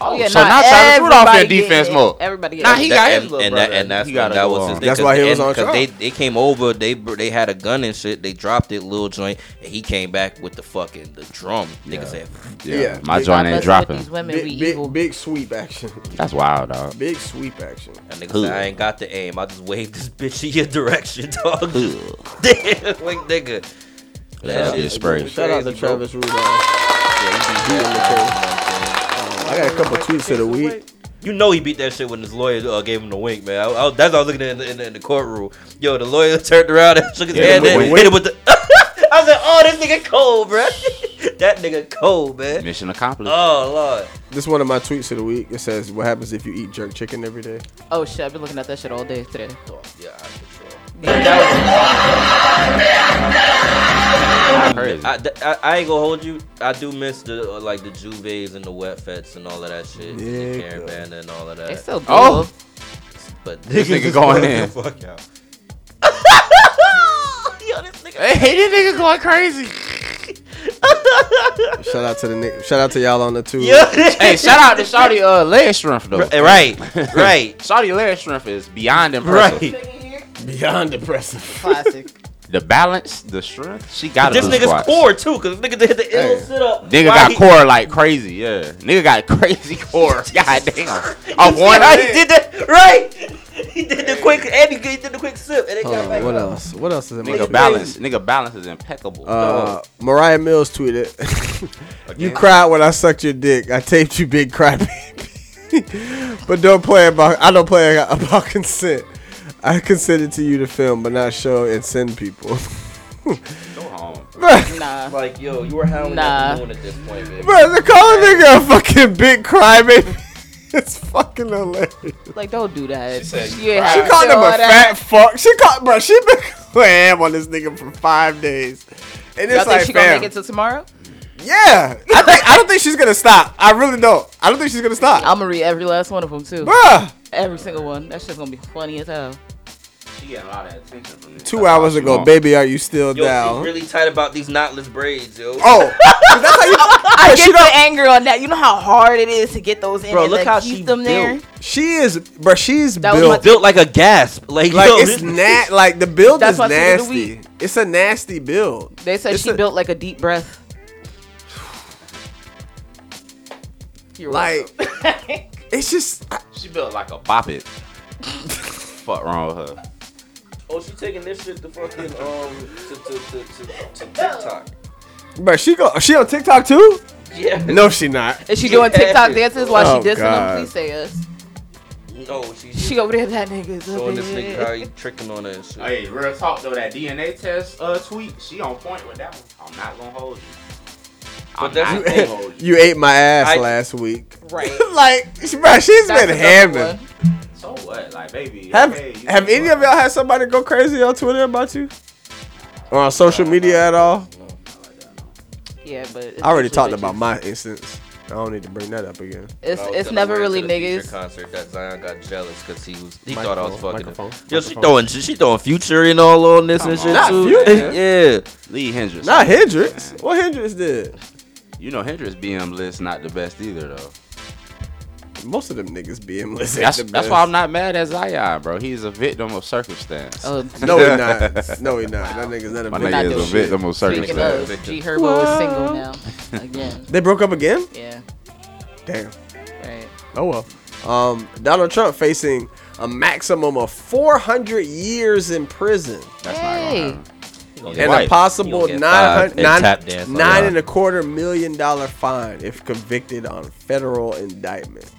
Speaker 4: Oh, yeah,
Speaker 2: so
Speaker 4: nah,
Speaker 2: now Tyler Rudolph in
Speaker 4: everybody
Speaker 2: defense
Speaker 4: get it.
Speaker 2: mode.
Speaker 4: Everybody get
Speaker 2: Nah,
Speaker 4: it.
Speaker 2: he
Speaker 1: That-
Speaker 2: got
Speaker 1: and,
Speaker 2: his little
Speaker 1: and that,
Speaker 2: brother.
Speaker 1: and that's
Speaker 2: He gotta
Speaker 1: that
Speaker 2: go
Speaker 1: was
Speaker 2: on.
Speaker 1: his thing.
Speaker 3: That's
Speaker 1: 'cause
Speaker 3: why he
Speaker 1: the
Speaker 3: was
Speaker 1: end-
Speaker 3: on trial.
Speaker 1: they they came over. They br- they had a gun and shit. They dropped it, little joint, and he came back with the fucking the drum. Nigga said,
Speaker 3: Yeah.
Speaker 2: My
Speaker 3: Big-
Speaker 2: joint ain't
Speaker 4: Messing with
Speaker 2: dropping.
Speaker 4: These women, we
Speaker 3: Big,
Speaker 4: evil.
Speaker 3: big, big sweep action.
Speaker 2: That's wild, dog.
Speaker 3: Big sweep action.
Speaker 1: and nigga
Speaker 2: Who?
Speaker 1: said, I ain't got the aim. I just waved this bitch in your direction, dog. Damn, like nigga.
Speaker 2: That shit spray.
Speaker 3: Shout out to
Speaker 1: Crazy, bro.
Speaker 3: Travis Rudolph. I got a couple tweets of the week.
Speaker 1: You know he beat that shit when his lawyer uh, gave him the wink, man. I, I, that's what I was looking at in the, in, the, in the courtroom. Yo, the lawyer turned around and shook his
Speaker 2: Yeah,
Speaker 1: hand
Speaker 2: the
Speaker 1: and
Speaker 2: wink.
Speaker 1: hit him with the. I was like, oh, this nigga cold, bro. that nigga cold, man.
Speaker 2: Mission accomplished.
Speaker 1: Oh lord.
Speaker 3: This is one of my tweets of the week. It says, "What happens if you eat jerk chicken every day?"
Speaker 4: Oh shit, I've been looking at that shit all day today.
Speaker 1: Yeah, I, for sure.
Speaker 2: Crazy.
Speaker 1: I, th- I, I ain't gonna hold you. I do miss the uh, like the Juves and the Wet Fets and all of that shit.
Speaker 3: Yeah,
Speaker 1: Yeah, Karen Banda and all of
Speaker 4: They
Speaker 1: that.
Speaker 4: still do.
Speaker 2: Oh.
Speaker 4: Oh.
Speaker 1: but
Speaker 2: This nigga
Speaker 1: is
Speaker 2: going
Speaker 1: fucking
Speaker 2: in.
Speaker 1: Fuck out.
Speaker 4: Yo, this nigga.
Speaker 2: Hey, this nigga going crazy.
Speaker 3: Shout out to the Nick. Shout out to y'all on the two.
Speaker 2: hey, shout out to Shawty uh, leg strength though.
Speaker 1: Right, right,
Speaker 2: Shawty leg strength is beyond impressive.
Speaker 1: right.
Speaker 3: Beyond depressive.
Speaker 4: Classic.
Speaker 2: The balance, the strength, she got
Speaker 1: This nigga's
Speaker 2: squats.
Speaker 1: core too, cause this nigga did the ill
Speaker 3: Hey.
Speaker 1: sit up.
Speaker 2: Nigga
Speaker 1: Why
Speaker 2: got
Speaker 1: he-
Speaker 2: core like crazy, yeah. Nigga got crazy core. God damn. Of one
Speaker 1: Right, he did that right. He did the quick and he he did the quick sip and it
Speaker 2: Oh,
Speaker 1: got back.
Speaker 3: what
Speaker 1: up.
Speaker 3: else? What else is in my
Speaker 2: Nigga balance. Nigga balance is impeccable.
Speaker 4: Oh.
Speaker 3: Uh, Mariah Mills tweeted, "You cried when I sucked your dick. I taped you, big crybaby. but don't play about. I don't play about consent. I consented to you to film, but not show and send people.
Speaker 2: Go home.
Speaker 4: Nah.
Speaker 1: Like yo, you were howling
Speaker 4: Nah.
Speaker 1: at the moon at this point, man.
Speaker 3: Bro, they call a nigga a fucking big crybaby. It's fucking hilarious.
Speaker 4: Like, don't do that. She,
Speaker 5: said
Speaker 4: ain't
Speaker 3: She
Speaker 4: have to
Speaker 3: called
Speaker 4: do
Speaker 3: him a
Speaker 4: all that.
Speaker 3: fat fuck. She called, bro. She been clam on this nigga for five days, and
Speaker 4: Y'all
Speaker 3: it's
Speaker 4: think
Speaker 3: like,
Speaker 4: she gonna
Speaker 3: fam,
Speaker 4: make it to tomorrow?
Speaker 3: yeah. I think I don't think she's gonna stop. I really don't. I don't think she's gonna stop,
Speaker 4: I'm gonna read every last one of them too.
Speaker 3: Bruh.
Speaker 4: Every single one. That shit's gonna be funny as hell.
Speaker 2: She getting a lot of attention from this.
Speaker 3: Two hours ago, baby, are you still
Speaker 1: Yo,
Speaker 3: down?
Speaker 1: she's really tight about these knotless braids, yo.
Speaker 3: oh, 'cause that's how you.
Speaker 4: I
Speaker 3: she
Speaker 4: get the anger on that. You know how hard it is to get those in
Speaker 1: Bro,
Speaker 4: and
Speaker 1: look
Speaker 4: like,
Speaker 1: how
Speaker 4: keep
Speaker 1: she
Speaker 4: them there.
Speaker 1: built.
Speaker 3: She is, bro. She's
Speaker 4: That was my
Speaker 3: built.
Speaker 1: built like a gasp. Like,
Speaker 3: like
Speaker 1: yo,
Speaker 3: it's
Speaker 1: this-
Speaker 3: nat. Like the build
Speaker 4: That's
Speaker 3: is
Speaker 4: my tweet of the
Speaker 3: nasty. It's a nasty build.
Speaker 4: They said
Speaker 3: It's
Speaker 4: she
Speaker 3: a-
Speaker 4: built like a deep breath. You're
Speaker 3: Like
Speaker 4: welcome.
Speaker 3: it's just. I-
Speaker 2: She built like a bop it. Fuck wrong with her.
Speaker 1: Oh, she taking this shit to fucking um to to to, to, to TikTok.
Speaker 3: Bro, she go. She on TikTok too?
Speaker 1: Yeah.
Speaker 3: No, she not.
Speaker 4: Is she doing TikTok dances while
Speaker 3: Oh,
Speaker 4: she dissing
Speaker 3: God.
Speaker 4: him? Please say us.
Speaker 1: No, she
Speaker 4: She over there, that nigga's a
Speaker 1: showing this nigga how
Speaker 4: bitch.
Speaker 1: he tricking on that shit.
Speaker 2: Hey, real talk though, that DNA test uh tweet, she on point with that one. I'm not gonna hold you. I'm
Speaker 1: But that's
Speaker 2: not
Speaker 1: the
Speaker 2: gonna
Speaker 1: thing.
Speaker 2: hold you.
Speaker 3: You ate my ass
Speaker 1: oh, I-
Speaker 3: last week.
Speaker 4: Right.
Speaker 3: like, bro, she's
Speaker 4: That's
Speaker 3: been
Speaker 4: another
Speaker 3: hamming.
Speaker 4: one.
Speaker 2: So what? Like baby,
Speaker 3: Have
Speaker 2: okay, you
Speaker 3: Have
Speaker 2: can
Speaker 3: any
Speaker 2: fuck.
Speaker 3: of y'all had somebody go crazy on Twitter about you? Or on social media at all?
Speaker 4: Yeah, but it's
Speaker 3: I already
Speaker 4: usually
Speaker 3: talked about
Speaker 4: bitches.
Speaker 3: my instance. I don't need to bring that up again.
Speaker 4: It's
Speaker 1: I was
Speaker 4: it's
Speaker 1: telling
Speaker 4: never
Speaker 1: Ray to
Speaker 4: really
Speaker 1: the Future
Speaker 4: niggas.
Speaker 1: Concert that Zion got jealous because he was he thought I was
Speaker 3: Microphone,
Speaker 1: fucking.
Speaker 3: microphone,
Speaker 1: him. Yo, she
Speaker 3: microphone.
Speaker 1: throwing she, she throwing future and all on this and
Speaker 2: Come
Speaker 1: shit
Speaker 2: on. Not
Speaker 1: too.
Speaker 2: Future.
Speaker 1: yeah.
Speaker 2: Lee Hendricks.
Speaker 3: Not Hendrix. What Hendrix did?
Speaker 2: You know Hendrix BM list not the best either though.
Speaker 3: Most of them niggas BM list.
Speaker 2: That's, that's why I'm not mad at Zion, bro. He's a victim of circumstance.
Speaker 4: Oh,
Speaker 3: No, he not. No, he not. That nigga's not a
Speaker 2: My
Speaker 3: big-
Speaker 4: not
Speaker 2: nigga
Speaker 4: doing
Speaker 2: is a victim of
Speaker 4: speaking
Speaker 2: circumstance.
Speaker 4: of, G Herbo is single now again.
Speaker 3: They broke up again?
Speaker 4: Yeah,
Speaker 3: Damn.
Speaker 4: right.
Speaker 3: Oh well. Um, Donald Trump facing a maximum of 400 years in prison.
Speaker 2: That's
Speaker 4: Hey.
Speaker 2: not gonna happen.
Speaker 3: and
Speaker 2: Right.
Speaker 3: a possible
Speaker 1: You'll get
Speaker 3: nine
Speaker 1: five
Speaker 3: hun-
Speaker 1: and
Speaker 3: nine-
Speaker 1: tap dance on
Speaker 3: nine
Speaker 1: that.
Speaker 3: and a quarter million dollar fine if convicted on federal indictment.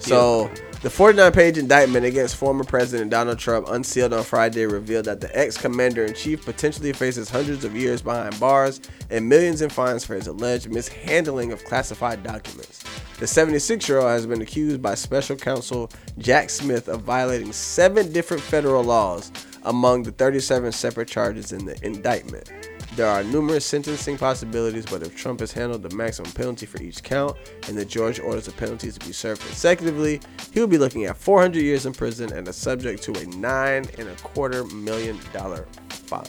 Speaker 3: So the 49 page indictment against former President Donald Trump, unsealed on Friday, revealed that the ex commander in chief potentially faces hundreds of years behind bars and millions in fines for his alleged mishandling of classified documents. The 76 year old has been accused by special counsel Jack Smith of violating seven different federal laws among the 37 separate charges in the indictment. There are numerous sentencing possibilities, but if Trump has handled the maximum penalty for each count and the judge orders the penalties to be served consecutively, he will be looking at 400 years in prison and is subject to a nine and a quarter million dollar fine.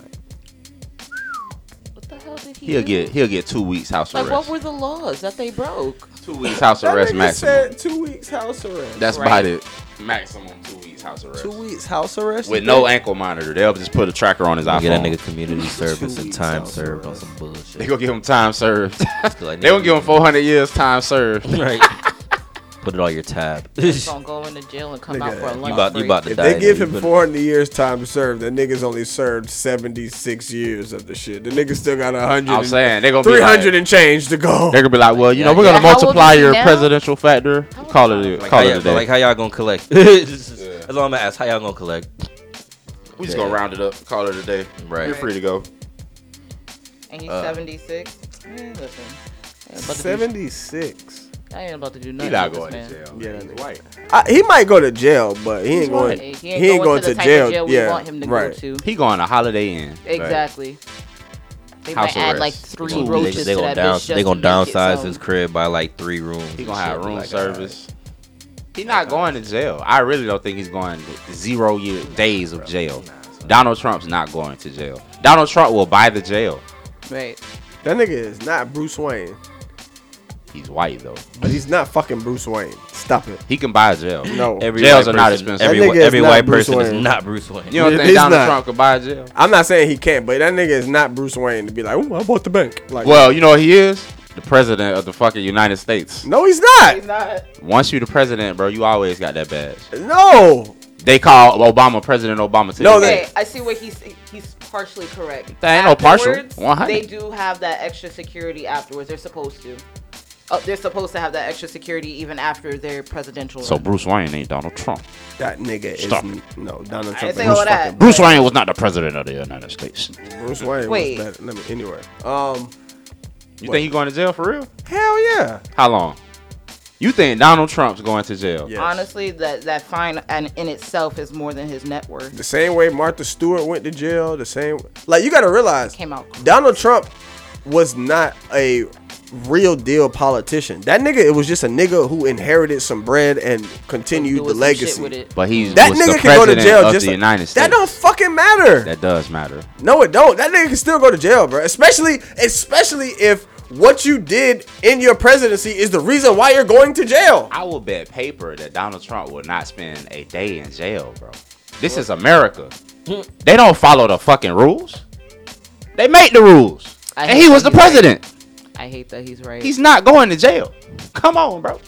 Speaker 4: What the hell did did he?
Speaker 2: He'll
Speaker 4: do?
Speaker 2: get he'll get two weeks house
Speaker 4: Like, what
Speaker 2: arrest.
Speaker 4: were the laws that they broke?
Speaker 2: Two weeks house
Speaker 3: That
Speaker 2: arrest
Speaker 3: nigga
Speaker 2: maximum.
Speaker 3: said two weeks house arrest.
Speaker 2: That's
Speaker 3: Right.
Speaker 2: about it. Maximum two weeks house arrest.
Speaker 3: Two weeks house arrest
Speaker 2: With no ankle monitor, they'll just put a tracker on his iPhone.
Speaker 1: Get that nigga community service and time served on some bullshit.
Speaker 2: They gonna give him time served.
Speaker 1: like,
Speaker 2: they gonna give him 400 years time served.
Speaker 1: Right. Put it on your tab.
Speaker 4: He's gonna go into jail and come out for a lunch.
Speaker 1: You about, you
Speaker 4: break.
Speaker 1: about to
Speaker 3: If
Speaker 1: die.
Speaker 3: they give
Speaker 1: nigga.
Speaker 3: him 400 years time to serve, that nigga's only served 76 years of the shit. The nigga still got 100.
Speaker 2: I'm saying, they gonna be
Speaker 3: 300
Speaker 2: like-
Speaker 3: and change to go.
Speaker 2: They're gonna be like, well, you know, we're
Speaker 4: Yeah,
Speaker 2: gonna
Speaker 4: how old
Speaker 2: multiply
Speaker 4: is he
Speaker 2: your
Speaker 4: now?
Speaker 2: presidential factor. Call it, a-
Speaker 1: Like,
Speaker 2: call
Speaker 1: how
Speaker 2: it a
Speaker 1: y'all,
Speaker 2: day.
Speaker 1: like how y'all gonna collect? This is- That's all I'm gonna ask. How y'all gonna collect?
Speaker 2: we just gonna round it up. Call it a day.
Speaker 1: Right.
Speaker 2: You're free to go.
Speaker 4: And he's
Speaker 2: Uh.
Speaker 4: 76. Man, listen. I ain't about to do-
Speaker 3: 76.
Speaker 4: I ain't about to do
Speaker 2: He
Speaker 4: nothing.
Speaker 2: not
Speaker 4: with
Speaker 2: going
Speaker 4: this
Speaker 2: to
Speaker 4: man.
Speaker 2: jail.
Speaker 3: Yeah, that
Speaker 2: He's
Speaker 3: nigga.
Speaker 2: white.
Speaker 3: I, he might go to jail, but he ain't going.
Speaker 4: He ain't
Speaker 3: He ain't going to
Speaker 4: the type
Speaker 3: jail.
Speaker 4: Of jail we
Speaker 3: Yeah,
Speaker 4: want him to
Speaker 3: right.
Speaker 4: go to.
Speaker 2: He going to Holiday Inn.
Speaker 4: Exactly. They
Speaker 2: House
Speaker 4: might add
Speaker 2: arrest.
Speaker 4: like
Speaker 1: They
Speaker 4: three
Speaker 1: gonna-
Speaker 4: roaches
Speaker 1: they
Speaker 4: to
Speaker 1: gonna
Speaker 4: that
Speaker 1: down,
Speaker 4: bitch. just
Speaker 1: they gonna
Speaker 4: to make it
Speaker 1: downsize
Speaker 4: so-
Speaker 1: his crib by like three rooms.
Speaker 2: He
Speaker 1: and
Speaker 2: gonna have
Speaker 1: shit.
Speaker 2: room
Speaker 1: Like,
Speaker 2: service. He not going to jail. I really don't think he's going to zero year days of jail. Donald Trump's not going to jail. Donald Trump will buy the jail.
Speaker 4: Right.
Speaker 3: That nigga is not Bruce Wayne,
Speaker 2: He's white though.
Speaker 3: but he's not fucking Bruce Wayne. Stop it.
Speaker 2: He can buy a jail.
Speaker 3: No,
Speaker 1: Every
Speaker 2: Jails
Speaker 1: white
Speaker 2: are not
Speaker 1: person-
Speaker 2: expensive.
Speaker 1: Every,
Speaker 3: That
Speaker 1: whi-
Speaker 3: nigga is
Speaker 1: every
Speaker 3: not
Speaker 1: white
Speaker 3: Bruce
Speaker 1: person
Speaker 3: Wayne.
Speaker 1: is not Bruce Wayne.
Speaker 2: You don't think
Speaker 3: He's
Speaker 2: Donald
Speaker 3: not.
Speaker 2: Trump could buy a jail?
Speaker 3: I'm not saying he can't, but that nigga is not Bruce Wayne to be like, "Ooh, I bought the bank." Like,
Speaker 2: Well, you know what he is? The president of the fucking United States.
Speaker 3: no, he's not.
Speaker 2: Once you the president, bro, you always got that badge.
Speaker 3: No,
Speaker 2: They call Obama President Obama today.
Speaker 3: No,
Speaker 4: Okay,
Speaker 3: they-
Speaker 4: I see what he's he's partially correct.
Speaker 2: That ain't no partial.
Speaker 4: Afterwards,
Speaker 2: 100.
Speaker 4: They do have that extra security afterwards. They're supposed to. Oh, they're supposed to have that extra security even after their presidential.
Speaker 2: So
Speaker 4: run.
Speaker 2: Bruce Wayne ain't Donald Trump.
Speaker 3: that nigga
Speaker 2: Stop.
Speaker 3: is no Donald
Speaker 4: I didn't
Speaker 3: Trump.
Speaker 4: say
Speaker 3: is
Speaker 4: all that.
Speaker 3: fucking
Speaker 2: Bruce Wayne was not the president of the United States.
Speaker 3: Bruce Wayne
Speaker 4: Wait.
Speaker 3: was better. Let me anyway. Um,
Speaker 2: You think he going to jail for real?
Speaker 3: hell yeah.
Speaker 2: How long? You think Donald Trump's going to jail?
Speaker 3: Yes.
Speaker 4: Honestly, that that fine and in itself is more than his net worth.
Speaker 3: The same way Martha Stewart went to jail. The same like you got to realize
Speaker 4: Came out.
Speaker 3: Donald Trump was not a real deal politician. That nigga, it was just a nigga who inherited some bread and continued
Speaker 4: doing
Speaker 3: the
Speaker 4: some Shit with
Speaker 3: legacy.
Speaker 4: it.
Speaker 2: But he's
Speaker 3: That
Speaker 2: was
Speaker 3: nigga
Speaker 2: the
Speaker 3: can go to
Speaker 2: president
Speaker 3: jail
Speaker 2: of
Speaker 3: just
Speaker 2: the United States.
Speaker 3: That don't fucking matter.
Speaker 2: That does matter.
Speaker 3: No, it don't. That nigga can still go to jail, bro. Especially, especially if what you did in your presidency is the reason why you're going to jail.
Speaker 2: I will bet paper that Donald Trump will not spend a day in jail, bro. This is America.
Speaker 3: Hmm.
Speaker 2: They don't follow the fucking rules. They make the rules.
Speaker 4: I
Speaker 2: and
Speaker 4: hate
Speaker 2: he was the
Speaker 4: that he's right.
Speaker 2: president.
Speaker 4: I hate that he's right.
Speaker 2: He's not going to jail. Come on, bro.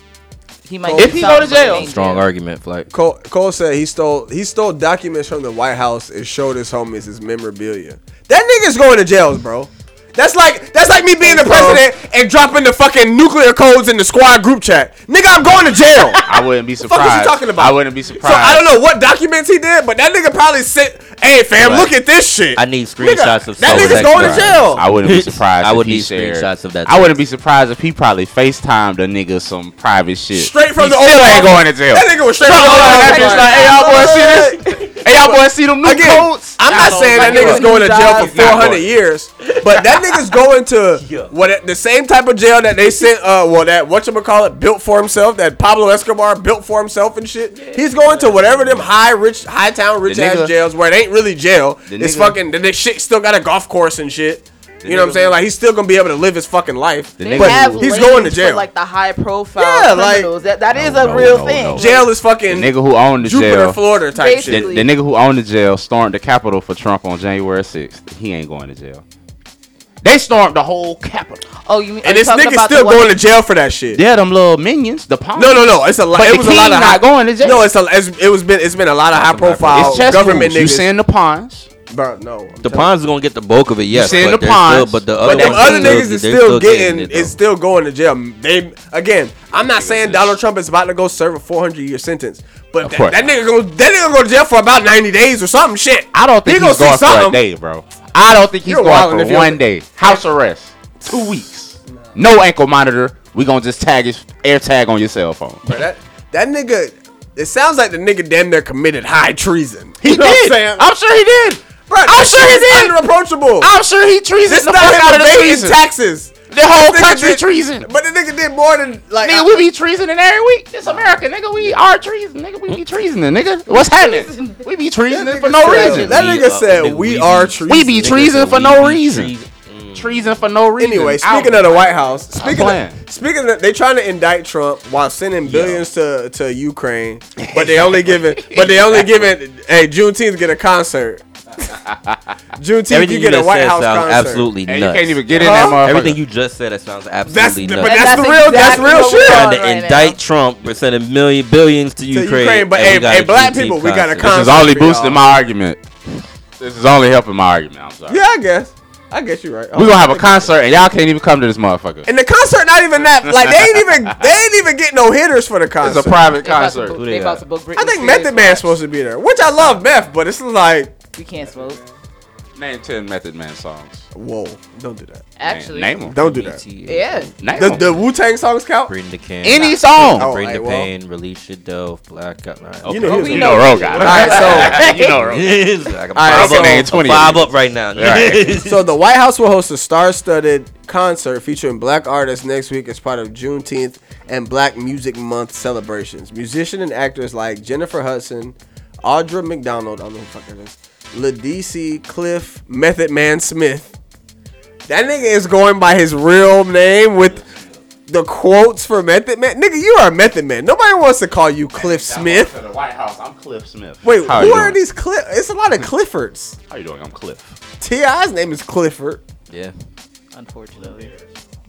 Speaker 4: he might
Speaker 2: If
Speaker 4: do
Speaker 2: he go to
Speaker 4: something, but it
Speaker 2: jail-
Speaker 4: ain't
Speaker 1: Strong argument, like
Speaker 3: Cole, Cole said he stole he stole documents from the White House and showed his homies his memorabilia. That nigga's going to jail, bro. That's like that's like me being the president and dropping the fucking nuclear codes in the squad group chat. Nigga, I'm going to jail.
Speaker 2: I wouldn't be
Speaker 3: The fuck
Speaker 2: surprised.
Speaker 3: is he talking about?
Speaker 2: I wouldn't be surprised.
Speaker 3: So I don't know what documents he did, but that nigga probably sent, "Hey fam,
Speaker 1: Right.
Speaker 3: look at this shit."
Speaker 1: I need
Speaker 3: Nigga,
Speaker 1: screenshots of
Speaker 3: that
Speaker 1: someone
Speaker 3: nigga's
Speaker 1: that
Speaker 3: going to
Speaker 1: cried.
Speaker 3: jail.
Speaker 2: I wouldn't be surprised.
Speaker 1: I
Speaker 2: if
Speaker 1: would
Speaker 2: he
Speaker 1: need
Speaker 2: shared-
Speaker 1: screenshots of that
Speaker 2: I wouldn't be surprised if he probably FaceTimed a nigga some private shit.
Speaker 3: Straight
Speaker 2: He
Speaker 3: from the
Speaker 2: still
Speaker 3: Oval
Speaker 2: ain't
Speaker 3: Office.
Speaker 2: going to jail.
Speaker 3: That nigga was straight
Speaker 2: Come
Speaker 3: from
Speaker 2: on,
Speaker 3: the Oval
Speaker 2: that
Speaker 3: Office.
Speaker 2: bitch like, hey y'all boys see this? Hey y'all boys see them new
Speaker 3: Again,
Speaker 2: coats?
Speaker 3: I'm not saying that nigga's going to jail for
Speaker 2: He's not
Speaker 3: 400
Speaker 2: going.
Speaker 3: years, but that nigga's going to what the same type of jail that they sent. Uh, well, that what you call it built for himself, that Pablo Escobar built for himself and shit. He's going to whatever them high rich, high town rich ass
Speaker 2: nigga-
Speaker 3: jails where it ain't really jail.
Speaker 2: The
Speaker 3: it's
Speaker 2: nigga-
Speaker 3: fucking the, the shit still got a golf course and shit. You know what I'm
Speaker 2: nigga-
Speaker 3: saying? Like he's still gonna be able to live his fucking life,
Speaker 2: The
Speaker 4: They
Speaker 2: But
Speaker 4: have
Speaker 3: he's
Speaker 4: lanes
Speaker 3: going to
Speaker 4: for,
Speaker 3: jail.
Speaker 4: like the high profile
Speaker 3: Yeah, like-
Speaker 4: criminals. that that is
Speaker 2: No,
Speaker 4: a
Speaker 2: no,
Speaker 4: real
Speaker 2: no,
Speaker 4: thing.
Speaker 2: no.
Speaker 3: jail is
Speaker 2: The
Speaker 3: fucking
Speaker 2: nigga who owned the
Speaker 3: Jupiter,
Speaker 2: jail.
Speaker 3: Florida type
Speaker 2: The,
Speaker 3: shit.
Speaker 4: Basically.
Speaker 2: the nigga who owned the jail stormed the Capitol for Trump on January 6th. He ain't going to jail. They stormed the whole Capitol.
Speaker 4: Oh, you mean are
Speaker 3: And
Speaker 4: you
Speaker 3: this
Speaker 4: talking
Speaker 3: nigga's
Speaker 4: about the
Speaker 3: still
Speaker 4: one-
Speaker 3: going to jail for that shit.
Speaker 2: Yeah, them little minions, the pawn.
Speaker 3: No, no, no. It's a lot.
Speaker 2: But
Speaker 3: It
Speaker 2: the
Speaker 3: was a
Speaker 2: king
Speaker 3: lot of
Speaker 2: not
Speaker 3: high,
Speaker 2: going to jail.
Speaker 3: No, it's a. It's, it was been. It's been a lot of high profile
Speaker 2: It's chess
Speaker 3: government
Speaker 2: government moves. You
Speaker 3: niggas.
Speaker 2: send the pawns.
Speaker 3: Bro, no. I'm
Speaker 1: the
Speaker 3: telling
Speaker 1: Pons is gonna get the bulk of it. Yes,
Speaker 2: saying
Speaker 1: but
Speaker 2: the
Speaker 1: they're still-
Speaker 2: Pons,
Speaker 1: but the
Speaker 2: but
Speaker 1: other
Speaker 3: you. But them
Speaker 1: ones
Speaker 3: other
Speaker 1: still-
Speaker 3: niggas is
Speaker 1: they're
Speaker 3: still, getting.
Speaker 1: it,
Speaker 3: is
Speaker 1: though.
Speaker 3: still going to jail. They again. I'm not saying Donald Trump is about to go serve a 400 year sentence, but that,
Speaker 2: course
Speaker 3: that
Speaker 2: not.
Speaker 3: nigga go. That nigga go to jail for about 90 days or something. Shit.
Speaker 2: I don't
Speaker 3: He
Speaker 2: think
Speaker 3: gonna
Speaker 2: he's
Speaker 3: see
Speaker 2: going for a
Speaker 3: something.
Speaker 2: day, bro. I don't think he's
Speaker 3: You're wildin'
Speaker 2: going
Speaker 3: if
Speaker 2: for
Speaker 3: you-
Speaker 2: one day. House arrest. Two weeks. No ankle monitor. We gonna just tag his air tag on your cell phone.
Speaker 3: Bro, that that nigga. It sounds like the nigga damn near committed high treason.
Speaker 2: He
Speaker 3: You know what
Speaker 2: did.
Speaker 3: saying?
Speaker 2: I'm, sure he did.
Speaker 3: Bro,
Speaker 2: I'm
Speaker 3: that
Speaker 2: sure
Speaker 3: shit
Speaker 2: he
Speaker 3: is
Speaker 2: did.
Speaker 3: Unreproachable.
Speaker 2: I'm sure he treason
Speaker 3: This
Speaker 2: the
Speaker 3: not
Speaker 2: fuck out of the
Speaker 3: him
Speaker 2: treason.
Speaker 3: evading taxes.
Speaker 2: the whole
Speaker 3: This nigga
Speaker 2: country
Speaker 3: did-
Speaker 2: treason.
Speaker 3: But the nigga did more than like.
Speaker 2: Nigga, we be treasoning every week. This America, nigga. We are treason, nigga. We be treasoning, nigga. What's happening? We be treasoning for no
Speaker 3: said-
Speaker 2: reason.
Speaker 3: That nigga
Speaker 1: uh,
Speaker 3: said
Speaker 1: nigga,
Speaker 3: we
Speaker 1: we
Speaker 3: are
Speaker 1: be-
Speaker 3: treason.
Speaker 2: We be treason for no reason.
Speaker 1: Treason. Mm.
Speaker 2: treason for no reason.
Speaker 3: Anyway,
Speaker 2: Out.
Speaker 3: speaking of the White House,
Speaker 2: I'm
Speaker 3: speaking
Speaker 2: playing.
Speaker 3: of, speaking of, they trying to indict Trump while sending billions to, to Ukraine, but they only giving but they only giving hey Juneteenth get a concert. Juneteenth
Speaker 1: Everything
Speaker 3: you get a
Speaker 1: just
Speaker 3: White
Speaker 1: said
Speaker 3: House
Speaker 1: sounds
Speaker 3: concert.
Speaker 1: absolutely
Speaker 2: And you
Speaker 1: nuts.
Speaker 2: can't even get in that motherfucker.
Speaker 1: Everything you just said that sounds
Speaker 3: That's
Speaker 1: absolutely
Speaker 3: the, but
Speaker 1: nuts.
Speaker 3: that's, the
Speaker 4: That's
Speaker 3: real
Speaker 4: exactly
Speaker 3: that's real
Speaker 4: what we're
Speaker 3: shit.
Speaker 4: on.
Speaker 1: trying to
Speaker 4: right now.
Speaker 1: indict Trump for sending million billions to
Speaker 3: Ukraine,
Speaker 1: Ukraine.
Speaker 3: but
Speaker 1: and we
Speaker 3: hey-
Speaker 1: got a
Speaker 3: hey, black
Speaker 1: Juneteenth
Speaker 3: people, we got a
Speaker 2: This is
Speaker 1: concert.
Speaker 3: Constantly,
Speaker 2: only
Speaker 3: y'all.
Speaker 2: boosting my argument. This is only helping my argument. I'm sorry.
Speaker 3: Yeah, I guess. I guess you're right.
Speaker 2: We're gonna have a concert and y'all can't even come to this motherfucker.
Speaker 3: And the concert not even that like they ain't even they ain't even get no hitters for the
Speaker 2: It's
Speaker 3: concert.
Speaker 2: a private
Speaker 4: They about to book-
Speaker 2: concert.
Speaker 1: they
Speaker 4: They about
Speaker 1: got?
Speaker 4: to book Britney
Speaker 3: I think
Speaker 4: Spears.
Speaker 3: Method Man's supposed to be there, which I love Meth, but it's like
Speaker 4: You can't smoke.
Speaker 2: Name ten Method Man songs.
Speaker 3: whoa, don't do that.
Speaker 4: Actually.
Speaker 2: name them.
Speaker 3: Don't do that.
Speaker 4: Yeah.
Speaker 2: Name
Speaker 3: The,
Speaker 2: 'em.
Speaker 3: the Wu Tang songs count.
Speaker 1: Bring the can.
Speaker 2: Any song.
Speaker 3: Oh,
Speaker 1: Bring
Speaker 3: hey,
Speaker 1: the
Speaker 3: well.
Speaker 1: pain. Release your dope. Black Oh, out.
Speaker 2: Okay.
Speaker 3: You know he was
Speaker 2: you
Speaker 3: a-
Speaker 2: know Ro got it.
Speaker 3: All right,
Speaker 2: you know Ro.
Speaker 1: Yes, I can
Speaker 3: right,
Speaker 1: five,
Speaker 3: so-
Speaker 1: up,
Speaker 2: Name
Speaker 1: I'm
Speaker 2: 20 of
Speaker 1: five
Speaker 2: these.
Speaker 1: up right now.
Speaker 2: Right.
Speaker 3: so so the White House will host a star-studded concert featuring black artists next week as part of Juneteenth and Black Music Month celebrations. Musician and actors like Jennifer Hudson, Audra McDonald, I don't know who the fuck that is, Ladisi Cliff, Method Man Smith. That nigga is going by his real name with the quotes for Method Man. Nigga, you are a Method Man. Nobody wants to call you Cliff Smith.
Speaker 2: To the White House. I'm Cliff Smith.
Speaker 3: Wait,
Speaker 2: How
Speaker 3: who
Speaker 2: you
Speaker 3: are
Speaker 2: doing? Hmm.
Speaker 3: these Cliff? It's a lot of Cliffords.
Speaker 2: How you doing? I'm Cliff.
Speaker 3: T.I.'s name is Clifford.
Speaker 1: yeah.
Speaker 4: Unfortunately.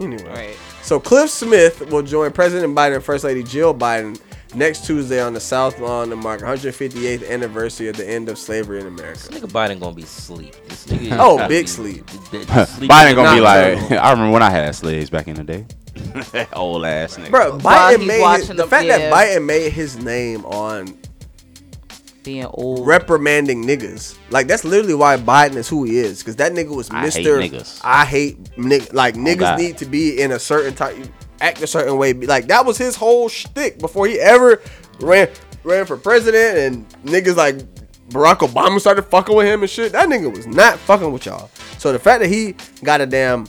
Speaker 3: Anyway.
Speaker 4: Right.
Speaker 3: So Cliff Smith will join President Biden and First Lady Jill Biden next Tuesday on the South Lawn to mark 158th anniversary of the end of slavery in America.
Speaker 1: This nigga Biden gonna be sleep. This nigga is
Speaker 3: Oh,
Speaker 1: gonna
Speaker 3: big
Speaker 1: be-
Speaker 3: sleep.
Speaker 1: th- th- sleep
Speaker 2: Biden gonna
Speaker 3: Not
Speaker 2: be like.
Speaker 3: terrible.
Speaker 2: I remember when I had slaves back in the day. Old ass nigga.
Speaker 3: Bro,
Speaker 4: While
Speaker 3: Biden
Speaker 4: he's
Speaker 3: made his,
Speaker 4: watching
Speaker 3: the
Speaker 4: the-
Speaker 3: fact that
Speaker 4: yeah.
Speaker 3: Biden made his name on
Speaker 4: Being old.
Speaker 3: reprimanding niggas. Like that's literally why Biden is who he is because that nigga was
Speaker 2: I hate
Speaker 3: Mister.
Speaker 2: niggas. Oh,
Speaker 3: I hate niggas. Like niggas
Speaker 2: God.
Speaker 3: need to be in a certain type, act a certain way. Be- Like that was his whole shtick before he ever ran ran for president. And niggas like Barack Obama started fucking with him and shit. That nigga was not fucking with y'all. So the fact that he got a damn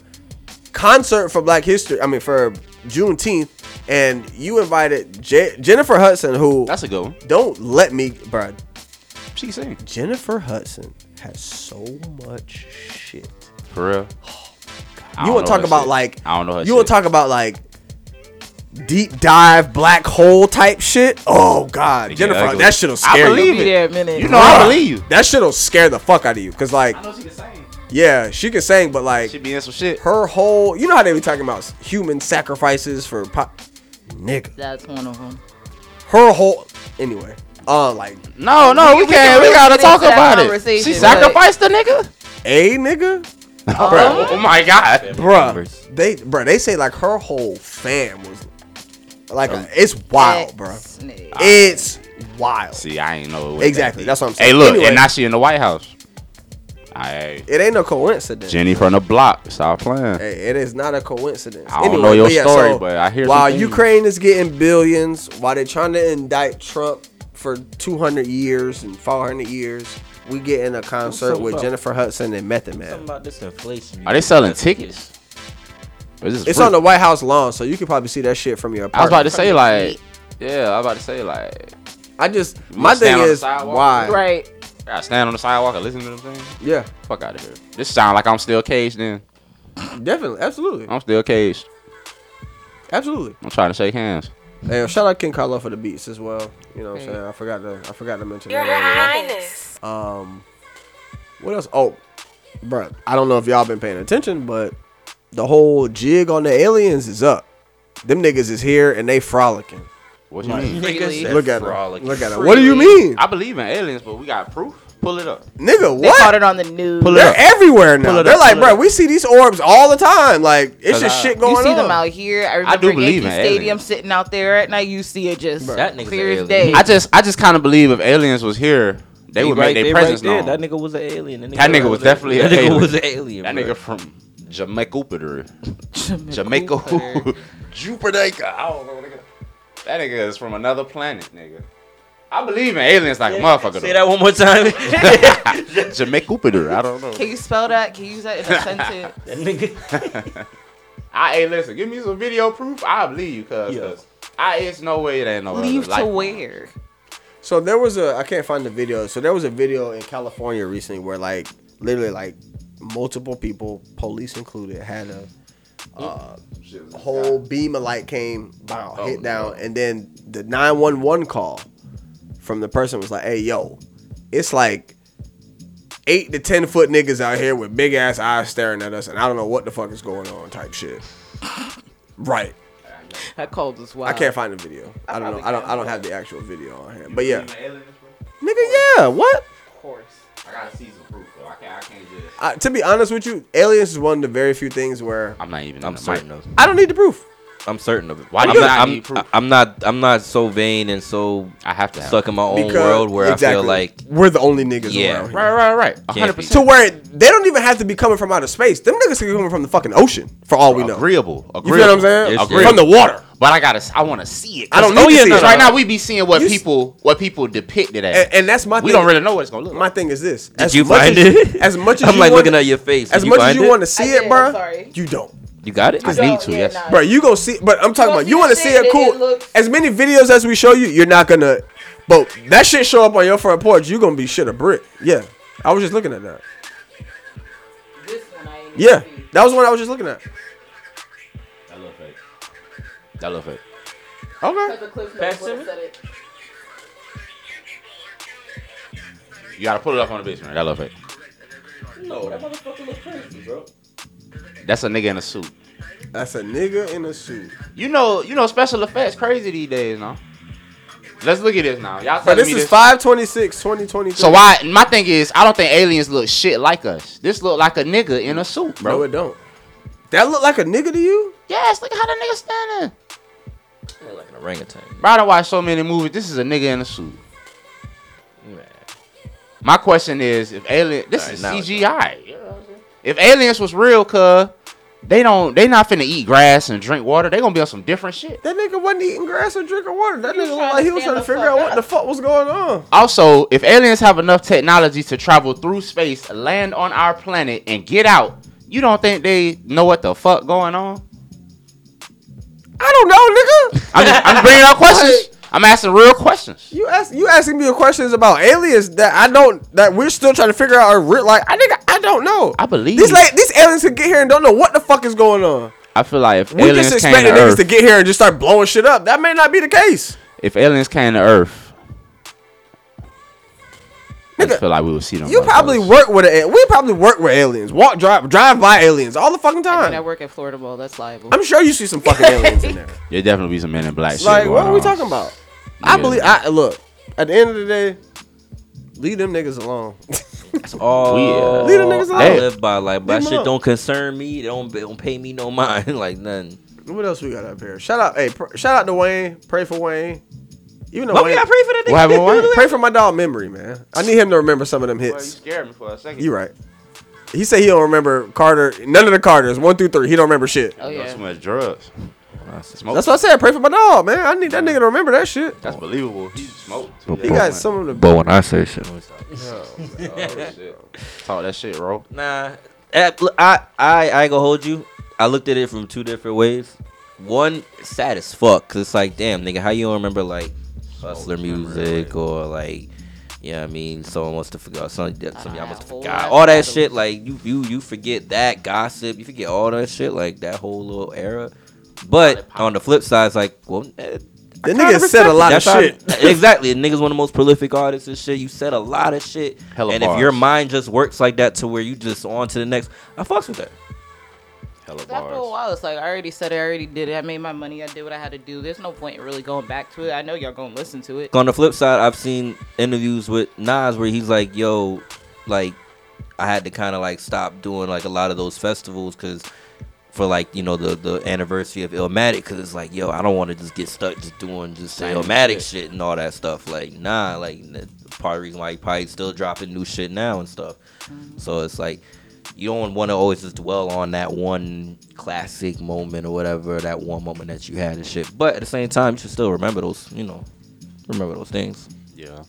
Speaker 3: concert for Black History, I mean for Juneteenth, and you invited J- Jennifer Hudson, who
Speaker 2: That's a good one.
Speaker 3: don't let me, bruh.
Speaker 2: She sing
Speaker 3: Jennifer Hudson has so much shit.
Speaker 2: for real. I
Speaker 3: You
Speaker 2: don't
Speaker 3: want
Speaker 2: know
Speaker 3: to talk
Speaker 2: her
Speaker 3: about
Speaker 2: shit.
Speaker 3: like
Speaker 2: I don't know her
Speaker 3: You
Speaker 2: shit.
Speaker 3: want to talk about like deep dive black hole type shit? Oh god,
Speaker 2: Yeah,
Speaker 3: Jennifer,
Speaker 2: that goes-
Speaker 3: that shit'll
Speaker 2: I
Speaker 3: scare
Speaker 2: believe
Speaker 3: you.
Speaker 2: it.
Speaker 4: Be there a minute.
Speaker 2: You know I
Speaker 3: Bruh,
Speaker 2: believe you.
Speaker 3: That shit'll scare the fuck out of you cuz like
Speaker 2: know she can sing.
Speaker 3: yeah, she can sing but like
Speaker 2: She be in some shit.
Speaker 3: her whole you know how they be talking about human sacrifices for pop nigga.
Speaker 4: That's one of them.
Speaker 3: Her whole anyway. Uh like
Speaker 2: No, no, we, can't. We
Speaker 4: really
Speaker 2: gotta
Speaker 4: get
Speaker 2: talk
Speaker 4: into that
Speaker 2: about it.
Speaker 4: conversation,
Speaker 2: She
Speaker 4: but-
Speaker 2: sacrificed the nigga.
Speaker 3: a nigga
Speaker 4: Um,
Speaker 2: Bruh, oh my god.
Speaker 1: members.
Speaker 3: Bruh, they bruh, they say like her whole fam was like
Speaker 2: Um,
Speaker 3: a- it's wild, bruh.
Speaker 4: Snake.
Speaker 3: It's wild.
Speaker 2: See, I ain't know. what
Speaker 3: exactly,
Speaker 2: that
Speaker 3: that's what I'm
Speaker 2: Hey,
Speaker 3: saying.
Speaker 2: look,
Speaker 3: Anyway,
Speaker 2: and now she in the White House. Hey,
Speaker 3: it ain't no coincidence.
Speaker 2: Jenny from the block. Stop playing.
Speaker 3: Hey, it is not a coincidence.
Speaker 2: I don't know your story, but I hear some
Speaker 3: While
Speaker 2: things.
Speaker 3: Ukraine is getting billions, while they're trying to indict Trump for 200 years and 400 years, we get in a concert
Speaker 1: something
Speaker 3: with
Speaker 1: about-
Speaker 3: Jennifer Hudson and Method
Speaker 1: Something
Speaker 3: Man.
Speaker 1: about this inflation.
Speaker 2: Are they selling tickets? Or is this
Speaker 3: It's
Speaker 2: free?
Speaker 3: on the White House lawn, so you can probably see that shit from your
Speaker 2: I was
Speaker 3: apartment.
Speaker 2: about to say like, yeah, I was about to say like,
Speaker 3: I just my
Speaker 2: wanna
Speaker 3: thing
Speaker 2: stand on the
Speaker 3: is
Speaker 2: sidewalk?
Speaker 3: why?
Speaker 4: Right.
Speaker 2: I stand on the sidewalk and listen to them things.
Speaker 3: Yeah,
Speaker 2: Fuck out of here. This sound like I'm still caged. Then
Speaker 3: definitely, absolutely,
Speaker 2: I'm still caged.
Speaker 3: absolutely.
Speaker 2: I'm trying to shake hands.
Speaker 3: Hey, yo, shout out King Carlo for the beats as well. You know what I'm saying? I forgot to I forgot to mention that. earlier. Um, what else? Oh, bro, I don't know if y'all been paying attention, but the whole jig on the aliens is up. Them niggas is here and they frolicking.
Speaker 2: What you mean?
Speaker 1: Niggas that
Speaker 3: Look at
Speaker 1: frolic.
Speaker 3: them. Look at them. What do you
Speaker 4: Freely.
Speaker 3: mean,
Speaker 2: I believe in aliens, but we got proof. Pull it up.
Speaker 3: nigga?
Speaker 4: They caught
Speaker 3: What?
Speaker 4: it on the news.
Speaker 2: Pull it
Speaker 3: They're
Speaker 2: up.
Speaker 3: everywhere now.
Speaker 2: it
Speaker 3: They're
Speaker 2: up,
Speaker 3: like,
Speaker 2: pull it
Speaker 3: bro,
Speaker 2: up.
Speaker 3: we see these orbs all the time. Like it's
Speaker 2: Cause
Speaker 3: just
Speaker 2: I-
Speaker 3: shit going
Speaker 4: You see
Speaker 3: on.
Speaker 4: them out here. I remember
Speaker 2: do believe
Speaker 4: Yankee
Speaker 2: in
Speaker 4: Stadium
Speaker 2: aliens.
Speaker 4: sitting out there at night. You see it just
Speaker 1: That nigga's
Speaker 4: clear
Speaker 1: an
Speaker 4: as
Speaker 1: alien.
Speaker 4: day.
Speaker 2: I just, I just kind of believe if aliens was here, they, would make
Speaker 1: right- they
Speaker 2: their
Speaker 1: right
Speaker 2: presence
Speaker 1: there.
Speaker 2: known.
Speaker 1: That nigga was an alien.
Speaker 2: That nigga was definitely
Speaker 1: that
Speaker 2: an
Speaker 1: nigga
Speaker 2: alien.
Speaker 1: was an alien.
Speaker 2: That
Speaker 1: bro.
Speaker 2: nigga from Jamaica, Jupiter, Jamaica, Jupiter. I don't know. Nigga. That nigga is from another planet, nigga. I believe in aliens like a motherfucker.
Speaker 1: Say that one more time.
Speaker 2: though. Jamaica, Jupiter. I don't know.
Speaker 4: Can you spell that? Can you use that in a sentence?
Speaker 1: that nigga.
Speaker 2: I hey, listen. Give me some video proof. I believe you, cuz.
Speaker 1: Yeah.
Speaker 2: cuz I it's no way it ain't no. other
Speaker 4: Leave
Speaker 2: life
Speaker 4: to
Speaker 2: form.
Speaker 4: where?
Speaker 3: So there was a I can't find the video. So there was a video in California recently where like literally like multiple people, police included, had a uh, whole beam of light came, bow, hit down, and then the 911 call from the person was like, "Hey, yo, it's like eight to ten foot niggas out here with big ass eyes staring at us, and I don't know what the fuck is going on." Type shit. right.
Speaker 4: That cold is wild.
Speaker 3: I can't find the video. I don't know. I don't. I don't have the actual video on hand. But yeah, nigga, yeah. What?
Speaker 4: Of course.
Speaker 2: I gotta see some proof though. I can't, I can't just.
Speaker 3: I, to be honest with you, Aliens is one of the very few things where
Speaker 2: I'm not even.
Speaker 1: I'm certain of.
Speaker 3: I don't need the proof.
Speaker 1: I'm certain of it.
Speaker 2: Why do
Speaker 1: I'm
Speaker 2: you
Speaker 1: not,
Speaker 2: not
Speaker 1: I'm,
Speaker 2: need proof?
Speaker 1: I'm not. I'm not so vain and so
Speaker 2: I have to. Have
Speaker 1: stuck in my own world where I feel like
Speaker 3: we're the only niggas
Speaker 1: Yeah.
Speaker 3: around. Here.
Speaker 2: Right, right, right. A
Speaker 1: Can't
Speaker 2: hundred
Speaker 1: be.
Speaker 3: To
Speaker 2: percent.
Speaker 3: where they don't even have to be coming from outer space. Them niggas could be coming from the fucking ocean, for all we know.
Speaker 2: Agreeable. Agreeable.
Speaker 3: You feel what I'm saying?
Speaker 1: It's-
Speaker 3: From the water.
Speaker 2: But I gotta. s- I want to see it.
Speaker 3: I don't
Speaker 2: Cause-
Speaker 3: need to see
Speaker 2: cause
Speaker 3: it.
Speaker 2: Right now, we be seeing what
Speaker 3: You s-
Speaker 2: people what people depicted as.
Speaker 3: And, and that's my
Speaker 2: we
Speaker 3: thing.
Speaker 2: don't really know what it's gonna look
Speaker 3: My
Speaker 2: like.
Speaker 3: thing is this. Did
Speaker 1: you find
Speaker 3: as,
Speaker 1: it?
Speaker 3: As much as
Speaker 1: I'm
Speaker 3: you
Speaker 1: like
Speaker 3: want-
Speaker 1: looking at your face.
Speaker 3: As
Speaker 1: Did you
Speaker 3: much as
Speaker 1: find
Speaker 3: you
Speaker 1: it?
Speaker 3: want to see
Speaker 4: did,
Speaker 3: it, bro,
Speaker 4: sorry.
Speaker 3: you don't.
Speaker 1: You got it.
Speaker 2: I need to. Yes.
Speaker 3: Bro, you gonna see, but I'm talking
Speaker 4: gonna
Speaker 3: about
Speaker 4: see
Speaker 3: you
Speaker 4: that
Speaker 3: want to see
Speaker 4: shit,
Speaker 3: a
Speaker 4: it-
Speaker 3: cool.
Speaker 4: it looks-
Speaker 3: as many videos as we show you, you're not gonna. But that shit show up on your front porch, you gonna be shit a brick. Yeah, I was just looking at that.
Speaker 4: This one I ain't
Speaker 3: Yeah,
Speaker 4: seen.
Speaker 3: that was what I was just looking at.
Speaker 2: That look fake. That look fake.
Speaker 3: Okay.
Speaker 4: 'Cause the Cliff Notes would've said it.
Speaker 2: You gotta pull it up on the basement. That look fake.
Speaker 1: No, that motherfucker look crazy, bro.
Speaker 2: That's a nigga in a suit.
Speaker 3: That's a nigga in a suit.
Speaker 2: You know, you know, special effects crazy these days, now. Let's look at this now. Y'all
Speaker 3: But
Speaker 2: telling
Speaker 3: this
Speaker 2: me
Speaker 3: is
Speaker 2: this.
Speaker 3: 526, 2023.
Speaker 2: So why? My thing is, I don't think aliens look shit like us. This look like a nigga in a suit, bro.
Speaker 3: No, it don't. That look like a nigga to you?
Speaker 2: yes, look at how the nigga standing.
Speaker 1: Like an orangutan.
Speaker 2: Bro, I don't watch so many movies. This is a nigga in a suit.
Speaker 1: Man.
Speaker 2: My question is, if alien, this
Speaker 1: Alright,
Speaker 2: is
Speaker 1: now it's-
Speaker 2: CGI. You know what I'm saying? If aliens was real, cuz they don't, they not finna eat grass and drink water. They gonna be on some different shit.
Speaker 3: That nigga wasn't eating grass or drinking water. That nigga
Speaker 4: trying
Speaker 3: looked like he
Speaker 4: to
Speaker 3: was trying
Speaker 4: stand
Speaker 3: to
Speaker 4: the
Speaker 3: figure
Speaker 4: fuck
Speaker 3: out what
Speaker 4: up.
Speaker 3: the fuck was going on.
Speaker 2: Also, if aliens have enough technology to travel through space, land on our planet, and get out, you don't think they know what the fuck going on?
Speaker 3: I don't know, nigga.
Speaker 2: I'm, just, I'm bringing up questions. I'm asking real questions.
Speaker 3: You ask you asking me questions about aliens that I don't that we're still trying to figure out. Are real, like I think I don't know.
Speaker 2: I believe.
Speaker 3: These like these aliens could get here and don't know what the fuck is going on.
Speaker 2: I feel like if
Speaker 3: We
Speaker 2: aliens
Speaker 3: just
Speaker 2: came to
Speaker 3: expecting niggas
Speaker 2: Earth,
Speaker 3: to get here and just start blowing shit up. That may not be the case.
Speaker 2: if aliens came to Earth, I just
Speaker 3: Nigga,
Speaker 2: feel like we would see them.
Speaker 3: You probably
Speaker 2: motherfuckers.
Speaker 3: work with a, we probably work with aliens. Walk drive drive by aliens all the fucking
Speaker 4: I mean, I
Speaker 3: time.
Speaker 4: work at Florida Bowl. That's liable.
Speaker 3: I'm sure you see some fucking aliens in there.
Speaker 2: There definitely be some men in black shit.
Speaker 3: Like what
Speaker 2: going
Speaker 3: are we
Speaker 2: on.
Speaker 3: talking about? I
Speaker 2: Yeah.
Speaker 3: believe I look. At the end of the day, leave them niggas alone.
Speaker 1: That's all.
Speaker 2: Weird.
Speaker 3: Leave them niggas
Speaker 1: I
Speaker 3: alone.
Speaker 1: live by like,
Speaker 3: Leave
Speaker 1: but Oh, that
Speaker 3: 'em
Speaker 1: shit
Speaker 3: alone.
Speaker 1: don't concern me. They don't, they don't pay me no mind. like nothing.
Speaker 3: What else we got up here? Shout out, hey, pr- shout out to Wayne. Pray for Wayne. Even though
Speaker 1: Why we
Speaker 3: Wayne,
Speaker 1: gotta pray for that nigga?
Speaker 2: What happened, Wayne?
Speaker 3: pray for my dog memory, man. I need him to remember some of them
Speaker 2: Well, you
Speaker 3: hits.
Speaker 2: scared me for a second.
Speaker 3: You right. He said he don't remember Carter, none of the Carters, one through three. He don't remember shit.
Speaker 4: oh
Speaker 2: You know,
Speaker 4: yeah.
Speaker 2: Too much drugs. Smoke.
Speaker 3: That's what I said. Pray for my dog, man. I need that nigga to remember that shit.
Speaker 2: That's believable. He smoked.
Speaker 3: He got some of the.
Speaker 1: But when I say shit,
Speaker 2: Talk that shit, bro.
Speaker 1: nah. Eh, look, I I I ain't gonna hold you. I looked at it from two different ways. One sad as fuck, cause it's like, damn, nigga, how you don't remember like hustler music or like, yeah, I mean, someone wants to forget, some, some y'all
Speaker 4: had
Speaker 1: must
Speaker 4: a whole
Speaker 1: forgot,
Speaker 4: lot
Speaker 1: all that
Speaker 4: of
Speaker 1: shit. Like you you you forget that gossip, you forget all that shit, like that whole little era. But on the flip side, it's like, well, eh,
Speaker 3: The nigga said a lot of shit.
Speaker 1: That's how- exactly. A nigga's one of the most prolific artists and shit. You said a lot of shit.
Speaker 2: Hella
Speaker 1: and if your
Speaker 2: bars.
Speaker 1: mind just works like that to where you just on to the next, I fucks with that.
Speaker 2: Hella
Speaker 4: After a
Speaker 2: bars.
Speaker 4: while, it's like I already said it, I already did it. I made my money. I did what I had to do. There's no point in really going back to it. I know y'all gonna listen to it.
Speaker 1: On the flip side, I've seen interviews with Nas where he's like, yo, like, I had to kind of like stop doing like a lot of those festivals because for like, you know, the, the anniversary of Illmatic because it's like, yo, I don't want to just get stuck just doing just the
Speaker 2: Same
Speaker 1: Illmatic
Speaker 2: shit.
Speaker 1: shit and all that stuff. Like, nah, like, n- part of the reason why he probably still dropping new shit now and stuff. So it's like, you don't want to always just dwell on that one classic moment or whatever, that one moment that you had and shit. But at the same time, you should still remember those, you know, remember those things.
Speaker 2: Yeah.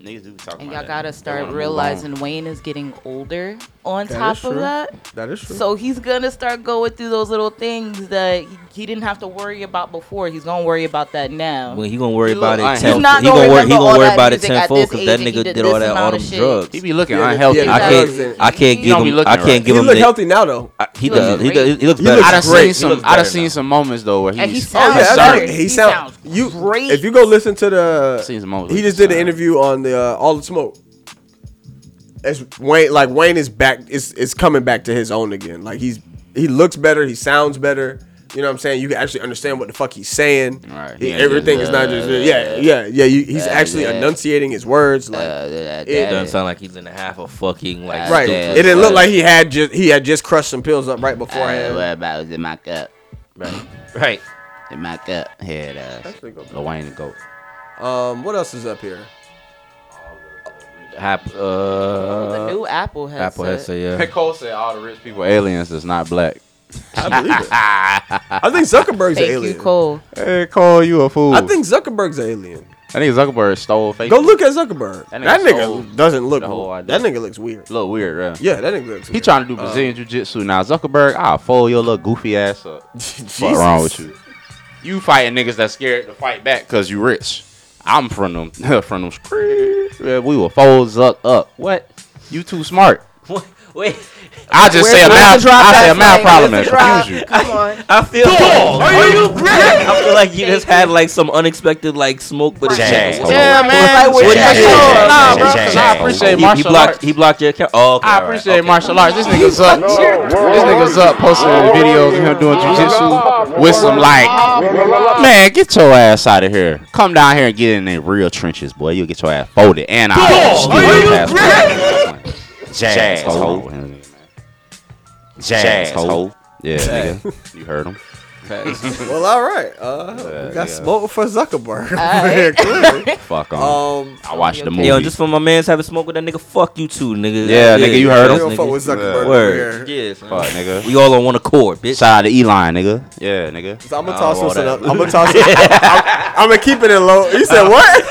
Speaker 2: Niggas do be talking about
Speaker 4: And y'all
Speaker 2: that.
Speaker 4: gotta
Speaker 2: They
Speaker 4: start
Speaker 2: wanna move
Speaker 4: realizing Wayne is getting older. On
Speaker 2: That
Speaker 4: top
Speaker 2: is
Speaker 4: of
Speaker 2: true.
Speaker 4: that,
Speaker 3: That is true.
Speaker 4: So he's gonna start going through those little things that he, he didn't have to worry about before. He's gonna worry about that now.
Speaker 1: When he gonna worry
Speaker 4: He
Speaker 1: about
Speaker 4: look-
Speaker 1: it
Speaker 4: He's
Speaker 1: tenfold.
Speaker 4: not
Speaker 1: He gonna
Speaker 4: gonna
Speaker 1: worry. He
Speaker 4: remember
Speaker 1: gonna
Speaker 4: all
Speaker 1: worry
Speaker 4: that
Speaker 1: about it
Speaker 4: music at
Speaker 1: tenfold
Speaker 4: this
Speaker 1: because that
Speaker 4: age and
Speaker 1: nigga
Speaker 4: he
Speaker 1: did,
Speaker 4: did
Speaker 1: all
Speaker 4: this
Speaker 1: that all
Speaker 4: amount of
Speaker 1: them
Speaker 4: shit.
Speaker 1: drugs.
Speaker 2: He be looking
Speaker 3: Yeah, the-
Speaker 2: unhealthy.
Speaker 3: yeah, the
Speaker 1: I
Speaker 3: drugs
Speaker 1: can't.
Speaker 3: and-
Speaker 1: I can't
Speaker 3: He
Speaker 1: give
Speaker 2: don't be
Speaker 1: him.
Speaker 2: looking
Speaker 1: I can't
Speaker 2: right.
Speaker 1: give
Speaker 3: he
Speaker 1: him.
Speaker 3: look
Speaker 1: the-
Speaker 3: healthy now though.
Speaker 1: I- He
Speaker 4: He looks
Speaker 1: does. He
Speaker 4: great.
Speaker 1: does. He looks
Speaker 3: He
Speaker 1: better.
Speaker 3: looks
Speaker 2: I done
Speaker 1: now.
Speaker 3: great.
Speaker 2: seen
Speaker 1: He
Speaker 2: some.
Speaker 1: looks
Speaker 2: I done
Speaker 1: better
Speaker 2: seen
Speaker 1: now.
Speaker 2: some moments though where he.
Speaker 4: And he
Speaker 2: he's- he's
Speaker 4: sounds
Speaker 3: Oh, yeah,
Speaker 4: better.
Speaker 2: sorry.
Speaker 3: He
Speaker 4: He
Speaker 3: sound-
Speaker 4: sounds
Speaker 3: you-
Speaker 4: great.
Speaker 3: If you go listen to the,
Speaker 2: Seen some moments
Speaker 3: he
Speaker 2: where
Speaker 3: just did
Speaker 2: he
Speaker 3: an
Speaker 2: sound-
Speaker 3: interview on the uh, All the Smoke. It's Wayne, like Wayne is back, is is coming back to his own again. Like he's he looks better, he sounds better. You know what I'm saying? You can actually understand what the fuck he's saying.
Speaker 2: Right.
Speaker 3: He-
Speaker 2: Yeah,
Speaker 3: everything is not
Speaker 2: yeah,
Speaker 3: just yeah, yeah, yeah. you, he's
Speaker 2: yeah,
Speaker 3: actually
Speaker 2: yeah.
Speaker 3: enunciating his words. Like
Speaker 1: It
Speaker 3: Yeah.
Speaker 1: doesn't sound like he's in a half of fucking like.
Speaker 3: right,
Speaker 1: stupid,
Speaker 2: yeah,
Speaker 3: it didn't look
Speaker 1: uh,
Speaker 3: like he had just he had just crushed some pills up right before.
Speaker 2: Uh,
Speaker 3: him.
Speaker 2: what about was in my cup?
Speaker 1: Right. Right.
Speaker 2: In my cup. Here it is.
Speaker 3: Actually, go back.
Speaker 2: Lil Wayne the goat.
Speaker 3: Um, what else is up here?
Speaker 1: Hap. Uh.
Speaker 4: the new Apple headset.
Speaker 1: Apple headset. Yeah.
Speaker 2: Nicole said all the rich people aliens is not black.
Speaker 3: I believe it. I think Zuckerberg's an
Speaker 4: Thank
Speaker 3: alien.
Speaker 4: you, Cole.
Speaker 2: Hey, Cole, you a fool.
Speaker 3: I think Zuckerberg's an alien.
Speaker 2: I think Zuckerberg stole Facebook.
Speaker 3: Go look at Zuckerberg. That
Speaker 2: That
Speaker 3: nigga,
Speaker 2: nigga sold
Speaker 3: doesn't look.
Speaker 2: the whole idea.
Speaker 3: That nigga looks weird.
Speaker 2: Look weird, right?
Speaker 3: Yeah, that nigga looks.
Speaker 2: He
Speaker 3: weird.
Speaker 2: trying to do
Speaker 3: Uh,
Speaker 2: Brazilian jiu-jitsu now. Zuckerberg, I'll fold your little goofy ass up.
Speaker 3: Jesus.
Speaker 2: What's wrong with you? You fighting niggas that's scared to fight back because you rich. I'm from them. from them. streets. Yeah, We will fold Zuck up. What? You too smart.
Speaker 1: Wait.
Speaker 2: I just say a math. I say a math problem and confuse you.
Speaker 4: Come on.
Speaker 1: I feel. Like, are you I feel like you just had like some unexpected like smoke with a
Speaker 2: Jazz.
Speaker 1: jazz. Hold on.
Speaker 2: Yeah, man.
Speaker 1: Like, what
Speaker 2: Yeah,
Speaker 1: you-
Speaker 2: yeah, nah, bro, 'cause
Speaker 1: Jazz.
Speaker 2: I appreciate
Speaker 1: He- He
Speaker 2: martial
Speaker 1: blocked.
Speaker 2: arts.
Speaker 1: He blocked your account. Oh, okay,
Speaker 2: I
Speaker 1: all right,
Speaker 2: appreciate
Speaker 1: okay.
Speaker 2: martial arts. This nigga's up. This nigga's up posting videos of him doing jujitsu with some like, man, get your ass out of here. Come down here and get in the real trenches, boy. You'll get your ass folded. And I will jazz hole. Jazz hole. Yeah, nigga. you heard him.
Speaker 3: Well, all right. Uh, we got
Speaker 2: yeah.
Speaker 3: smoke for Zuckerberg.
Speaker 4: right.
Speaker 3: Clearly.
Speaker 2: Fuck him.
Speaker 3: um,
Speaker 2: I watched the movie.
Speaker 1: Uh, Yo, just for my man's having smoke with that nigga. Fuck you too, nigga.
Speaker 2: Yeah, nigga, you heard
Speaker 3: I
Speaker 2: him.
Speaker 3: don't
Speaker 1: yes,
Speaker 3: fuck
Speaker 1: nigga.
Speaker 3: with Zuckerberg.
Speaker 1: Word.
Speaker 3: over here.
Speaker 1: Yes.
Speaker 2: Fuck, nigga.
Speaker 1: We all on one accord, bitch.
Speaker 2: Shout out to Elon, nigga. Yeah, nigga.
Speaker 3: So I'm gonna toss
Speaker 1: I
Speaker 3: him
Speaker 1: don't
Speaker 3: some. I'm gonna
Speaker 1: want
Speaker 3: toss. I'm gonna keep it in low. You said what?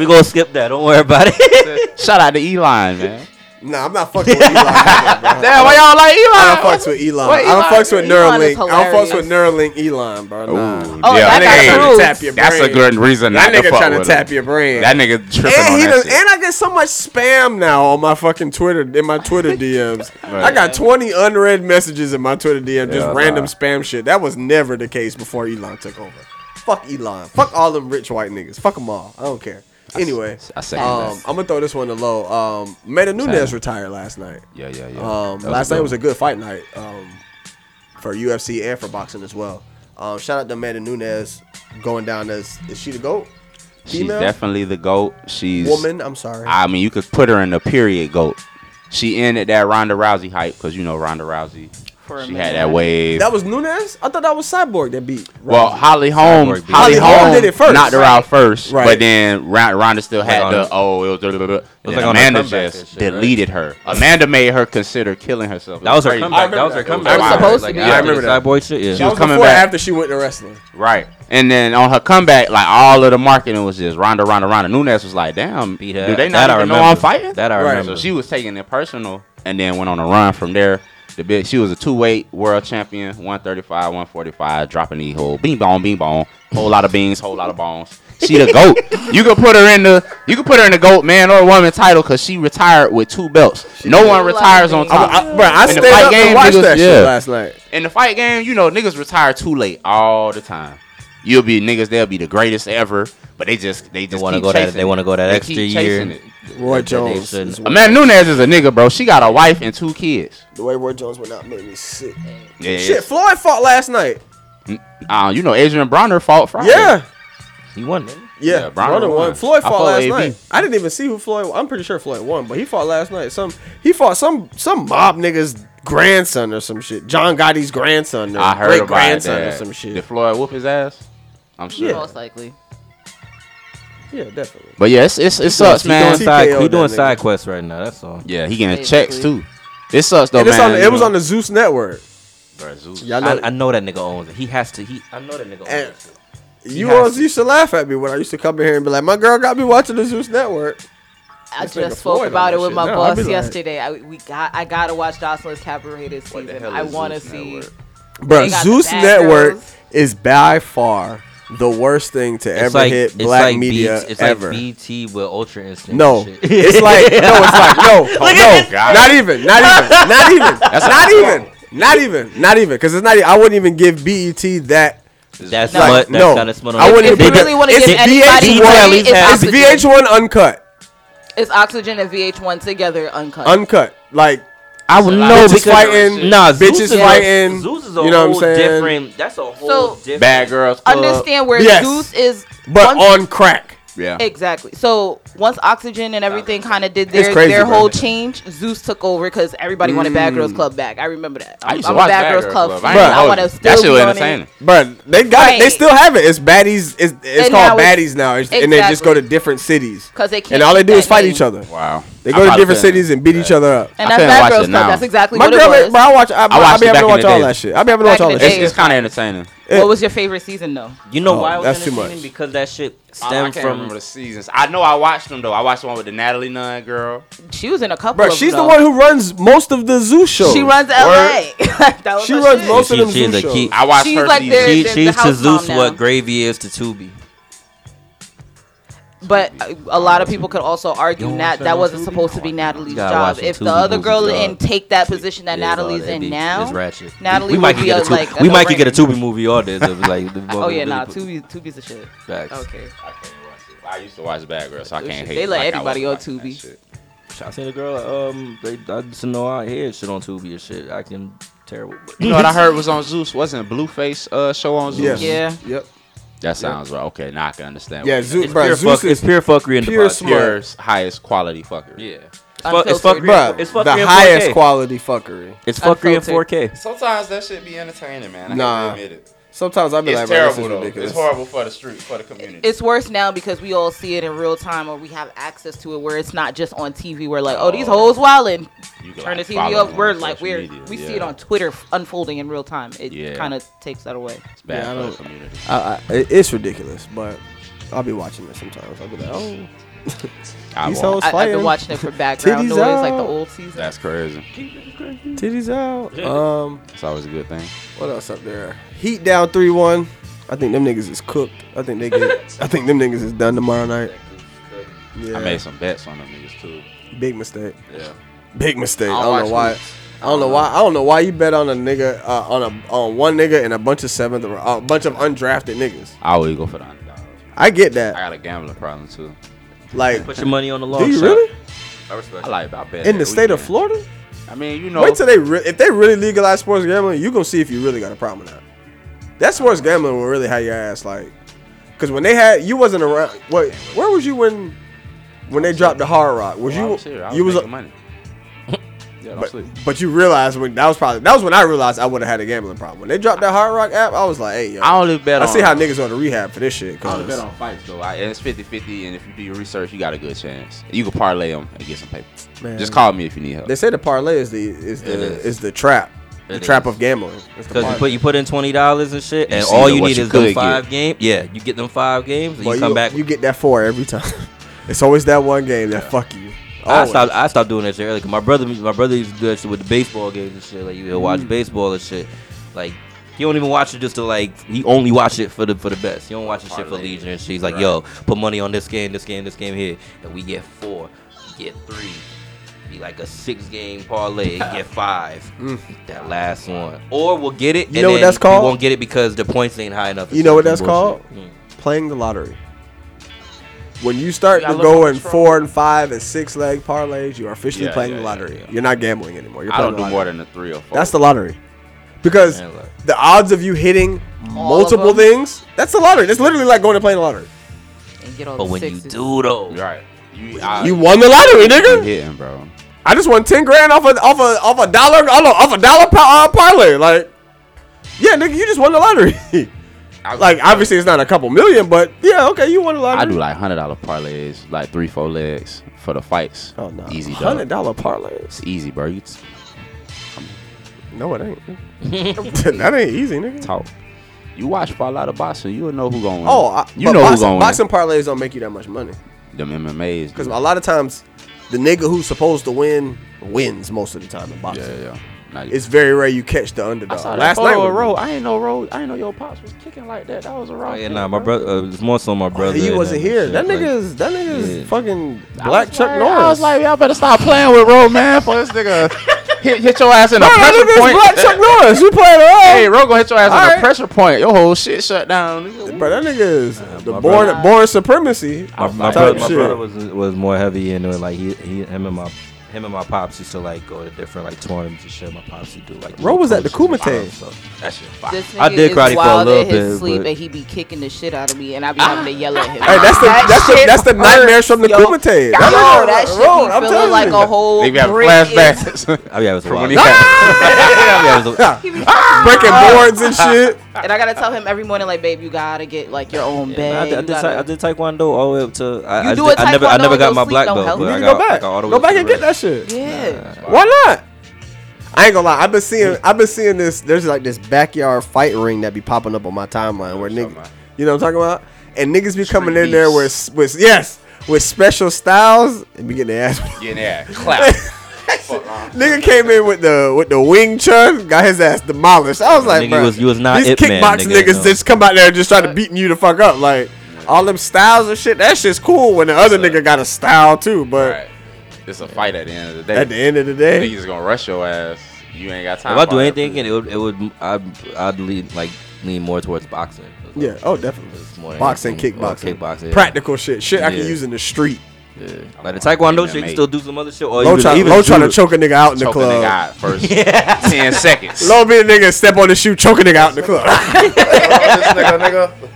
Speaker 1: We gonna skip that. Don't worry about it.
Speaker 2: Shout out to Elon, man.
Speaker 3: nah, I'm not fucking with Elon. either, bro.
Speaker 2: Damn, why y'all like Elon?
Speaker 3: I don't fucks with Elon.
Speaker 2: what
Speaker 3: I don't
Speaker 2: Elon-
Speaker 3: fucks with
Speaker 4: Elon is
Speaker 3: Neuralink. I don't fucks with Neuralink Elon, bro. Nah.
Speaker 2: Ooh,
Speaker 4: Oh,
Speaker 2: yeah.
Speaker 4: that
Speaker 3: That nigga
Speaker 4: got
Speaker 3: trying to
Speaker 4: approved.
Speaker 3: tap your brain.
Speaker 2: That's a good reason
Speaker 3: That
Speaker 2: not to
Speaker 3: nigga
Speaker 2: fuck
Speaker 3: trying to
Speaker 2: with
Speaker 3: tap
Speaker 2: him.
Speaker 3: your brain.
Speaker 2: That nigga tripping
Speaker 3: and
Speaker 2: on
Speaker 3: he
Speaker 2: that
Speaker 3: done,
Speaker 2: shit.
Speaker 3: and I get so much spam now on my fucking Twitter in my Twitter DMs. I got 20 unread messages in my Twitter DM, just
Speaker 2: Yeah,
Speaker 3: random
Speaker 2: nah.
Speaker 3: spam shit. That was never the case before Elon took over. Fuck Elon. Fuck all them rich white niggas. Fuck them all. I don't care. Anyway,
Speaker 2: I second
Speaker 3: um,
Speaker 2: that.
Speaker 3: I'm gonna throw this one to low. Um, Meta Nunes retired last night.
Speaker 2: Yeah, yeah, yeah.
Speaker 3: Um,
Speaker 2: That
Speaker 3: last
Speaker 2: a
Speaker 3: night
Speaker 2: good
Speaker 3: was a
Speaker 2: one.
Speaker 3: good fight night um, for UFC and for boxing as well. Um, shout out to Amanda Nunes going down as is she the goat?
Speaker 2: She's
Speaker 3: female?
Speaker 2: definitely the goat. She's
Speaker 3: Woman, I'm sorry.
Speaker 2: I mean, you could put her in the period goat. She in at that Ronda Rousey hype because you know Ronda Rousey.
Speaker 4: For a
Speaker 2: she
Speaker 4: minute.
Speaker 2: had that wave.
Speaker 3: that was Nunes. I thought that was Cyborg that beat.
Speaker 2: well,
Speaker 3: Rousey.
Speaker 2: Holly Holm,
Speaker 1: Cyborg beat
Speaker 2: Holly
Speaker 3: her. Holm
Speaker 2: Holm
Speaker 3: did it first.
Speaker 2: knocked her out first,
Speaker 3: Right.
Speaker 2: but then Ron- Ronda still had
Speaker 1: on
Speaker 2: the
Speaker 1: her-
Speaker 2: oh, it was, blah, blah, blah. And
Speaker 1: like on her
Speaker 2: Amanda
Speaker 1: comeback and
Speaker 2: just
Speaker 1: shit, right?
Speaker 2: deleted her. Amanda made her consider killing herself. It
Speaker 1: That was her
Speaker 2: crazy.
Speaker 1: comeback. That was her
Speaker 3: that. It was
Speaker 1: comeback.
Speaker 4: supposed
Speaker 1: Like,
Speaker 4: to be.
Speaker 1: after
Speaker 3: I remember
Speaker 1: the
Speaker 3: that.
Speaker 1: Cyborg shit. Yeah.
Speaker 2: She was
Speaker 3: That
Speaker 2: coming
Speaker 3: before,
Speaker 2: back.
Speaker 3: after she went to wrestling.
Speaker 2: Right. And then on her comeback, like all of the marketing was just Ronda, Ronda, Ronda. Nunes was like, damn,
Speaker 1: Beat her.
Speaker 2: do they
Speaker 1: That
Speaker 2: not
Speaker 1: I
Speaker 2: even know
Speaker 1: remember.
Speaker 2: I'm fighting?
Speaker 1: That I
Speaker 3: Right.
Speaker 1: remember.
Speaker 2: so she was taking it personal and then went on a run from there. The big, she was a two-weight world champion, 135, 145, dropping the whole bean bone, bean bone, whole lot of beans, whole lot of bones. She the goat. you could put her in the you could put her in the goat man or woman title because she retired with two belts. no one
Speaker 4: a lot of
Speaker 2: retires on
Speaker 4: beans.
Speaker 2: top.
Speaker 3: I, bro, I
Speaker 2: In the
Speaker 3: stayed
Speaker 2: fight
Speaker 3: up
Speaker 2: game,
Speaker 3: to watch
Speaker 2: niggas-
Speaker 3: that
Speaker 2: yeah.
Speaker 3: shit last night.
Speaker 2: In the fight game, you know, niggas retire too late all the time. You'll be niggas, they'll be the greatest ever, but they just they just
Speaker 1: wanna
Speaker 2: keep
Speaker 1: go that-
Speaker 2: chasing
Speaker 1: they wanna
Speaker 2: it.
Speaker 1: go that
Speaker 2: They
Speaker 1: extra
Speaker 2: keep
Speaker 1: year.
Speaker 2: chasing it.
Speaker 3: Roy
Speaker 1: that they
Speaker 3: Jones.
Speaker 1: shouldn't.
Speaker 3: is one-
Speaker 2: Amanda Nunes is a nigga, bro. She got a wife and two kids.
Speaker 3: The way Roy Jones went out made me sick.
Speaker 2: Yeah,
Speaker 3: Shit, Floyd fought last night.
Speaker 2: uh, you know, Adrian Bronner fought Friday.
Speaker 3: Yeah.
Speaker 1: He won. didn't he?
Speaker 3: Yeah,
Speaker 2: Yeah, Brown
Speaker 3: Broner
Speaker 2: won.
Speaker 3: won.
Speaker 2: I
Speaker 3: Floyd fought
Speaker 2: fought
Speaker 3: last
Speaker 2: AB.
Speaker 3: night. I didn't even see who Floyd. I'm pretty sure Floyd won, but he fought last night. Some he fought some some mob nigga's grandson or some shit. John Gotti's grandson or
Speaker 2: I heard
Speaker 3: great
Speaker 2: about
Speaker 3: grandson
Speaker 2: that.
Speaker 3: or some shit.
Speaker 2: Did Floyd whoop his ass? I'm sure.
Speaker 3: Yeah.
Speaker 4: Most likely.
Speaker 3: yeah, definitely.
Speaker 2: But yeah, it's, it's, it sucks,
Speaker 1: He doing
Speaker 2: man.
Speaker 3: TKO'd
Speaker 1: side. He
Speaker 3: that
Speaker 1: doing
Speaker 3: nigga.
Speaker 1: side quests right now. That's all.
Speaker 2: Yeah, he getting
Speaker 4: Basically.
Speaker 2: checks too. It sucks though,
Speaker 3: And it's
Speaker 2: man.
Speaker 3: on the, it was on the Zeus network.
Speaker 2: the
Speaker 3: Y'all know.
Speaker 1: I, I know that nigga owns it. He has to. He. I know that nigga owns
Speaker 3: and,
Speaker 1: it.
Speaker 2: He
Speaker 3: you
Speaker 2: has
Speaker 3: always used to laugh at me when I used to come in here and be like, "My girl got me watching the Zeus Network."
Speaker 4: I
Speaker 3: This nigga
Speaker 4: just spoke
Speaker 3: Floyd on
Speaker 4: about it
Speaker 3: this
Speaker 4: with
Speaker 3: shit.
Speaker 4: my
Speaker 3: No, I be
Speaker 4: boss
Speaker 3: like-
Speaker 4: yesterday. I we got I gotta watch Jocelyn's Cabaret this season. I want to see.
Speaker 3: Bro,
Speaker 4: They got the
Speaker 3: Zeus
Speaker 4: bad
Speaker 3: Network
Speaker 4: girls.
Speaker 3: is by far the worst thing to ever hit black media
Speaker 1: BT, it's
Speaker 3: ever.
Speaker 1: like BT with Ultra Instinct.
Speaker 3: no,
Speaker 1: and shit.
Speaker 3: it's like no, it's like no, no, not even, not even, not even,
Speaker 1: That's
Speaker 3: not even, not even, not even, because it's not. even- I wouldn't even give BET that.
Speaker 1: That's
Speaker 3: like,
Speaker 1: what. That's
Speaker 3: no,
Speaker 1: kind of smut on
Speaker 3: I
Speaker 1: it.
Speaker 3: wouldn't
Speaker 4: If you
Speaker 3: even-
Speaker 4: really want to
Speaker 3: it's
Speaker 4: give anybody
Speaker 3: VH1.
Speaker 4: money, it's
Speaker 3: It's
Speaker 4: Oxygen.
Speaker 3: VH1 uncut,
Speaker 4: It's Oxygen and VH1 together uncut.
Speaker 3: uncut. Like
Speaker 1: I would
Speaker 3: Bitches
Speaker 1: know because
Speaker 3: fighting,
Speaker 1: nah,
Speaker 3: bitches
Speaker 1: Zeus is a-
Speaker 3: fighting,
Speaker 1: Zeus is a
Speaker 3: you know what I'm
Speaker 1: whole
Speaker 3: saying?
Speaker 1: different. That's a whole
Speaker 4: So-
Speaker 1: different.
Speaker 2: Bad girls. Club.
Speaker 4: Understand where
Speaker 3: uh, Yes.
Speaker 4: Zeus is.
Speaker 3: but
Speaker 4: once-
Speaker 3: on crack.
Speaker 2: Yeah.
Speaker 4: Exactly. So once Oxygen and everything kind of did their
Speaker 3: crazy,
Speaker 4: their
Speaker 3: bro. Mm.
Speaker 4: whole change, Zeus took over because everybody wanted Bad Girls Club back. I remember that.
Speaker 2: I used to
Speaker 4: I'm
Speaker 2: watch
Speaker 4: a Bad Girls Club.
Speaker 2: I
Speaker 4: fan.
Speaker 2: ain't
Speaker 4: I
Speaker 2: gonna
Speaker 4: want to
Speaker 2: hold you.
Speaker 4: still
Speaker 2: That shit
Speaker 4: be
Speaker 2: was
Speaker 4: on it.
Speaker 2: entertaining.
Speaker 3: But they got, they
Speaker 4: Right.
Speaker 3: still have it. It's baddies. It's, it's
Speaker 4: And
Speaker 3: called
Speaker 4: now
Speaker 3: baddies
Speaker 4: it's-
Speaker 3: now, It's- and they just go
Speaker 4: Exactly.
Speaker 3: to different cities.
Speaker 4: 'Cause they can't
Speaker 3: and all they
Speaker 4: keep
Speaker 3: do is
Speaker 4: that
Speaker 3: fight
Speaker 4: name.
Speaker 3: each other.
Speaker 2: Wow.
Speaker 3: They
Speaker 2: I
Speaker 3: go to
Speaker 2: probably
Speaker 3: different
Speaker 2: couldn't.
Speaker 3: cities and beat each other up.
Speaker 4: And
Speaker 2: I
Speaker 4: that's
Speaker 2: couldn't
Speaker 4: Bad
Speaker 2: watch
Speaker 4: Girls
Speaker 2: it
Speaker 4: Club.
Speaker 2: now.
Speaker 4: That's exactly
Speaker 3: My
Speaker 4: what it
Speaker 3: girl,
Speaker 4: was.
Speaker 3: bro, I watch. I, I,
Speaker 2: watched
Speaker 3: be
Speaker 2: it
Speaker 3: having to
Speaker 2: back in
Speaker 3: watch
Speaker 2: the
Speaker 3: all
Speaker 2: day.
Speaker 3: that shit. I be having to
Speaker 4: Back
Speaker 3: watch all
Speaker 4: in
Speaker 3: that
Speaker 4: the
Speaker 2: It's,
Speaker 3: shit.
Speaker 4: day.
Speaker 2: it's kind of entertaining.
Speaker 4: What was your favorite season though?
Speaker 1: You know
Speaker 3: Oh,
Speaker 1: why it was
Speaker 3: that's too
Speaker 1: entertaining?
Speaker 3: much.
Speaker 1: Because that shit
Speaker 4: Oh,
Speaker 2: I
Speaker 1: stemmed
Speaker 2: can't
Speaker 1: from
Speaker 2: remember the seasons. I know I watched them though. I watched the one with the Natalie Nunn girl.
Speaker 4: She was in a couple.
Speaker 3: Bro,
Speaker 4: of
Speaker 3: she's the
Speaker 4: them, though.
Speaker 3: one who runs most of the zoo shows.
Speaker 4: She runs LA. that was
Speaker 3: She
Speaker 4: her
Speaker 3: runs
Speaker 4: shit.
Speaker 3: most of
Speaker 1: She-
Speaker 3: them
Speaker 1: she's
Speaker 3: zoo
Speaker 1: a
Speaker 3: shows.
Speaker 1: key-
Speaker 2: I watched
Speaker 4: She's
Speaker 2: her
Speaker 4: like
Speaker 2: season.
Speaker 4: the-
Speaker 1: she,
Speaker 4: There's the
Speaker 1: she's to
Speaker 4: house mom
Speaker 1: Zeus
Speaker 4: now.
Speaker 1: what gravy is to Tubi.
Speaker 4: But uh, a lot of people could also argue
Speaker 1: Yo,
Speaker 4: that
Speaker 1: shout
Speaker 4: that
Speaker 1: out
Speaker 4: wasn't
Speaker 1: Tubi.
Speaker 4: supposed to be Natalie's
Speaker 1: gotta
Speaker 4: job.
Speaker 1: watch some
Speaker 4: If the
Speaker 1: Tubi
Speaker 4: other
Speaker 1: movies,
Speaker 4: girl
Speaker 1: dog.
Speaker 4: didn't take that position that
Speaker 1: Yeah, dog,
Speaker 4: Natalie's
Speaker 1: that'd
Speaker 4: in
Speaker 1: be-
Speaker 4: now,
Speaker 1: it's ratchet.
Speaker 4: Natalie
Speaker 1: we might
Speaker 4: would be
Speaker 1: get
Speaker 4: a,
Speaker 1: a Tubi.
Speaker 4: like
Speaker 1: we
Speaker 4: a
Speaker 1: might could get a
Speaker 4: no-brainer.
Speaker 1: Tubi movie all this. If, like, the
Speaker 4: Oh yeah,
Speaker 1: motherfucker
Speaker 4: nah,
Speaker 1: really put-
Speaker 4: Tubi, Oh, Tubi's a shit.
Speaker 1: Facts.
Speaker 4: Okay,
Speaker 2: I used to watch Bad Girls, so I
Speaker 4: Those
Speaker 2: can't
Speaker 4: shit-
Speaker 2: hate.
Speaker 4: they
Speaker 2: it
Speaker 4: let
Speaker 2: like I
Speaker 4: anybody
Speaker 2: wasn't
Speaker 4: on
Speaker 2: watching
Speaker 4: Tubi.
Speaker 2: that shit.
Speaker 1: I seen a girl. Um, they I just know I hear shit on Tubi and shit. I can terrible. but-
Speaker 2: You know what I heard was on Zeus? Wasn't Blueface uh, show on Zeus?
Speaker 3: Yes.
Speaker 4: Yeah.
Speaker 3: Yep.
Speaker 2: That sounds right. Okay, now I can understand.
Speaker 3: Yeah,
Speaker 2: what-
Speaker 3: Zeus,
Speaker 1: It's
Speaker 3: bro.
Speaker 1: pure,
Speaker 3: Zeus
Speaker 1: fuck, it's
Speaker 3: is
Speaker 1: pure fuckery in the
Speaker 3: pure
Speaker 1: box.
Speaker 3: smart.
Speaker 2: Pure highest quality fucker.
Speaker 1: Yeah.
Speaker 4: Unfiltered.
Speaker 1: It's, fuck, it's fuckery.
Speaker 3: bro.
Speaker 1: It's
Speaker 3: The
Speaker 1: fuckery in
Speaker 3: highest
Speaker 1: 4K.
Speaker 3: quality fuckery.
Speaker 1: It's fuckery in
Speaker 4: Unfiltered.
Speaker 1: 4K.
Speaker 2: Sometimes that should be entertaining, man. I
Speaker 3: Nah.
Speaker 2: Have to admit it.
Speaker 3: Sometimes I be
Speaker 2: It's
Speaker 3: like, bro, this
Speaker 2: terrible
Speaker 3: is
Speaker 2: though.
Speaker 3: ridiculous.
Speaker 2: It's horrible for the street, for the community.
Speaker 4: it's worse now because we all see it in real time or we have access to it where it's not just on TV. We're like, oh, these hoes wildin'.
Speaker 2: You can,
Speaker 4: Turn the
Speaker 2: like,
Speaker 4: TV
Speaker 2: follow
Speaker 4: up.
Speaker 2: them
Speaker 4: We're
Speaker 2: on
Speaker 4: like,
Speaker 2: social
Speaker 4: we're
Speaker 2: media.
Speaker 4: we see
Speaker 2: Yeah.
Speaker 4: it on Twitter f- unfolding in real time. It
Speaker 2: Yeah.
Speaker 4: kind of takes that away.
Speaker 2: It's bad
Speaker 3: Yeah, I
Speaker 2: for the
Speaker 3: don't-
Speaker 2: community.
Speaker 3: I, I, it- it's ridiculous, but I'll be watching it sometimes. I'll be like, oh,
Speaker 2: I
Speaker 3: these
Speaker 2: won't.
Speaker 3: hoes
Speaker 4: I, I've
Speaker 3: fighting,
Speaker 4: been watching it for background
Speaker 3: Titties
Speaker 4: noise, like the
Speaker 3: out.
Speaker 4: old season.
Speaker 2: That's crazy.
Speaker 3: titties out. Um,
Speaker 2: It's always a good thing.
Speaker 3: what else up there? Heat down three one. I think them niggas is cooked. I think they get. I think them niggas is done tomorrow night. Yeah,
Speaker 2: I made some bets on them niggas too.
Speaker 3: big mistake.
Speaker 2: Yeah.
Speaker 3: Big mistake.
Speaker 2: I
Speaker 3: I
Speaker 2: don't
Speaker 3: don't
Speaker 2: watch Uh-huh.
Speaker 3: know why.
Speaker 2: hoops.
Speaker 3: I don't know why. I don't know why you bet on a nigga uh, on a on one nigga and a bunch of seventh or a bunch of undrafted niggas.
Speaker 2: I always go for the underdog.
Speaker 3: I get
Speaker 2: I
Speaker 3: that.
Speaker 2: got a gambling problem too.
Speaker 3: Like,
Speaker 1: Put your money on the long
Speaker 3: do you
Speaker 1: shot.
Speaker 3: really
Speaker 1: I respect.
Speaker 2: I like about bet
Speaker 3: in the
Speaker 2: every
Speaker 3: state of
Speaker 2: weekend.
Speaker 3: Florida?
Speaker 2: I mean, you know,
Speaker 3: Wait till they re- if they really legalize sports gambling, you gonna see if you really got a problem now. That sports gambling will really have your ass like, cause when they had you wasn't around. Wait, where was you when when they dropped the hard rock? Was
Speaker 2: Well,
Speaker 3: you
Speaker 2: I'm serious. I was
Speaker 3: you was
Speaker 2: making money. yeah, don't
Speaker 3: but,
Speaker 2: sleep.
Speaker 3: but you realized when that was probably that was when I realized I would have had a gambling problem. When they dropped that hard rock app, I was like, hey yo,
Speaker 2: I only bet.
Speaker 3: I see
Speaker 2: on-
Speaker 3: how niggas on the rehab for this shit.
Speaker 2: I only bet
Speaker 3: Cause
Speaker 2: on fights though. I, and it's 50-50, and if you do your research, you got a good chance. You can parlay them and get some paper.
Speaker 3: Man.
Speaker 2: Just call me if you need help.
Speaker 3: they say the parlay is the is
Speaker 1: It
Speaker 3: the
Speaker 1: is.
Speaker 3: is the trap, the
Speaker 1: It
Speaker 3: trap
Speaker 1: is.
Speaker 3: of gambling. It's the
Speaker 1: Because you
Speaker 3: parlay.
Speaker 1: put you put in twenty dollars and shit,
Speaker 2: You
Speaker 1: and
Speaker 2: see
Speaker 1: all
Speaker 2: the-
Speaker 1: you
Speaker 2: what
Speaker 1: need
Speaker 2: you
Speaker 1: is them
Speaker 2: could get.
Speaker 1: five game. Yeah, you get them five games, and
Speaker 3: Boy,
Speaker 1: you come back.
Speaker 3: you get that four every time. it's always that one game that fuck you.
Speaker 1: I
Speaker 3: Always.
Speaker 1: stopped. I stopped doing that shit early. Cause my brother, my brother used to do that shit with the baseball games and shit. Like you would
Speaker 3: Mm.
Speaker 1: watch baseball and shit. Like he don't even watch it just to like. He only watch it for the for the best. He don't watch the shit for leisure and shit. He's like, yo, put money on this game, this game, this game here, and we get four, we get three, be like a six game parlay, and get five. That last one, or we'll get it.
Speaker 3: Mm. You know what that's called?
Speaker 1: We won't get it because the points ain't high enough.
Speaker 3: You know what that's called?
Speaker 1: Mm.
Speaker 3: Playing the lottery. When you start
Speaker 2: Yeah, I
Speaker 3: to
Speaker 2: look
Speaker 3: go
Speaker 2: on
Speaker 3: in
Speaker 2: the
Speaker 3: four and five and six leg parlays, you are officially
Speaker 2: Yeah,
Speaker 3: playing
Speaker 2: yeah,
Speaker 3: the
Speaker 2: yeah,
Speaker 3: lottery.
Speaker 2: yeah.
Speaker 3: You're not gambling anymore. You're
Speaker 2: I
Speaker 3: playing
Speaker 2: don't
Speaker 3: the
Speaker 2: do
Speaker 3: lottery.
Speaker 2: more than a three or four.
Speaker 3: That's the lottery. Because
Speaker 1: Man, look.
Speaker 3: the odds of you hitting
Speaker 4: All of
Speaker 3: multiple
Speaker 4: them?
Speaker 3: things, that's the lottery. That's literally like going to play the lottery.
Speaker 4: And get all
Speaker 1: But
Speaker 4: the
Speaker 1: when you
Speaker 4: sixes.
Speaker 1: do though,
Speaker 2: right. You, I,
Speaker 3: You won the lottery,
Speaker 2: you
Speaker 3: nigga.
Speaker 2: hitting, bro.
Speaker 3: I just won ten grand off a off a off a dollar off a, off a dollar par, uh, parlay. Like, yeah, nigga, you just won the lottery.
Speaker 2: I-
Speaker 3: like, obviously, it's not a couple million, but yeah, okay, you won the lottery.
Speaker 2: I do like hundred dollar parlays, like three, four legs for the fights.
Speaker 3: Oh no,
Speaker 2: easy
Speaker 3: hundred
Speaker 2: hundred.
Speaker 3: dollar parlays.
Speaker 2: It's easy, bro. You t-
Speaker 3: No, it ain't. that ain't easy, nigga.
Speaker 2: talk. You watch a lot of boxing, you'll know who gonna win.
Speaker 3: Oh, I,
Speaker 2: you know
Speaker 3: boxing,
Speaker 2: who gonna
Speaker 3: boxing parlays don't make you that much money
Speaker 2: win. Them MMAs.
Speaker 3: because a lot of times the nigga who's supposed to win wins most of the time in boxing.
Speaker 2: Yeah, yeah. Now you-
Speaker 3: It's very rare you catch the underdog.
Speaker 2: I saw
Speaker 3: Last
Speaker 2: that photo
Speaker 3: night,
Speaker 2: of
Speaker 3: was-
Speaker 2: Roe. I ain't know Roe. I ain't know your pops was kicking like that. That was a Roe.
Speaker 1: Oh, yeah,
Speaker 2: kick,
Speaker 1: nah, my
Speaker 2: bro.
Speaker 1: brother. Uh, it's more so my brother.
Speaker 3: Oh, he
Speaker 1: and
Speaker 3: wasn't
Speaker 1: them
Speaker 3: here.
Speaker 1: and
Speaker 3: That
Speaker 1: shit,
Speaker 3: nigga
Speaker 1: like-
Speaker 3: is that nigga is
Speaker 1: Yeah.
Speaker 3: fucking
Speaker 2: I
Speaker 3: black
Speaker 2: was
Speaker 3: Chuck
Speaker 2: like-
Speaker 3: Norris.
Speaker 2: I was like, y'all better stop playing with Roe, man. For this nigga hit, hit your ass in a
Speaker 3: Bro, that
Speaker 2: pressure
Speaker 3: nigga is
Speaker 2: point.
Speaker 3: black Chuck Norris. You playing around?
Speaker 2: Hey, Roe gonna hit your ass in
Speaker 3: Alright.
Speaker 2: a pressure point. Your whole shit shut down. nigga.
Speaker 3: Bro, that nigga is the
Speaker 1: my
Speaker 3: born
Speaker 1: brother-
Speaker 3: born supremacy.
Speaker 1: My, my,
Speaker 3: type
Speaker 1: brother, my
Speaker 3: shit.
Speaker 1: brother was was more heavy into it. Like he, he him and my him and my pops used to like go to different like tournaments and shit. My pops used to do like.
Speaker 3: Bro was at the
Speaker 1: coaches
Speaker 3: Kumite.
Speaker 1: and stuff, so That shit fire.
Speaker 4: This nigga
Speaker 1: I did
Speaker 4: is
Speaker 1: karate for a
Speaker 4: wild
Speaker 1: little
Speaker 4: in his
Speaker 1: bit,
Speaker 4: sleep
Speaker 1: but-
Speaker 4: and he be kicking the shit out of me, and I be having to yell at him.
Speaker 3: Hey, that's the
Speaker 4: That
Speaker 3: that's the
Speaker 4: shit
Speaker 3: that's the nightmares from the
Speaker 4: yo.
Speaker 3: Kumite. That
Speaker 4: Yo,
Speaker 3: nigga-
Speaker 4: that shit
Speaker 3: Roe,
Speaker 4: be
Speaker 3: I'm
Speaker 4: feeling
Speaker 3: telling
Speaker 4: like
Speaker 3: you.
Speaker 4: a whole
Speaker 2: They be having
Speaker 4: brick is-
Speaker 2: flashbacks.
Speaker 1: Oh yeah, it was
Speaker 2: From
Speaker 1: wild.
Speaker 2: when he had-
Speaker 1: yeah, it was
Speaker 3: breaking boards and shit.
Speaker 4: And I gotta tell him every morning, like, babe, you gotta get like your own
Speaker 1: a- I,
Speaker 4: bed.
Speaker 1: did, I,
Speaker 4: you
Speaker 1: did,
Speaker 4: gotta-
Speaker 1: ta- I did taekwondo all the way up to. I,
Speaker 4: You
Speaker 1: I,
Speaker 4: do
Speaker 1: did,
Speaker 4: a
Speaker 1: I never, I
Speaker 4: taekwondo
Speaker 1: never
Speaker 4: and
Speaker 1: got
Speaker 4: go
Speaker 1: my
Speaker 4: sleep,
Speaker 1: black
Speaker 4: don't
Speaker 1: belt.
Speaker 4: help
Speaker 1: but
Speaker 3: You
Speaker 1: I
Speaker 3: need to
Speaker 1: got-
Speaker 3: go back.
Speaker 1: I got all the
Speaker 3: Go
Speaker 1: way
Speaker 3: back
Speaker 1: to
Speaker 3: and
Speaker 1: the
Speaker 3: get that shit.
Speaker 4: yeah.
Speaker 3: Why not? I ain't gonna lie. I've been seeing. I've been seeing this. There's like this backyard fight ring that be popping up on my timeline where niggas, you know what I'm talking about, and niggas be coming in there with with yes with special styles and be getting their ass.
Speaker 2: Getting there, clap.
Speaker 3: Nigga came in with the with the wing chun, got his ass demolished. I was like,
Speaker 1: Nigga
Speaker 3: bro,
Speaker 1: was- you was not
Speaker 3: these
Speaker 1: Ip Man,
Speaker 3: kickboxing
Speaker 1: nigga,
Speaker 3: niggas
Speaker 1: no.
Speaker 3: just come out there and just try to beating you the fuck up. Like all them styles and shit. That shit's cool when the other nigga got a style too. But
Speaker 2: Right. It's a fight at the end of the day.
Speaker 3: at the end of the day,
Speaker 2: Niggas gonna rush your ass. You ain't got time.
Speaker 1: If I do
Speaker 2: for it.
Speaker 1: anything, it would, it would, I'd, I'd lean like lean more towards boxing.
Speaker 3: Yeah, oh, definitely.
Speaker 1: It's more
Speaker 3: Boxing,
Speaker 1: anything- or
Speaker 3: kickboxing,
Speaker 1: kickboxing, yeah.
Speaker 3: practical shit, shit I can
Speaker 1: Yeah.
Speaker 3: use in the street.
Speaker 1: Yeah. Like the taekwondo shit, you
Speaker 2: MMA.
Speaker 1: can still do some other shit. Or
Speaker 3: Low
Speaker 1: even,
Speaker 3: try,
Speaker 1: Oh, even
Speaker 3: Low trying to
Speaker 1: judo.
Speaker 3: choke a nigga out in the
Speaker 2: choking the
Speaker 3: club.
Speaker 2: guy first ten seconds.
Speaker 3: Low be a nigga step on the shoe, choking nigga out in the club.
Speaker 9: nigga, nigga.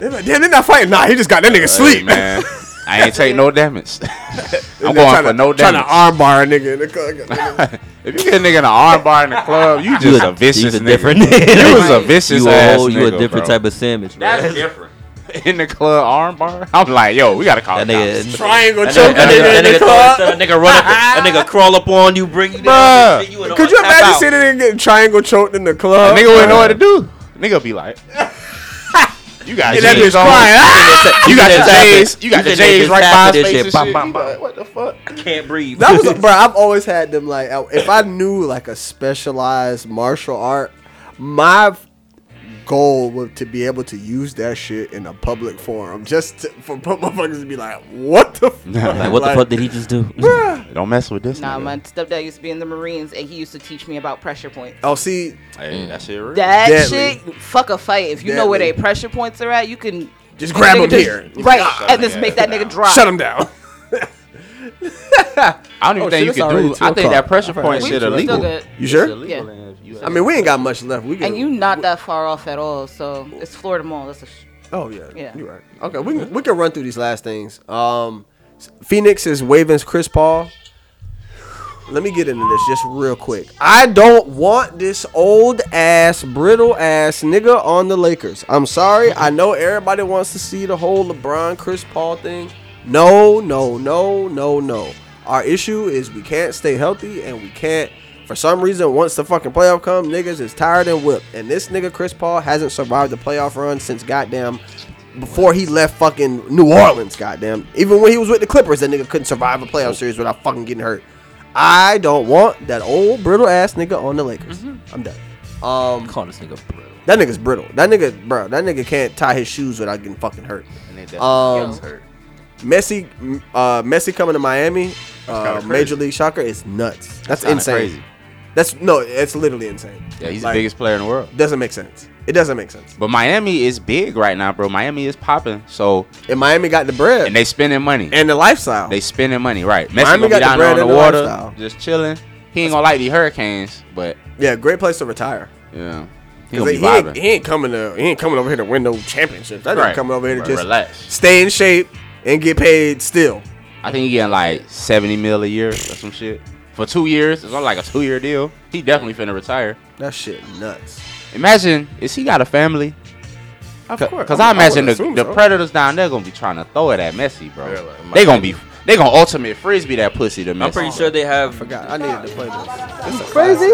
Speaker 3: They're like, Damn, they're not fighting. Nah, he just got that nigga
Speaker 2: Hey,
Speaker 3: sleep, man.
Speaker 2: man. I ain't take no damage. I'm going
Speaker 3: trying
Speaker 2: for
Speaker 3: to,
Speaker 2: no
Speaker 3: Trying to
Speaker 2: damage.
Speaker 3: armbar a nigga in the club.
Speaker 2: If you get a nigga in an arm bar in the club, you just a vicious
Speaker 1: you a
Speaker 2: nigga.
Speaker 1: different.
Speaker 2: You was a vicious
Speaker 1: you
Speaker 2: ass
Speaker 1: whole- You a
Speaker 2: nigga,
Speaker 1: different
Speaker 2: bro.
Speaker 1: type of sandwich. bro.
Speaker 2: That's different. In the club arm bar, I'm like, yo, we gotta call
Speaker 1: That
Speaker 2: the cops.
Speaker 1: nigga.
Speaker 3: Triangle
Speaker 1: That
Speaker 3: choke a
Speaker 1: nigga, that
Speaker 3: nigga
Speaker 1: nigga,
Speaker 3: in the
Speaker 1: that
Speaker 3: club.
Speaker 1: nigga, run up, that nigga crawl up on you, bring you down.
Speaker 2: Bruh.
Speaker 1: shit, in a
Speaker 3: Could you
Speaker 1: tap
Speaker 3: imagine
Speaker 1: out.
Speaker 3: seeing a nigga getting triangle choked in the
Speaker 2: A
Speaker 3: club?
Speaker 2: nigga wouldn't know what to do. Nigga be like, you got
Speaker 3: And that
Speaker 2: J's
Speaker 3: bitch
Speaker 2: on.
Speaker 3: crying. "Ah!"
Speaker 2: You got
Speaker 1: He's in
Speaker 2: the
Speaker 1: there
Speaker 2: J's.
Speaker 1: tapping-
Speaker 2: You got the
Speaker 1: he's in there
Speaker 2: J's
Speaker 1: just
Speaker 2: right by
Speaker 1: tapping
Speaker 2: his
Speaker 1: this
Speaker 2: face.
Speaker 1: shit.
Speaker 2: and shit.
Speaker 1: Bop, bop,
Speaker 2: You
Speaker 1: bop.
Speaker 2: like, What the fuck?
Speaker 1: I can't breathe.
Speaker 3: That was, bro. I've always had them like, I- if I knew like a specialized martial art, my f- goal was to be able to use that shit in a public forum, just to, for motherfuckers to be like, what the fuck?
Speaker 1: like, what the fuck did he just do?
Speaker 2: Don't mess with this.
Speaker 4: Nah,
Speaker 2: nigga.
Speaker 4: my stepdad used to be in the Marines, and he used to teach me about pressure points.
Speaker 3: Oh, see,
Speaker 2: Hey, that shit real.
Speaker 4: That
Speaker 3: Deadly.
Speaker 4: shit, fuck a fight. If you know where
Speaker 3: Deadly.
Speaker 4: they pressure points are at, you can
Speaker 3: just grab
Speaker 4: nigga
Speaker 3: them
Speaker 4: just-
Speaker 3: here,
Speaker 4: right, and just make that nigga drop.
Speaker 3: shut them down.
Speaker 2: I don't even
Speaker 3: Oh, shit,
Speaker 2: think
Speaker 3: it's
Speaker 2: you can
Speaker 3: already
Speaker 2: do.
Speaker 3: two
Speaker 2: I think
Speaker 3: o'clock.
Speaker 2: that pressure point
Speaker 4: We
Speaker 2: shit
Speaker 4: still
Speaker 2: illegal.
Speaker 4: good.
Speaker 3: You sure?
Speaker 4: Yeah.
Speaker 3: I mean, we ain't got much left. We can,
Speaker 4: And you not that far off at all, so it's Florida Mall. That's a sh-
Speaker 3: Oh yeah,
Speaker 4: Yeah.
Speaker 3: You're right. Okay, we can, we can run through these last things. Um, Phoenix is Ravens Chris Paul. Let me get into this just real quick. I don't want this old ass, brittle ass nigga on the Lakers. I'm sorry. I know everybody wants to see the whole LeBron Chris Paul thing. No, no, no, no, no. Our issue is we can't stay healthy and we can't. For some reason, once the fucking playoff come, niggas is tired and whipped. And this nigga Chris Paul hasn't survived the playoff run since goddamn before he left fucking New Orleans, goddamn. Even when he was with the Clippers, that nigga couldn't survive a playoff series without fucking getting hurt. I don't want that old brittle ass nigga on the Lakers.
Speaker 2: Mm-hmm.
Speaker 3: I'm done. Um,
Speaker 1: Call this nigga bro.
Speaker 3: that nigga's brittle. That nigga, bro, that nigga can't tie his shoes without getting fucking hurt.
Speaker 2: Oh,
Speaker 3: Um, Messi, uh, Messi coming to Miami, uh,
Speaker 2: kinda crazy.
Speaker 3: Major League Soccer is nuts. That's,
Speaker 2: kinda
Speaker 3: insane.
Speaker 2: crazy.
Speaker 3: That's no, it's literally insane.
Speaker 2: Yeah, he's
Speaker 3: Like,
Speaker 2: the biggest player in the world.
Speaker 3: Doesn't make sense. It doesn't make sense.
Speaker 2: But Miami is big right now, bro. Miami is popping. So
Speaker 3: And Miami got the bread
Speaker 2: and
Speaker 3: and,
Speaker 2: they spending money.
Speaker 3: the lifestyle.
Speaker 2: They spending money, right? Messi
Speaker 3: Miami
Speaker 2: gonna be
Speaker 3: got the
Speaker 2: down
Speaker 3: bread
Speaker 2: there on the
Speaker 3: and the
Speaker 2: water,
Speaker 3: lifestyle.
Speaker 2: just chilling. He ain't gonna like the hurricanes, but
Speaker 3: yeah, great place to retire.
Speaker 2: yeah, he
Speaker 3: Cause
Speaker 2: gonna
Speaker 3: he,
Speaker 2: be
Speaker 3: ain't, he
Speaker 2: vibing.
Speaker 3: ain't coming to he ain't coming over here to win no championships. That
Speaker 2: Right.
Speaker 3: nigga coming over here to
Speaker 2: Right,
Speaker 3: just
Speaker 2: relax.
Speaker 3: stay in shape and get paid still.
Speaker 2: I think he getting like seventy mil a year or some shit for two years. It's on like a two year deal. He definitely finna retire.
Speaker 3: That shit nuts.
Speaker 2: Imagine is he got a family?
Speaker 3: Of
Speaker 2: Because I imagine the, the
Speaker 3: so.
Speaker 2: predators down there gonna be trying to throw it at Messi, bro. They gonna be They gonna ultimate frisbee that pussy to me.
Speaker 1: I'm pretty sure they have. I
Speaker 3: forgot. I needed to play this.
Speaker 2: It's
Speaker 8: Crazy?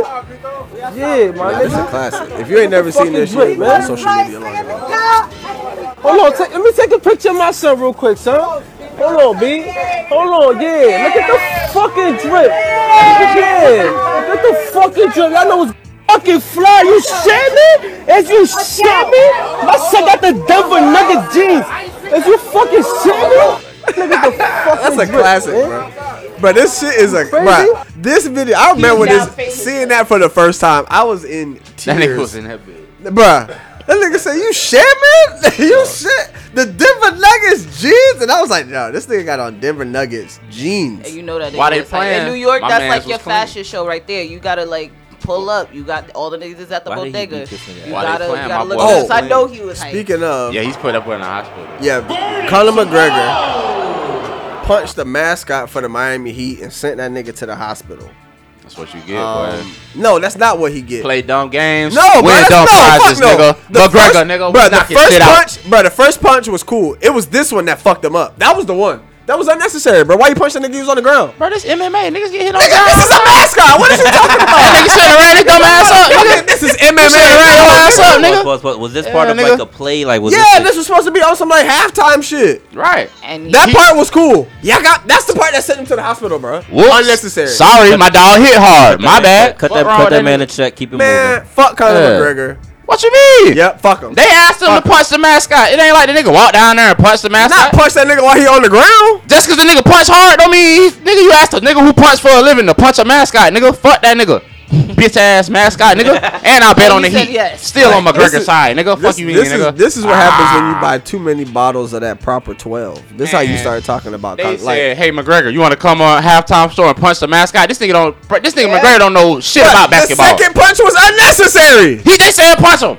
Speaker 8: Yeah, my
Speaker 3: Nah, this is a
Speaker 8: nigga.
Speaker 3: classic. If you ain't never seen this
Speaker 8: Fucking
Speaker 3: shit,
Speaker 8: Drake,
Speaker 3: man, on
Speaker 8: man.
Speaker 3: social media long enough.
Speaker 8: Hold on, take, let me take a picture of my son real quick, son. Hold on, B. Hold on, yeah. Look at the fucking drip. Yeah. Look at the fucking drip. Y'all know it's fucking fly. You shit me? If you shit me, my son got the Denver Nugget jeans. If you fucking shit me, look at the fucking
Speaker 3: That's a
Speaker 8: drip,
Speaker 3: classic,
Speaker 8: man.
Speaker 3: bro. But this shit is a
Speaker 8: Crazy?
Speaker 3: bro. This video, I remember when
Speaker 8: Y'all
Speaker 3: this, seeing that for the first time. I was in tears.
Speaker 2: That nigga was in that bitch.
Speaker 3: Bruh, that nigga said, You shit, man? you shit? The Denver Nuggets jeans? And I was like, No, this nigga got on Denver Nuggets jeans.
Speaker 4: You know that.
Speaker 3: Why they
Speaker 4: is. Like,
Speaker 3: playing?
Speaker 4: in New York,
Speaker 3: My
Speaker 4: that's
Speaker 3: mans
Speaker 4: like
Speaker 3: was
Speaker 4: your
Speaker 3: clean.
Speaker 4: fashion show right there. You gotta like pull up. You got all the niggas is at the
Speaker 2: Why did he be
Speaker 4: bodega.
Speaker 2: kissing that?
Speaker 4: You
Speaker 2: Why they
Speaker 4: gotta, you
Speaker 2: playing? My
Speaker 4: gotta look
Speaker 2: boy
Speaker 4: at
Speaker 2: was
Speaker 11: Oh,
Speaker 4: this. I
Speaker 2: playing.
Speaker 4: know he was hype.
Speaker 3: Speaking of,
Speaker 2: Yeah, he's put up in the hospital.
Speaker 3: yeah, Conor McGregor punched the mascot for the Miami Heat and sent that nigga to the hospital.
Speaker 2: That's what you get,
Speaker 3: Um, no, that's not what he get.
Speaker 2: boy. Play dumb games.
Speaker 3: No,
Speaker 2: win
Speaker 3: bro,
Speaker 2: dumb
Speaker 3: no,
Speaker 2: prizes,
Speaker 3: fuck no.
Speaker 2: nigga.
Speaker 3: The
Speaker 2: McGregor,
Speaker 3: first-
Speaker 2: nigga,
Speaker 3: bro,
Speaker 2: we
Speaker 3: the
Speaker 2: knock your
Speaker 3: first
Speaker 2: shit out.
Speaker 3: punch, bro, the first punch was cool. It was this one that fucked him up. That was the one. That was unnecessary, bro. Why you punched that nigga? He was on the ground.
Speaker 2: Bro, this MMA niggas get hit on.
Speaker 3: Nigga, this is a mascot. What is you talking about?
Speaker 2: That nigga should have ran his dumb ass up. Nigga.
Speaker 3: This is
Speaker 2: You shoulda ran your
Speaker 3: MMA.
Speaker 2: ass up,
Speaker 1: Pause,
Speaker 2: nigga.
Speaker 1: pause, pause. Was this part
Speaker 2: Yeah,
Speaker 1: of
Speaker 2: nigga.
Speaker 1: like a play? Like was
Speaker 3: Yeah,
Speaker 1: this?
Speaker 3: this was supposed to be on some like halftime shit.
Speaker 2: Right.
Speaker 4: And he,
Speaker 3: That part was cool. Yeah, I got. That's the part that sent him to the hospital, bro.
Speaker 2: Whoops.
Speaker 3: Unnecessary.
Speaker 2: Sorry, my dog hit hard. My bad.
Speaker 1: Cut
Speaker 2: What
Speaker 1: that,
Speaker 2: wrong
Speaker 1: cut
Speaker 2: with
Speaker 1: that man a
Speaker 2: nigga?
Speaker 1: check. Keep it
Speaker 3: Man, fuck Conor
Speaker 2: Yeah.
Speaker 3: McGregor.
Speaker 2: What you mean?
Speaker 3: Yep, fuck him.
Speaker 2: They asked him to punch the mascot. It ain't like the nigga walk down there and punch the
Speaker 3: Not
Speaker 2: mascot.
Speaker 3: punch that nigga while he on the ground.
Speaker 2: Just cause the nigga punch hard don't mean he, nigga you asked a nigga who punched for a living to punch a mascot, nigga. Fuck that nigga. Bitch ass mascot, nigga. And I bet
Speaker 4: Oh,
Speaker 2: on the
Speaker 4: you said
Speaker 2: heat.
Speaker 4: yes.
Speaker 2: Still on
Speaker 3: This
Speaker 2: McGregor's
Speaker 3: is-
Speaker 2: side, nigga.
Speaker 3: This,
Speaker 2: Fuck you mean,
Speaker 3: this
Speaker 2: nigga. Ah.
Speaker 3: is this is what happens when you buy too many bottles of that proper twelve. This is how you
Speaker 2: Man.
Speaker 3: start talking about
Speaker 2: They
Speaker 3: Conor.
Speaker 2: said, "Hey McGregor, you want to come on halftime show and punch the mascot?" This nigga don't. bro, This nigga McGregor don't know shit about basketball.
Speaker 3: The second punch was unnecessary.
Speaker 2: he they said punch him.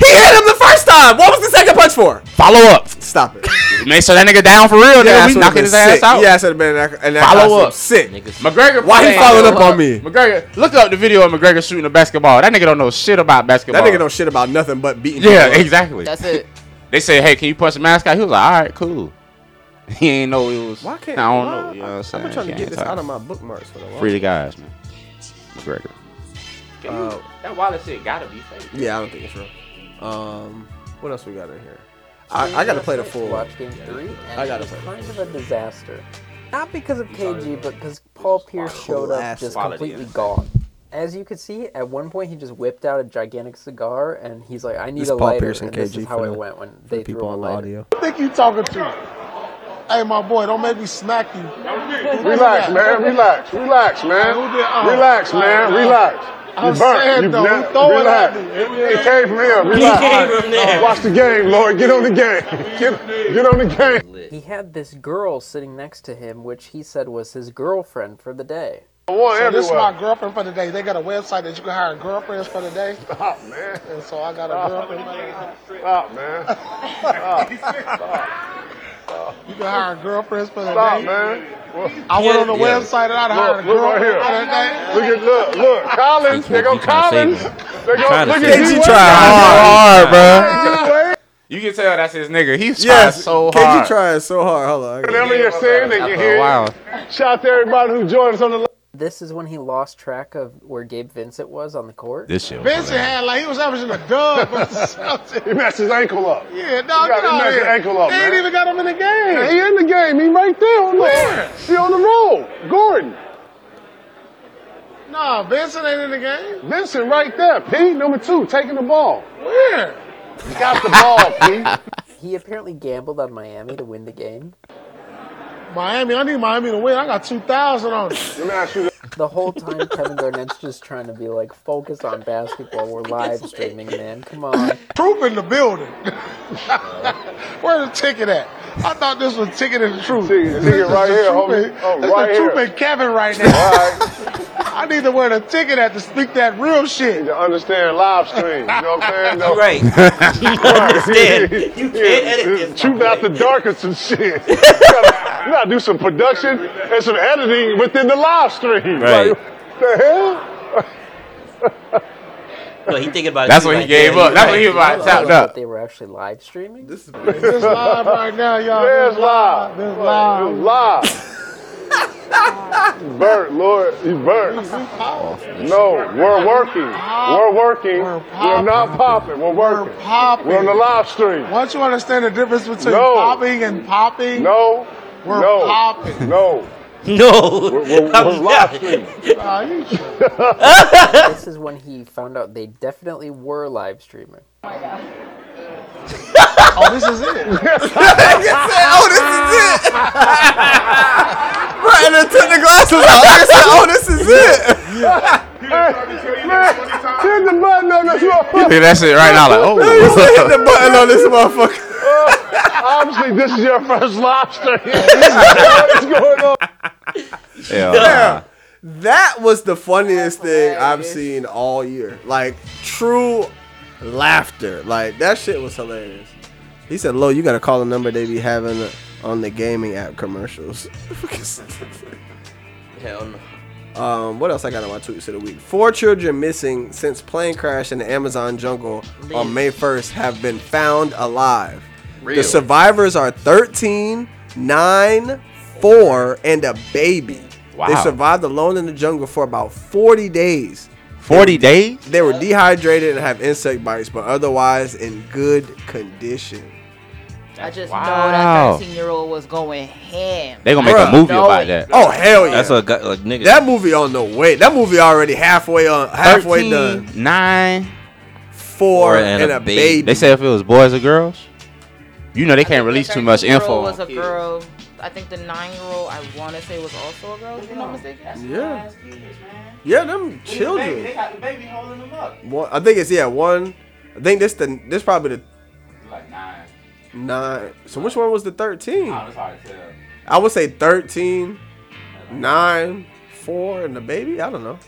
Speaker 3: He hit him the first time. What was the second punch for?
Speaker 2: Follow up.
Speaker 3: Stop it.
Speaker 2: Make sure that nigga down for real.
Speaker 3: Yeah,
Speaker 2: nigga. We knocking his ass out.
Speaker 3: Yeah, I should have been an, an
Speaker 2: Follow
Speaker 3: follow
Speaker 2: up.
Speaker 3: up. Sick.
Speaker 2: McGregor.
Speaker 3: Why he
Speaker 2: playing,
Speaker 3: following
Speaker 2: nigga.
Speaker 3: up on me?
Speaker 2: McGregor, look up the video of McGregor shooting a basketball. That nigga don't know shit about basketball.
Speaker 3: That nigga know shit about nothing but beating.
Speaker 2: Yeah,
Speaker 3: people up.
Speaker 2: exactly.
Speaker 4: That's it.
Speaker 2: They said, "Hey, can you punch the mascot?" He was like, "All right, cool." He ain't know it was.
Speaker 3: Why can't
Speaker 2: I don't
Speaker 3: why-
Speaker 2: know. You know what I'm saying?
Speaker 3: I'm trying to
Speaker 2: He
Speaker 3: get
Speaker 2: ain't
Speaker 3: this
Speaker 2: talking.
Speaker 3: out of my bookmarks for the
Speaker 2: Free
Speaker 3: long.
Speaker 2: the guys, man. McGregor.
Speaker 3: Uh,
Speaker 2: That wallet shit gotta be fake.
Speaker 3: yeah, I don't think it's real. Um, what else we got in here? I, I gotta play the full. I gotta play.
Speaker 11: Kind of a disaster. Not because of KG, but because Paul Pierce showed up
Speaker 3: ass
Speaker 11: just
Speaker 3: quality
Speaker 11: completely gone. As you could see, at one point he just whipped out a gigantic cigar and he's like, I need
Speaker 3: This
Speaker 11: a
Speaker 3: Paul
Speaker 11: lighter.
Speaker 3: Pierce and
Speaker 11: this is
Speaker 3: KG
Speaker 11: how
Speaker 3: for
Speaker 11: it
Speaker 3: the-
Speaker 11: went when they threw
Speaker 3: People
Speaker 11: him a
Speaker 3: on the
Speaker 11: lighter.
Speaker 3: audio.
Speaker 12: think you talking to? Hey, my boy, don't make me smack you.
Speaker 8: Relax, man. Relax. Relax, man.
Speaker 12: Who did- oh,
Speaker 8: Relax,
Speaker 12: oh,
Speaker 8: man.
Speaker 12: oh.
Speaker 8: Relax.
Speaker 12: I'm
Speaker 8: You burnt.
Speaker 12: saying
Speaker 8: You
Speaker 12: though,
Speaker 8: bent.
Speaker 12: who throw it at
Speaker 8: Relax.
Speaker 12: me?
Speaker 8: It came from him.
Speaker 12: He
Speaker 8: Relax.
Speaker 12: came from there.
Speaker 8: Watch the game, Lord. Get on the game. Get, get on the game.
Speaker 11: He had this girl sitting next to him, which he said was his girlfriend for the day.
Speaker 12: So this is
Speaker 8: everywhere.
Speaker 12: my girlfriend for the day. They got a website that you can hire girlfriends for the day. Stop, man. And so I got a girlfriend. for the day.
Speaker 8: Stop, man.
Speaker 12: You can hire girlfriends for the
Speaker 8: Stop,
Speaker 12: day.
Speaker 8: man.
Speaker 12: I went on the
Speaker 8: Yeah.
Speaker 12: website and I'd hired a
Speaker 8: Look, look right
Speaker 12: girlfriend
Speaker 8: here.
Speaker 12: for the day.
Speaker 8: Look at look, look. Collins, they go
Speaker 1: He tryna save
Speaker 8: Collins.
Speaker 1: him.
Speaker 8: They go
Speaker 1: Tryna
Speaker 8: look
Speaker 1: save
Speaker 8: at
Speaker 1: him.
Speaker 3: KG
Speaker 8: you.
Speaker 3: trying hard, bro.
Speaker 2: You can tell that's his nigga. He's trying
Speaker 3: Yes,
Speaker 2: so
Speaker 3: KG
Speaker 2: hard.
Speaker 3: trying so hard. Hold on. I gotta-
Speaker 8: Them in your scene, they can
Speaker 2: After a
Speaker 8: hear.
Speaker 2: while.
Speaker 8: you. Shout out to everybody who joined us on the live.
Speaker 11: This is when he lost track of where Gabe Vincent was on the court.
Speaker 2: This shit. was
Speaker 12: Vincent
Speaker 2: hilarious.
Speaker 12: had like he was averaging a dub or
Speaker 8: He
Speaker 12: something.
Speaker 8: messed his ankle up.
Speaker 12: Yeah, dog,
Speaker 8: You
Speaker 12: get
Speaker 8: gotta
Speaker 12: out
Speaker 8: mess
Speaker 12: of
Speaker 8: your
Speaker 12: here.
Speaker 8: ankle up,
Speaker 12: they ain't
Speaker 8: man.
Speaker 12: even got him in the game.
Speaker 8: He in the game. He right there on
Speaker 12: Where?
Speaker 8: the he on the road. Gordon.
Speaker 12: Nah, Vincent ain't in the game.
Speaker 8: Vincent right there. P number two taking the ball.
Speaker 12: Where?
Speaker 8: Got the ball, P.
Speaker 11: He apparently gambled on Miami to win the game.
Speaker 12: Miami. I need Miami to win. I got two thousand on it.
Speaker 8: Let me ask you this.
Speaker 11: The whole time, Kevin Garnett's just trying to be like, focus on basketball. We're live streaming, man. Come on.
Speaker 12: Troop in the building. Where the ticket at? I thought this was ticket and the truth.
Speaker 8: Ticket- ticket right here, homie. Oh,
Speaker 12: it's
Speaker 8: right
Speaker 12: the troop
Speaker 8: here.
Speaker 12: and Kevin right
Speaker 8: All
Speaker 12: now.
Speaker 8: right.
Speaker 12: I need to wear the ticket at to speak that real shit.
Speaker 8: You understand live stream. You know what I'm saying?
Speaker 1: moving. Right. understand. You can't edit this, my
Speaker 8: Shoot
Speaker 1: boy.
Speaker 8: out the dark and some shit. you, gotta, you gotta do some production and some editing within the live stream.
Speaker 1: Right.
Speaker 8: Like, the hell?
Speaker 1: No, he thinking about.
Speaker 2: That's
Speaker 1: you
Speaker 2: what he
Speaker 1: right there.
Speaker 2: gave up. That's what he was
Speaker 11: I
Speaker 2: about
Speaker 11: don't
Speaker 2: tapped
Speaker 11: know if
Speaker 2: up.
Speaker 11: they were actually live streaming.
Speaker 12: This live right now, y'all.
Speaker 8: Yeah,
Speaker 12: This
Speaker 8: it's live.
Speaker 12: This
Speaker 8: It's live. He's burnt, Lord. He's burnt. No, we're working. We're working. We're not popping. We're working. We're
Speaker 13: popping.
Speaker 8: on the live stream.
Speaker 13: Once you understand the difference between
Speaker 8: No.
Speaker 13: popping and popping,
Speaker 8: No.
Speaker 13: We're
Speaker 8: no.
Speaker 13: popping.
Speaker 8: No.
Speaker 1: No.
Speaker 8: We're, we're, we're live streaming.
Speaker 14: this is when he found out they definitely were live streaming. Oh my god.
Speaker 13: oh, this is it.
Speaker 3: oh, this is it. Bro, and then took the glasses off. Nigga said, oh, this is it.
Speaker 8: Hit the button on this motherfucker.
Speaker 2: Yeah, that's it right now. Like, oh.
Speaker 3: Nigga said, hit the button on this motherfucker.
Speaker 8: Obviously, this is your first lobster. what is going on?
Speaker 3: Yeah. That was the funniest thing I've seen all year. Like true laughter. Like that shit was hilarious. He said, "Lo, you gotta call the number they be having on the gaming app commercials."
Speaker 1: Hell no.
Speaker 3: Um, what else I got on my tweets of the week? Four children missing since plane crash in the Amazon jungle on May 1st have been found alive.
Speaker 1: Real.
Speaker 3: The survivors are 13, 9, 4, and a baby. They
Speaker 2: Wow.
Speaker 3: survived alone in the jungle for about 40 days.
Speaker 2: 40 days?
Speaker 3: They were dehydrated and have insect bites, but otherwise in good condition.
Speaker 4: I just know
Speaker 2: Wow.
Speaker 4: that 13 year old was going ham.
Speaker 2: They gonna make a
Speaker 3: Bruh.
Speaker 2: movie
Speaker 3: No,
Speaker 2: about that.
Speaker 3: Oh hell yeah!
Speaker 1: That's a guy, like nigga.
Speaker 3: that movie on the way. That movie already halfway on, halfway
Speaker 2: 13,
Speaker 3: done.
Speaker 2: Nine,
Speaker 3: four, and, a, baby.
Speaker 2: They said if it was boys or girls, you know they can't release too much info.
Speaker 4: was a girl. I think the nine year old, I want to say, was also a girl, if I'm not mistaken.
Speaker 3: Yeah. Yeah, them children.
Speaker 15: got the baby holding them up.
Speaker 3: One, I think it's yeah one. I think this the this probably the
Speaker 15: Like nine.
Speaker 3: nine. So which one was the thirteen?
Speaker 15: hard to tell.
Speaker 3: I would say 13, 9, 4, and the baby. I don't know.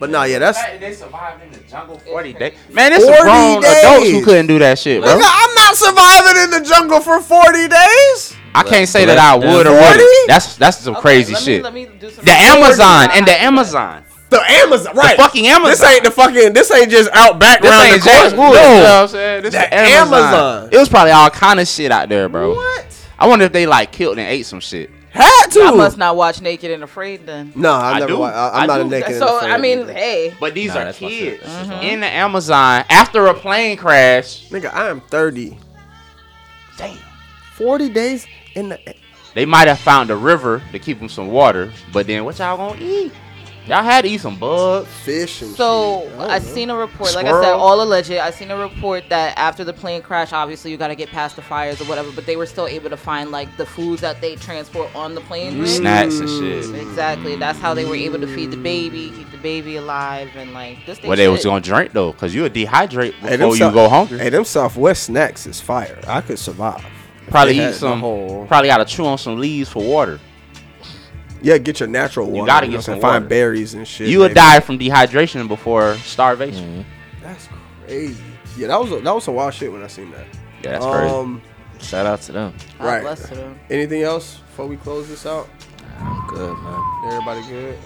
Speaker 3: But nah, yeah, that's
Speaker 15: they survived in the jungle.
Speaker 2: Forty days. Man, it's
Speaker 3: 40
Speaker 2: grown adults who
Speaker 3: days.
Speaker 2: couldn't do that shit, bro.
Speaker 3: Nigga, I'm not surviving in the jungle for 40 days.
Speaker 2: I can't say that I would or
Speaker 3: Forty?
Speaker 2: wouldn't. That's that's some crazy shit. the Amazon and the Amazon.
Speaker 3: The Amazon, right?
Speaker 2: fucking Amazon.
Speaker 3: This ain't the fucking. This ain't just out back
Speaker 2: This
Speaker 3: round
Speaker 2: ain't
Speaker 3: the
Speaker 2: James
Speaker 3: corner.
Speaker 2: Woods.
Speaker 3: No.
Speaker 2: You know what I'm saying? This
Speaker 3: The
Speaker 2: is Amazon.
Speaker 3: Amazon.
Speaker 2: It was probably all kind of shit out there, bro. What? I wonder if they like killed and ate some shit.
Speaker 3: Had
Speaker 4: I must not watch Naked and Afraid then.
Speaker 3: No, I,
Speaker 2: I
Speaker 3: never.
Speaker 2: do.
Speaker 3: wa- I, I'm
Speaker 2: I
Speaker 3: not
Speaker 2: do.
Speaker 3: a naked. and
Speaker 4: so
Speaker 3: Afraid
Speaker 4: I mean,
Speaker 3: nigga.
Speaker 4: hey.
Speaker 2: But these
Speaker 3: Nah,
Speaker 2: are
Speaker 3: that's my
Speaker 2: kids
Speaker 4: Mm-hmm.
Speaker 2: in the Amazon after a plane crash.
Speaker 3: Nigga, I am 30. Damn. 40 days in the.
Speaker 2: They might have found a river to keep them some water, but then what y'all gonna eat? Y'all had to eat some bugs,
Speaker 3: fish, and
Speaker 4: So
Speaker 3: Oh,
Speaker 4: I seen a report, like I said,
Speaker 2: Squirrel.
Speaker 4: all alleged. I seen a report that after the plane crash, obviously you got to get past the fires or whatever, but they were still able to find like the foods that they transport on the plane. with.
Speaker 2: Mm, snacks and
Speaker 4: Mm.
Speaker 2: shit.
Speaker 4: Exactly. That's how they were able to feed the baby, keep the baby alive, and like this.
Speaker 2: Well, they was gonna drink though, cause you would dehydrate
Speaker 3: Hey,
Speaker 2: before you
Speaker 3: Sou-
Speaker 2: go hungry.
Speaker 3: Hey, them Southwest snacks is fire. I could survive. If
Speaker 2: Probably
Speaker 3: they
Speaker 2: eat
Speaker 3: had
Speaker 2: some.
Speaker 3: the whole-
Speaker 2: Probably gotta chew on some leaves for water.
Speaker 3: Yeah, get your natural water. You
Speaker 2: gotta
Speaker 3: know
Speaker 2: get
Speaker 3: what I'm
Speaker 2: some
Speaker 3: saying? Find
Speaker 2: water.
Speaker 3: berries and shit.
Speaker 2: you would
Speaker 3: maybe.
Speaker 2: die from dehydration before starvation.
Speaker 3: That's crazy. Yeah, that was a, that was some wild shit when I seen
Speaker 2: Mm.
Speaker 3: that. Um,
Speaker 2: Yeah, that's crazy.
Speaker 1: Shout out to them.
Speaker 3: Right.
Speaker 4: bless them.
Speaker 3: Anything else before we close this out?
Speaker 1: Good man.
Speaker 3: Everybody good?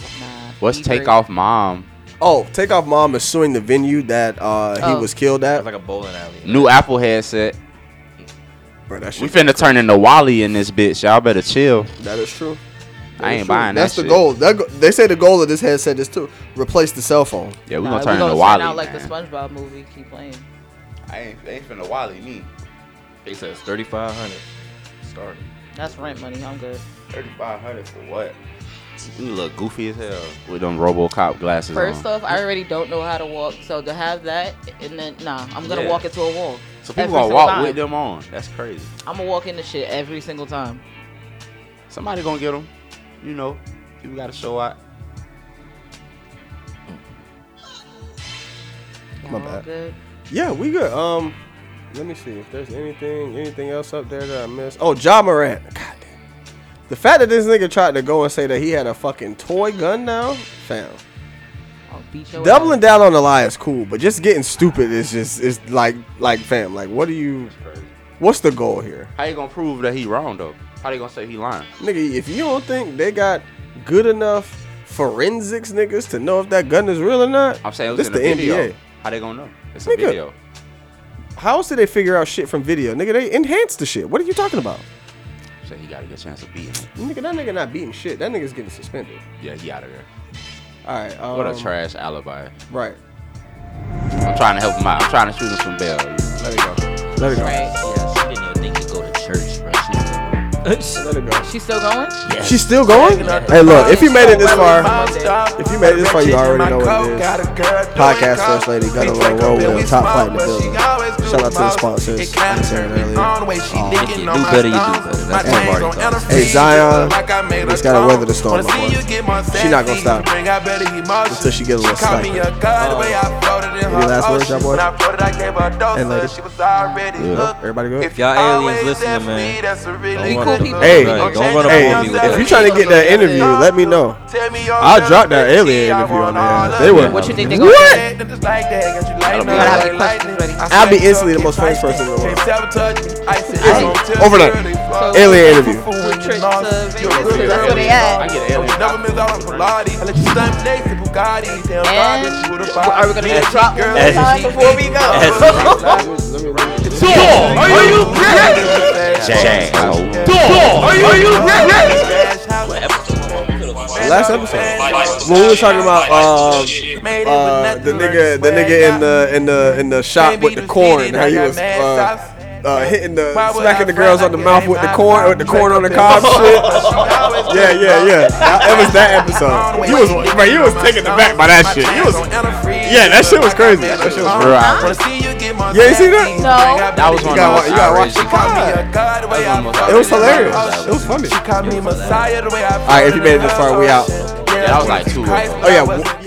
Speaker 2: What's
Speaker 3: Be great.
Speaker 2: takeoff mom?
Speaker 3: Oh, Takeoff Mom is suing the venue that uh, he
Speaker 1: Oh.
Speaker 3: was killed at.
Speaker 1: Like a bowling alley.
Speaker 2: New Apple headset.
Speaker 3: Bro, that
Speaker 2: We
Speaker 3: shit-
Speaker 2: finna turn into Wally in this bitch. Y'all better chill.
Speaker 3: That is true.
Speaker 2: I
Speaker 3: That is
Speaker 2: ain't
Speaker 3: true.
Speaker 2: buying that
Speaker 3: That's the
Speaker 2: shit.
Speaker 3: goal. That go- they say the goal of this headset is to replace the cell phone.
Speaker 2: Yeah, we
Speaker 4: Nah,
Speaker 2: gonna turn into
Speaker 4: out
Speaker 2: Wally.
Speaker 4: like the
Speaker 2: man.
Speaker 4: SpongeBob movie. Keep playing.
Speaker 2: I ain't, ain't finna Wally me.
Speaker 1: They said it's thirty five hundred. Starting.
Speaker 4: That's rent money. I'm good.
Speaker 2: Thirty five hundred for what?
Speaker 1: You look goofy as hell.
Speaker 2: With them RoboCop glasses
Speaker 4: First
Speaker 2: on.
Speaker 4: off, I already don't know how to walk, so to have that and then nah, I'm gonna
Speaker 2: Yeah.
Speaker 4: walk into a wall.
Speaker 2: So people
Speaker 4: Every
Speaker 2: gonna
Speaker 4: single
Speaker 2: walk
Speaker 4: time.
Speaker 2: with them on. That's crazy.
Speaker 4: I'm gonna walk into shit every single time.
Speaker 2: Somebody gonna get them. You know, people gotta show out.
Speaker 3: My
Speaker 4: Y'all
Speaker 3: bad.
Speaker 4: good?
Speaker 3: Yeah, we good. Um, let me see if there's anything anything else up there that I missed. Oh, John Morant. God damn. The fact that this nigga tried to go and say that he had a fucking toy gun now, fam.
Speaker 4: I'll beat your
Speaker 3: Doubling down on the lie is cool, but just getting stupid is just is like like fam. Like, what do you? What's the goal here,
Speaker 2: How you gonna prove that he wrong though? How they gonna say he lying?
Speaker 3: nigga? If you don't think they got good enough forensics niggas to know if that gun is real or not,
Speaker 2: I'm saying it
Speaker 3: this
Speaker 2: was in a
Speaker 3: the
Speaker 2: video.
Speaker 3: NBA.
Speaker 2: How they gonna know? It's a
Speaker 3: Nigga.
Speaker 2: video.
Speaker 3: How else did they figure out shit from video, nigga? They enhanced the shit. What are you talking about?
Speaker 2: i saying? He got a good chance of beating him.
Speaker 6: Nigga, that nigga not beating shit. That nigga's getting suspended.
Speaker 2: Yeah, he out of there.
Speaker 6: All right. Um,
Speaker 2: what a trash alibi.
Speaker 6: Right.
Speaker 2: I'm trying to help him out. I'm trying to shoot him some bail. Let it
Speaker 6: go. Let it go.
Speaker 1: Yeah, she didn't even think to go to church, bro. She was
Speaker 6: Let it go.
Speaker 4: She's still going?
Speaker 1: Yeah.
Speaker 6: She's still going? Hey, look, if you made it this far, if you made it this far, you already know what it is. Podcast First Lady got a little roll with them, top flight in the building. Shout out to the sponsors. like I said earlier. Um,
Speaker 1: If you do better, you do better. That's what Marty told us.
Speaker 6: Hey, Zion, it's got to weather the storm, my boy. She not going to stop until she get a little sniper. Any last words, y'all boys? And ladies? Yeah. Everybody good?
Speaker 1: If y'all aliens listening, man, don't run, up,
Speaker 6: Hey,
Speaker 1: right, don't run up
Speaker 6: hey,
Speaker 1: on me with
Speaker 6: if
Speaker 1: that.
Speaker 6: you trying to get that interview, let me know. I'll drop that alien interview on there. They would.
Speaker 4: What you think they gonna
Speaker 6: What?
Speaker 4: say?
Speaker 6: That'll be
Speaker 4: You gotta have
Speaker 6: it.
Speaker 4: your questions ready.
Speaker 6: I'll be instantly the most famous person in the world. Instantly. Overnight. Alien interview.
Speaker 4: That's where they at. Are we gonna get a drop one more
Speaker 1: As-
Speaker 4: time before we go?
Speaker 16: Dog, are you ready?
Speaker 1: Jazz.
Speaker 16: Dog, are you ready?
Speaker 6: Last episode, when we were talking about um, uh, the nigga, the nigga in the in the in the shop with the corn, how he was uh, uh, hitting the smacking the girls on the mouth with the corn, with the corn on the cob shit. Yeah, yeah, yeah. That, that was that episode. You was, bro, you was taken aback by that shit. You was, yeah, that shit was crazy. That shit was
Speaker 2: Bro, I-
Speaker 6: Yeah, you see that?
Speaker 4: No.
Speaker 2: That was
Speaker 6: You
Speaker 2: one
Speaker 6: gotta, wa-
Speaker 2: of
Speaker 6: you gotta watch
Speaker 2: those
Speaker 6: the pod. It was hilarious. It was funny. All right, if you made it this far, we out.
Speaker 2: That was like two of them.
Speaker 6: Oh yeah, w-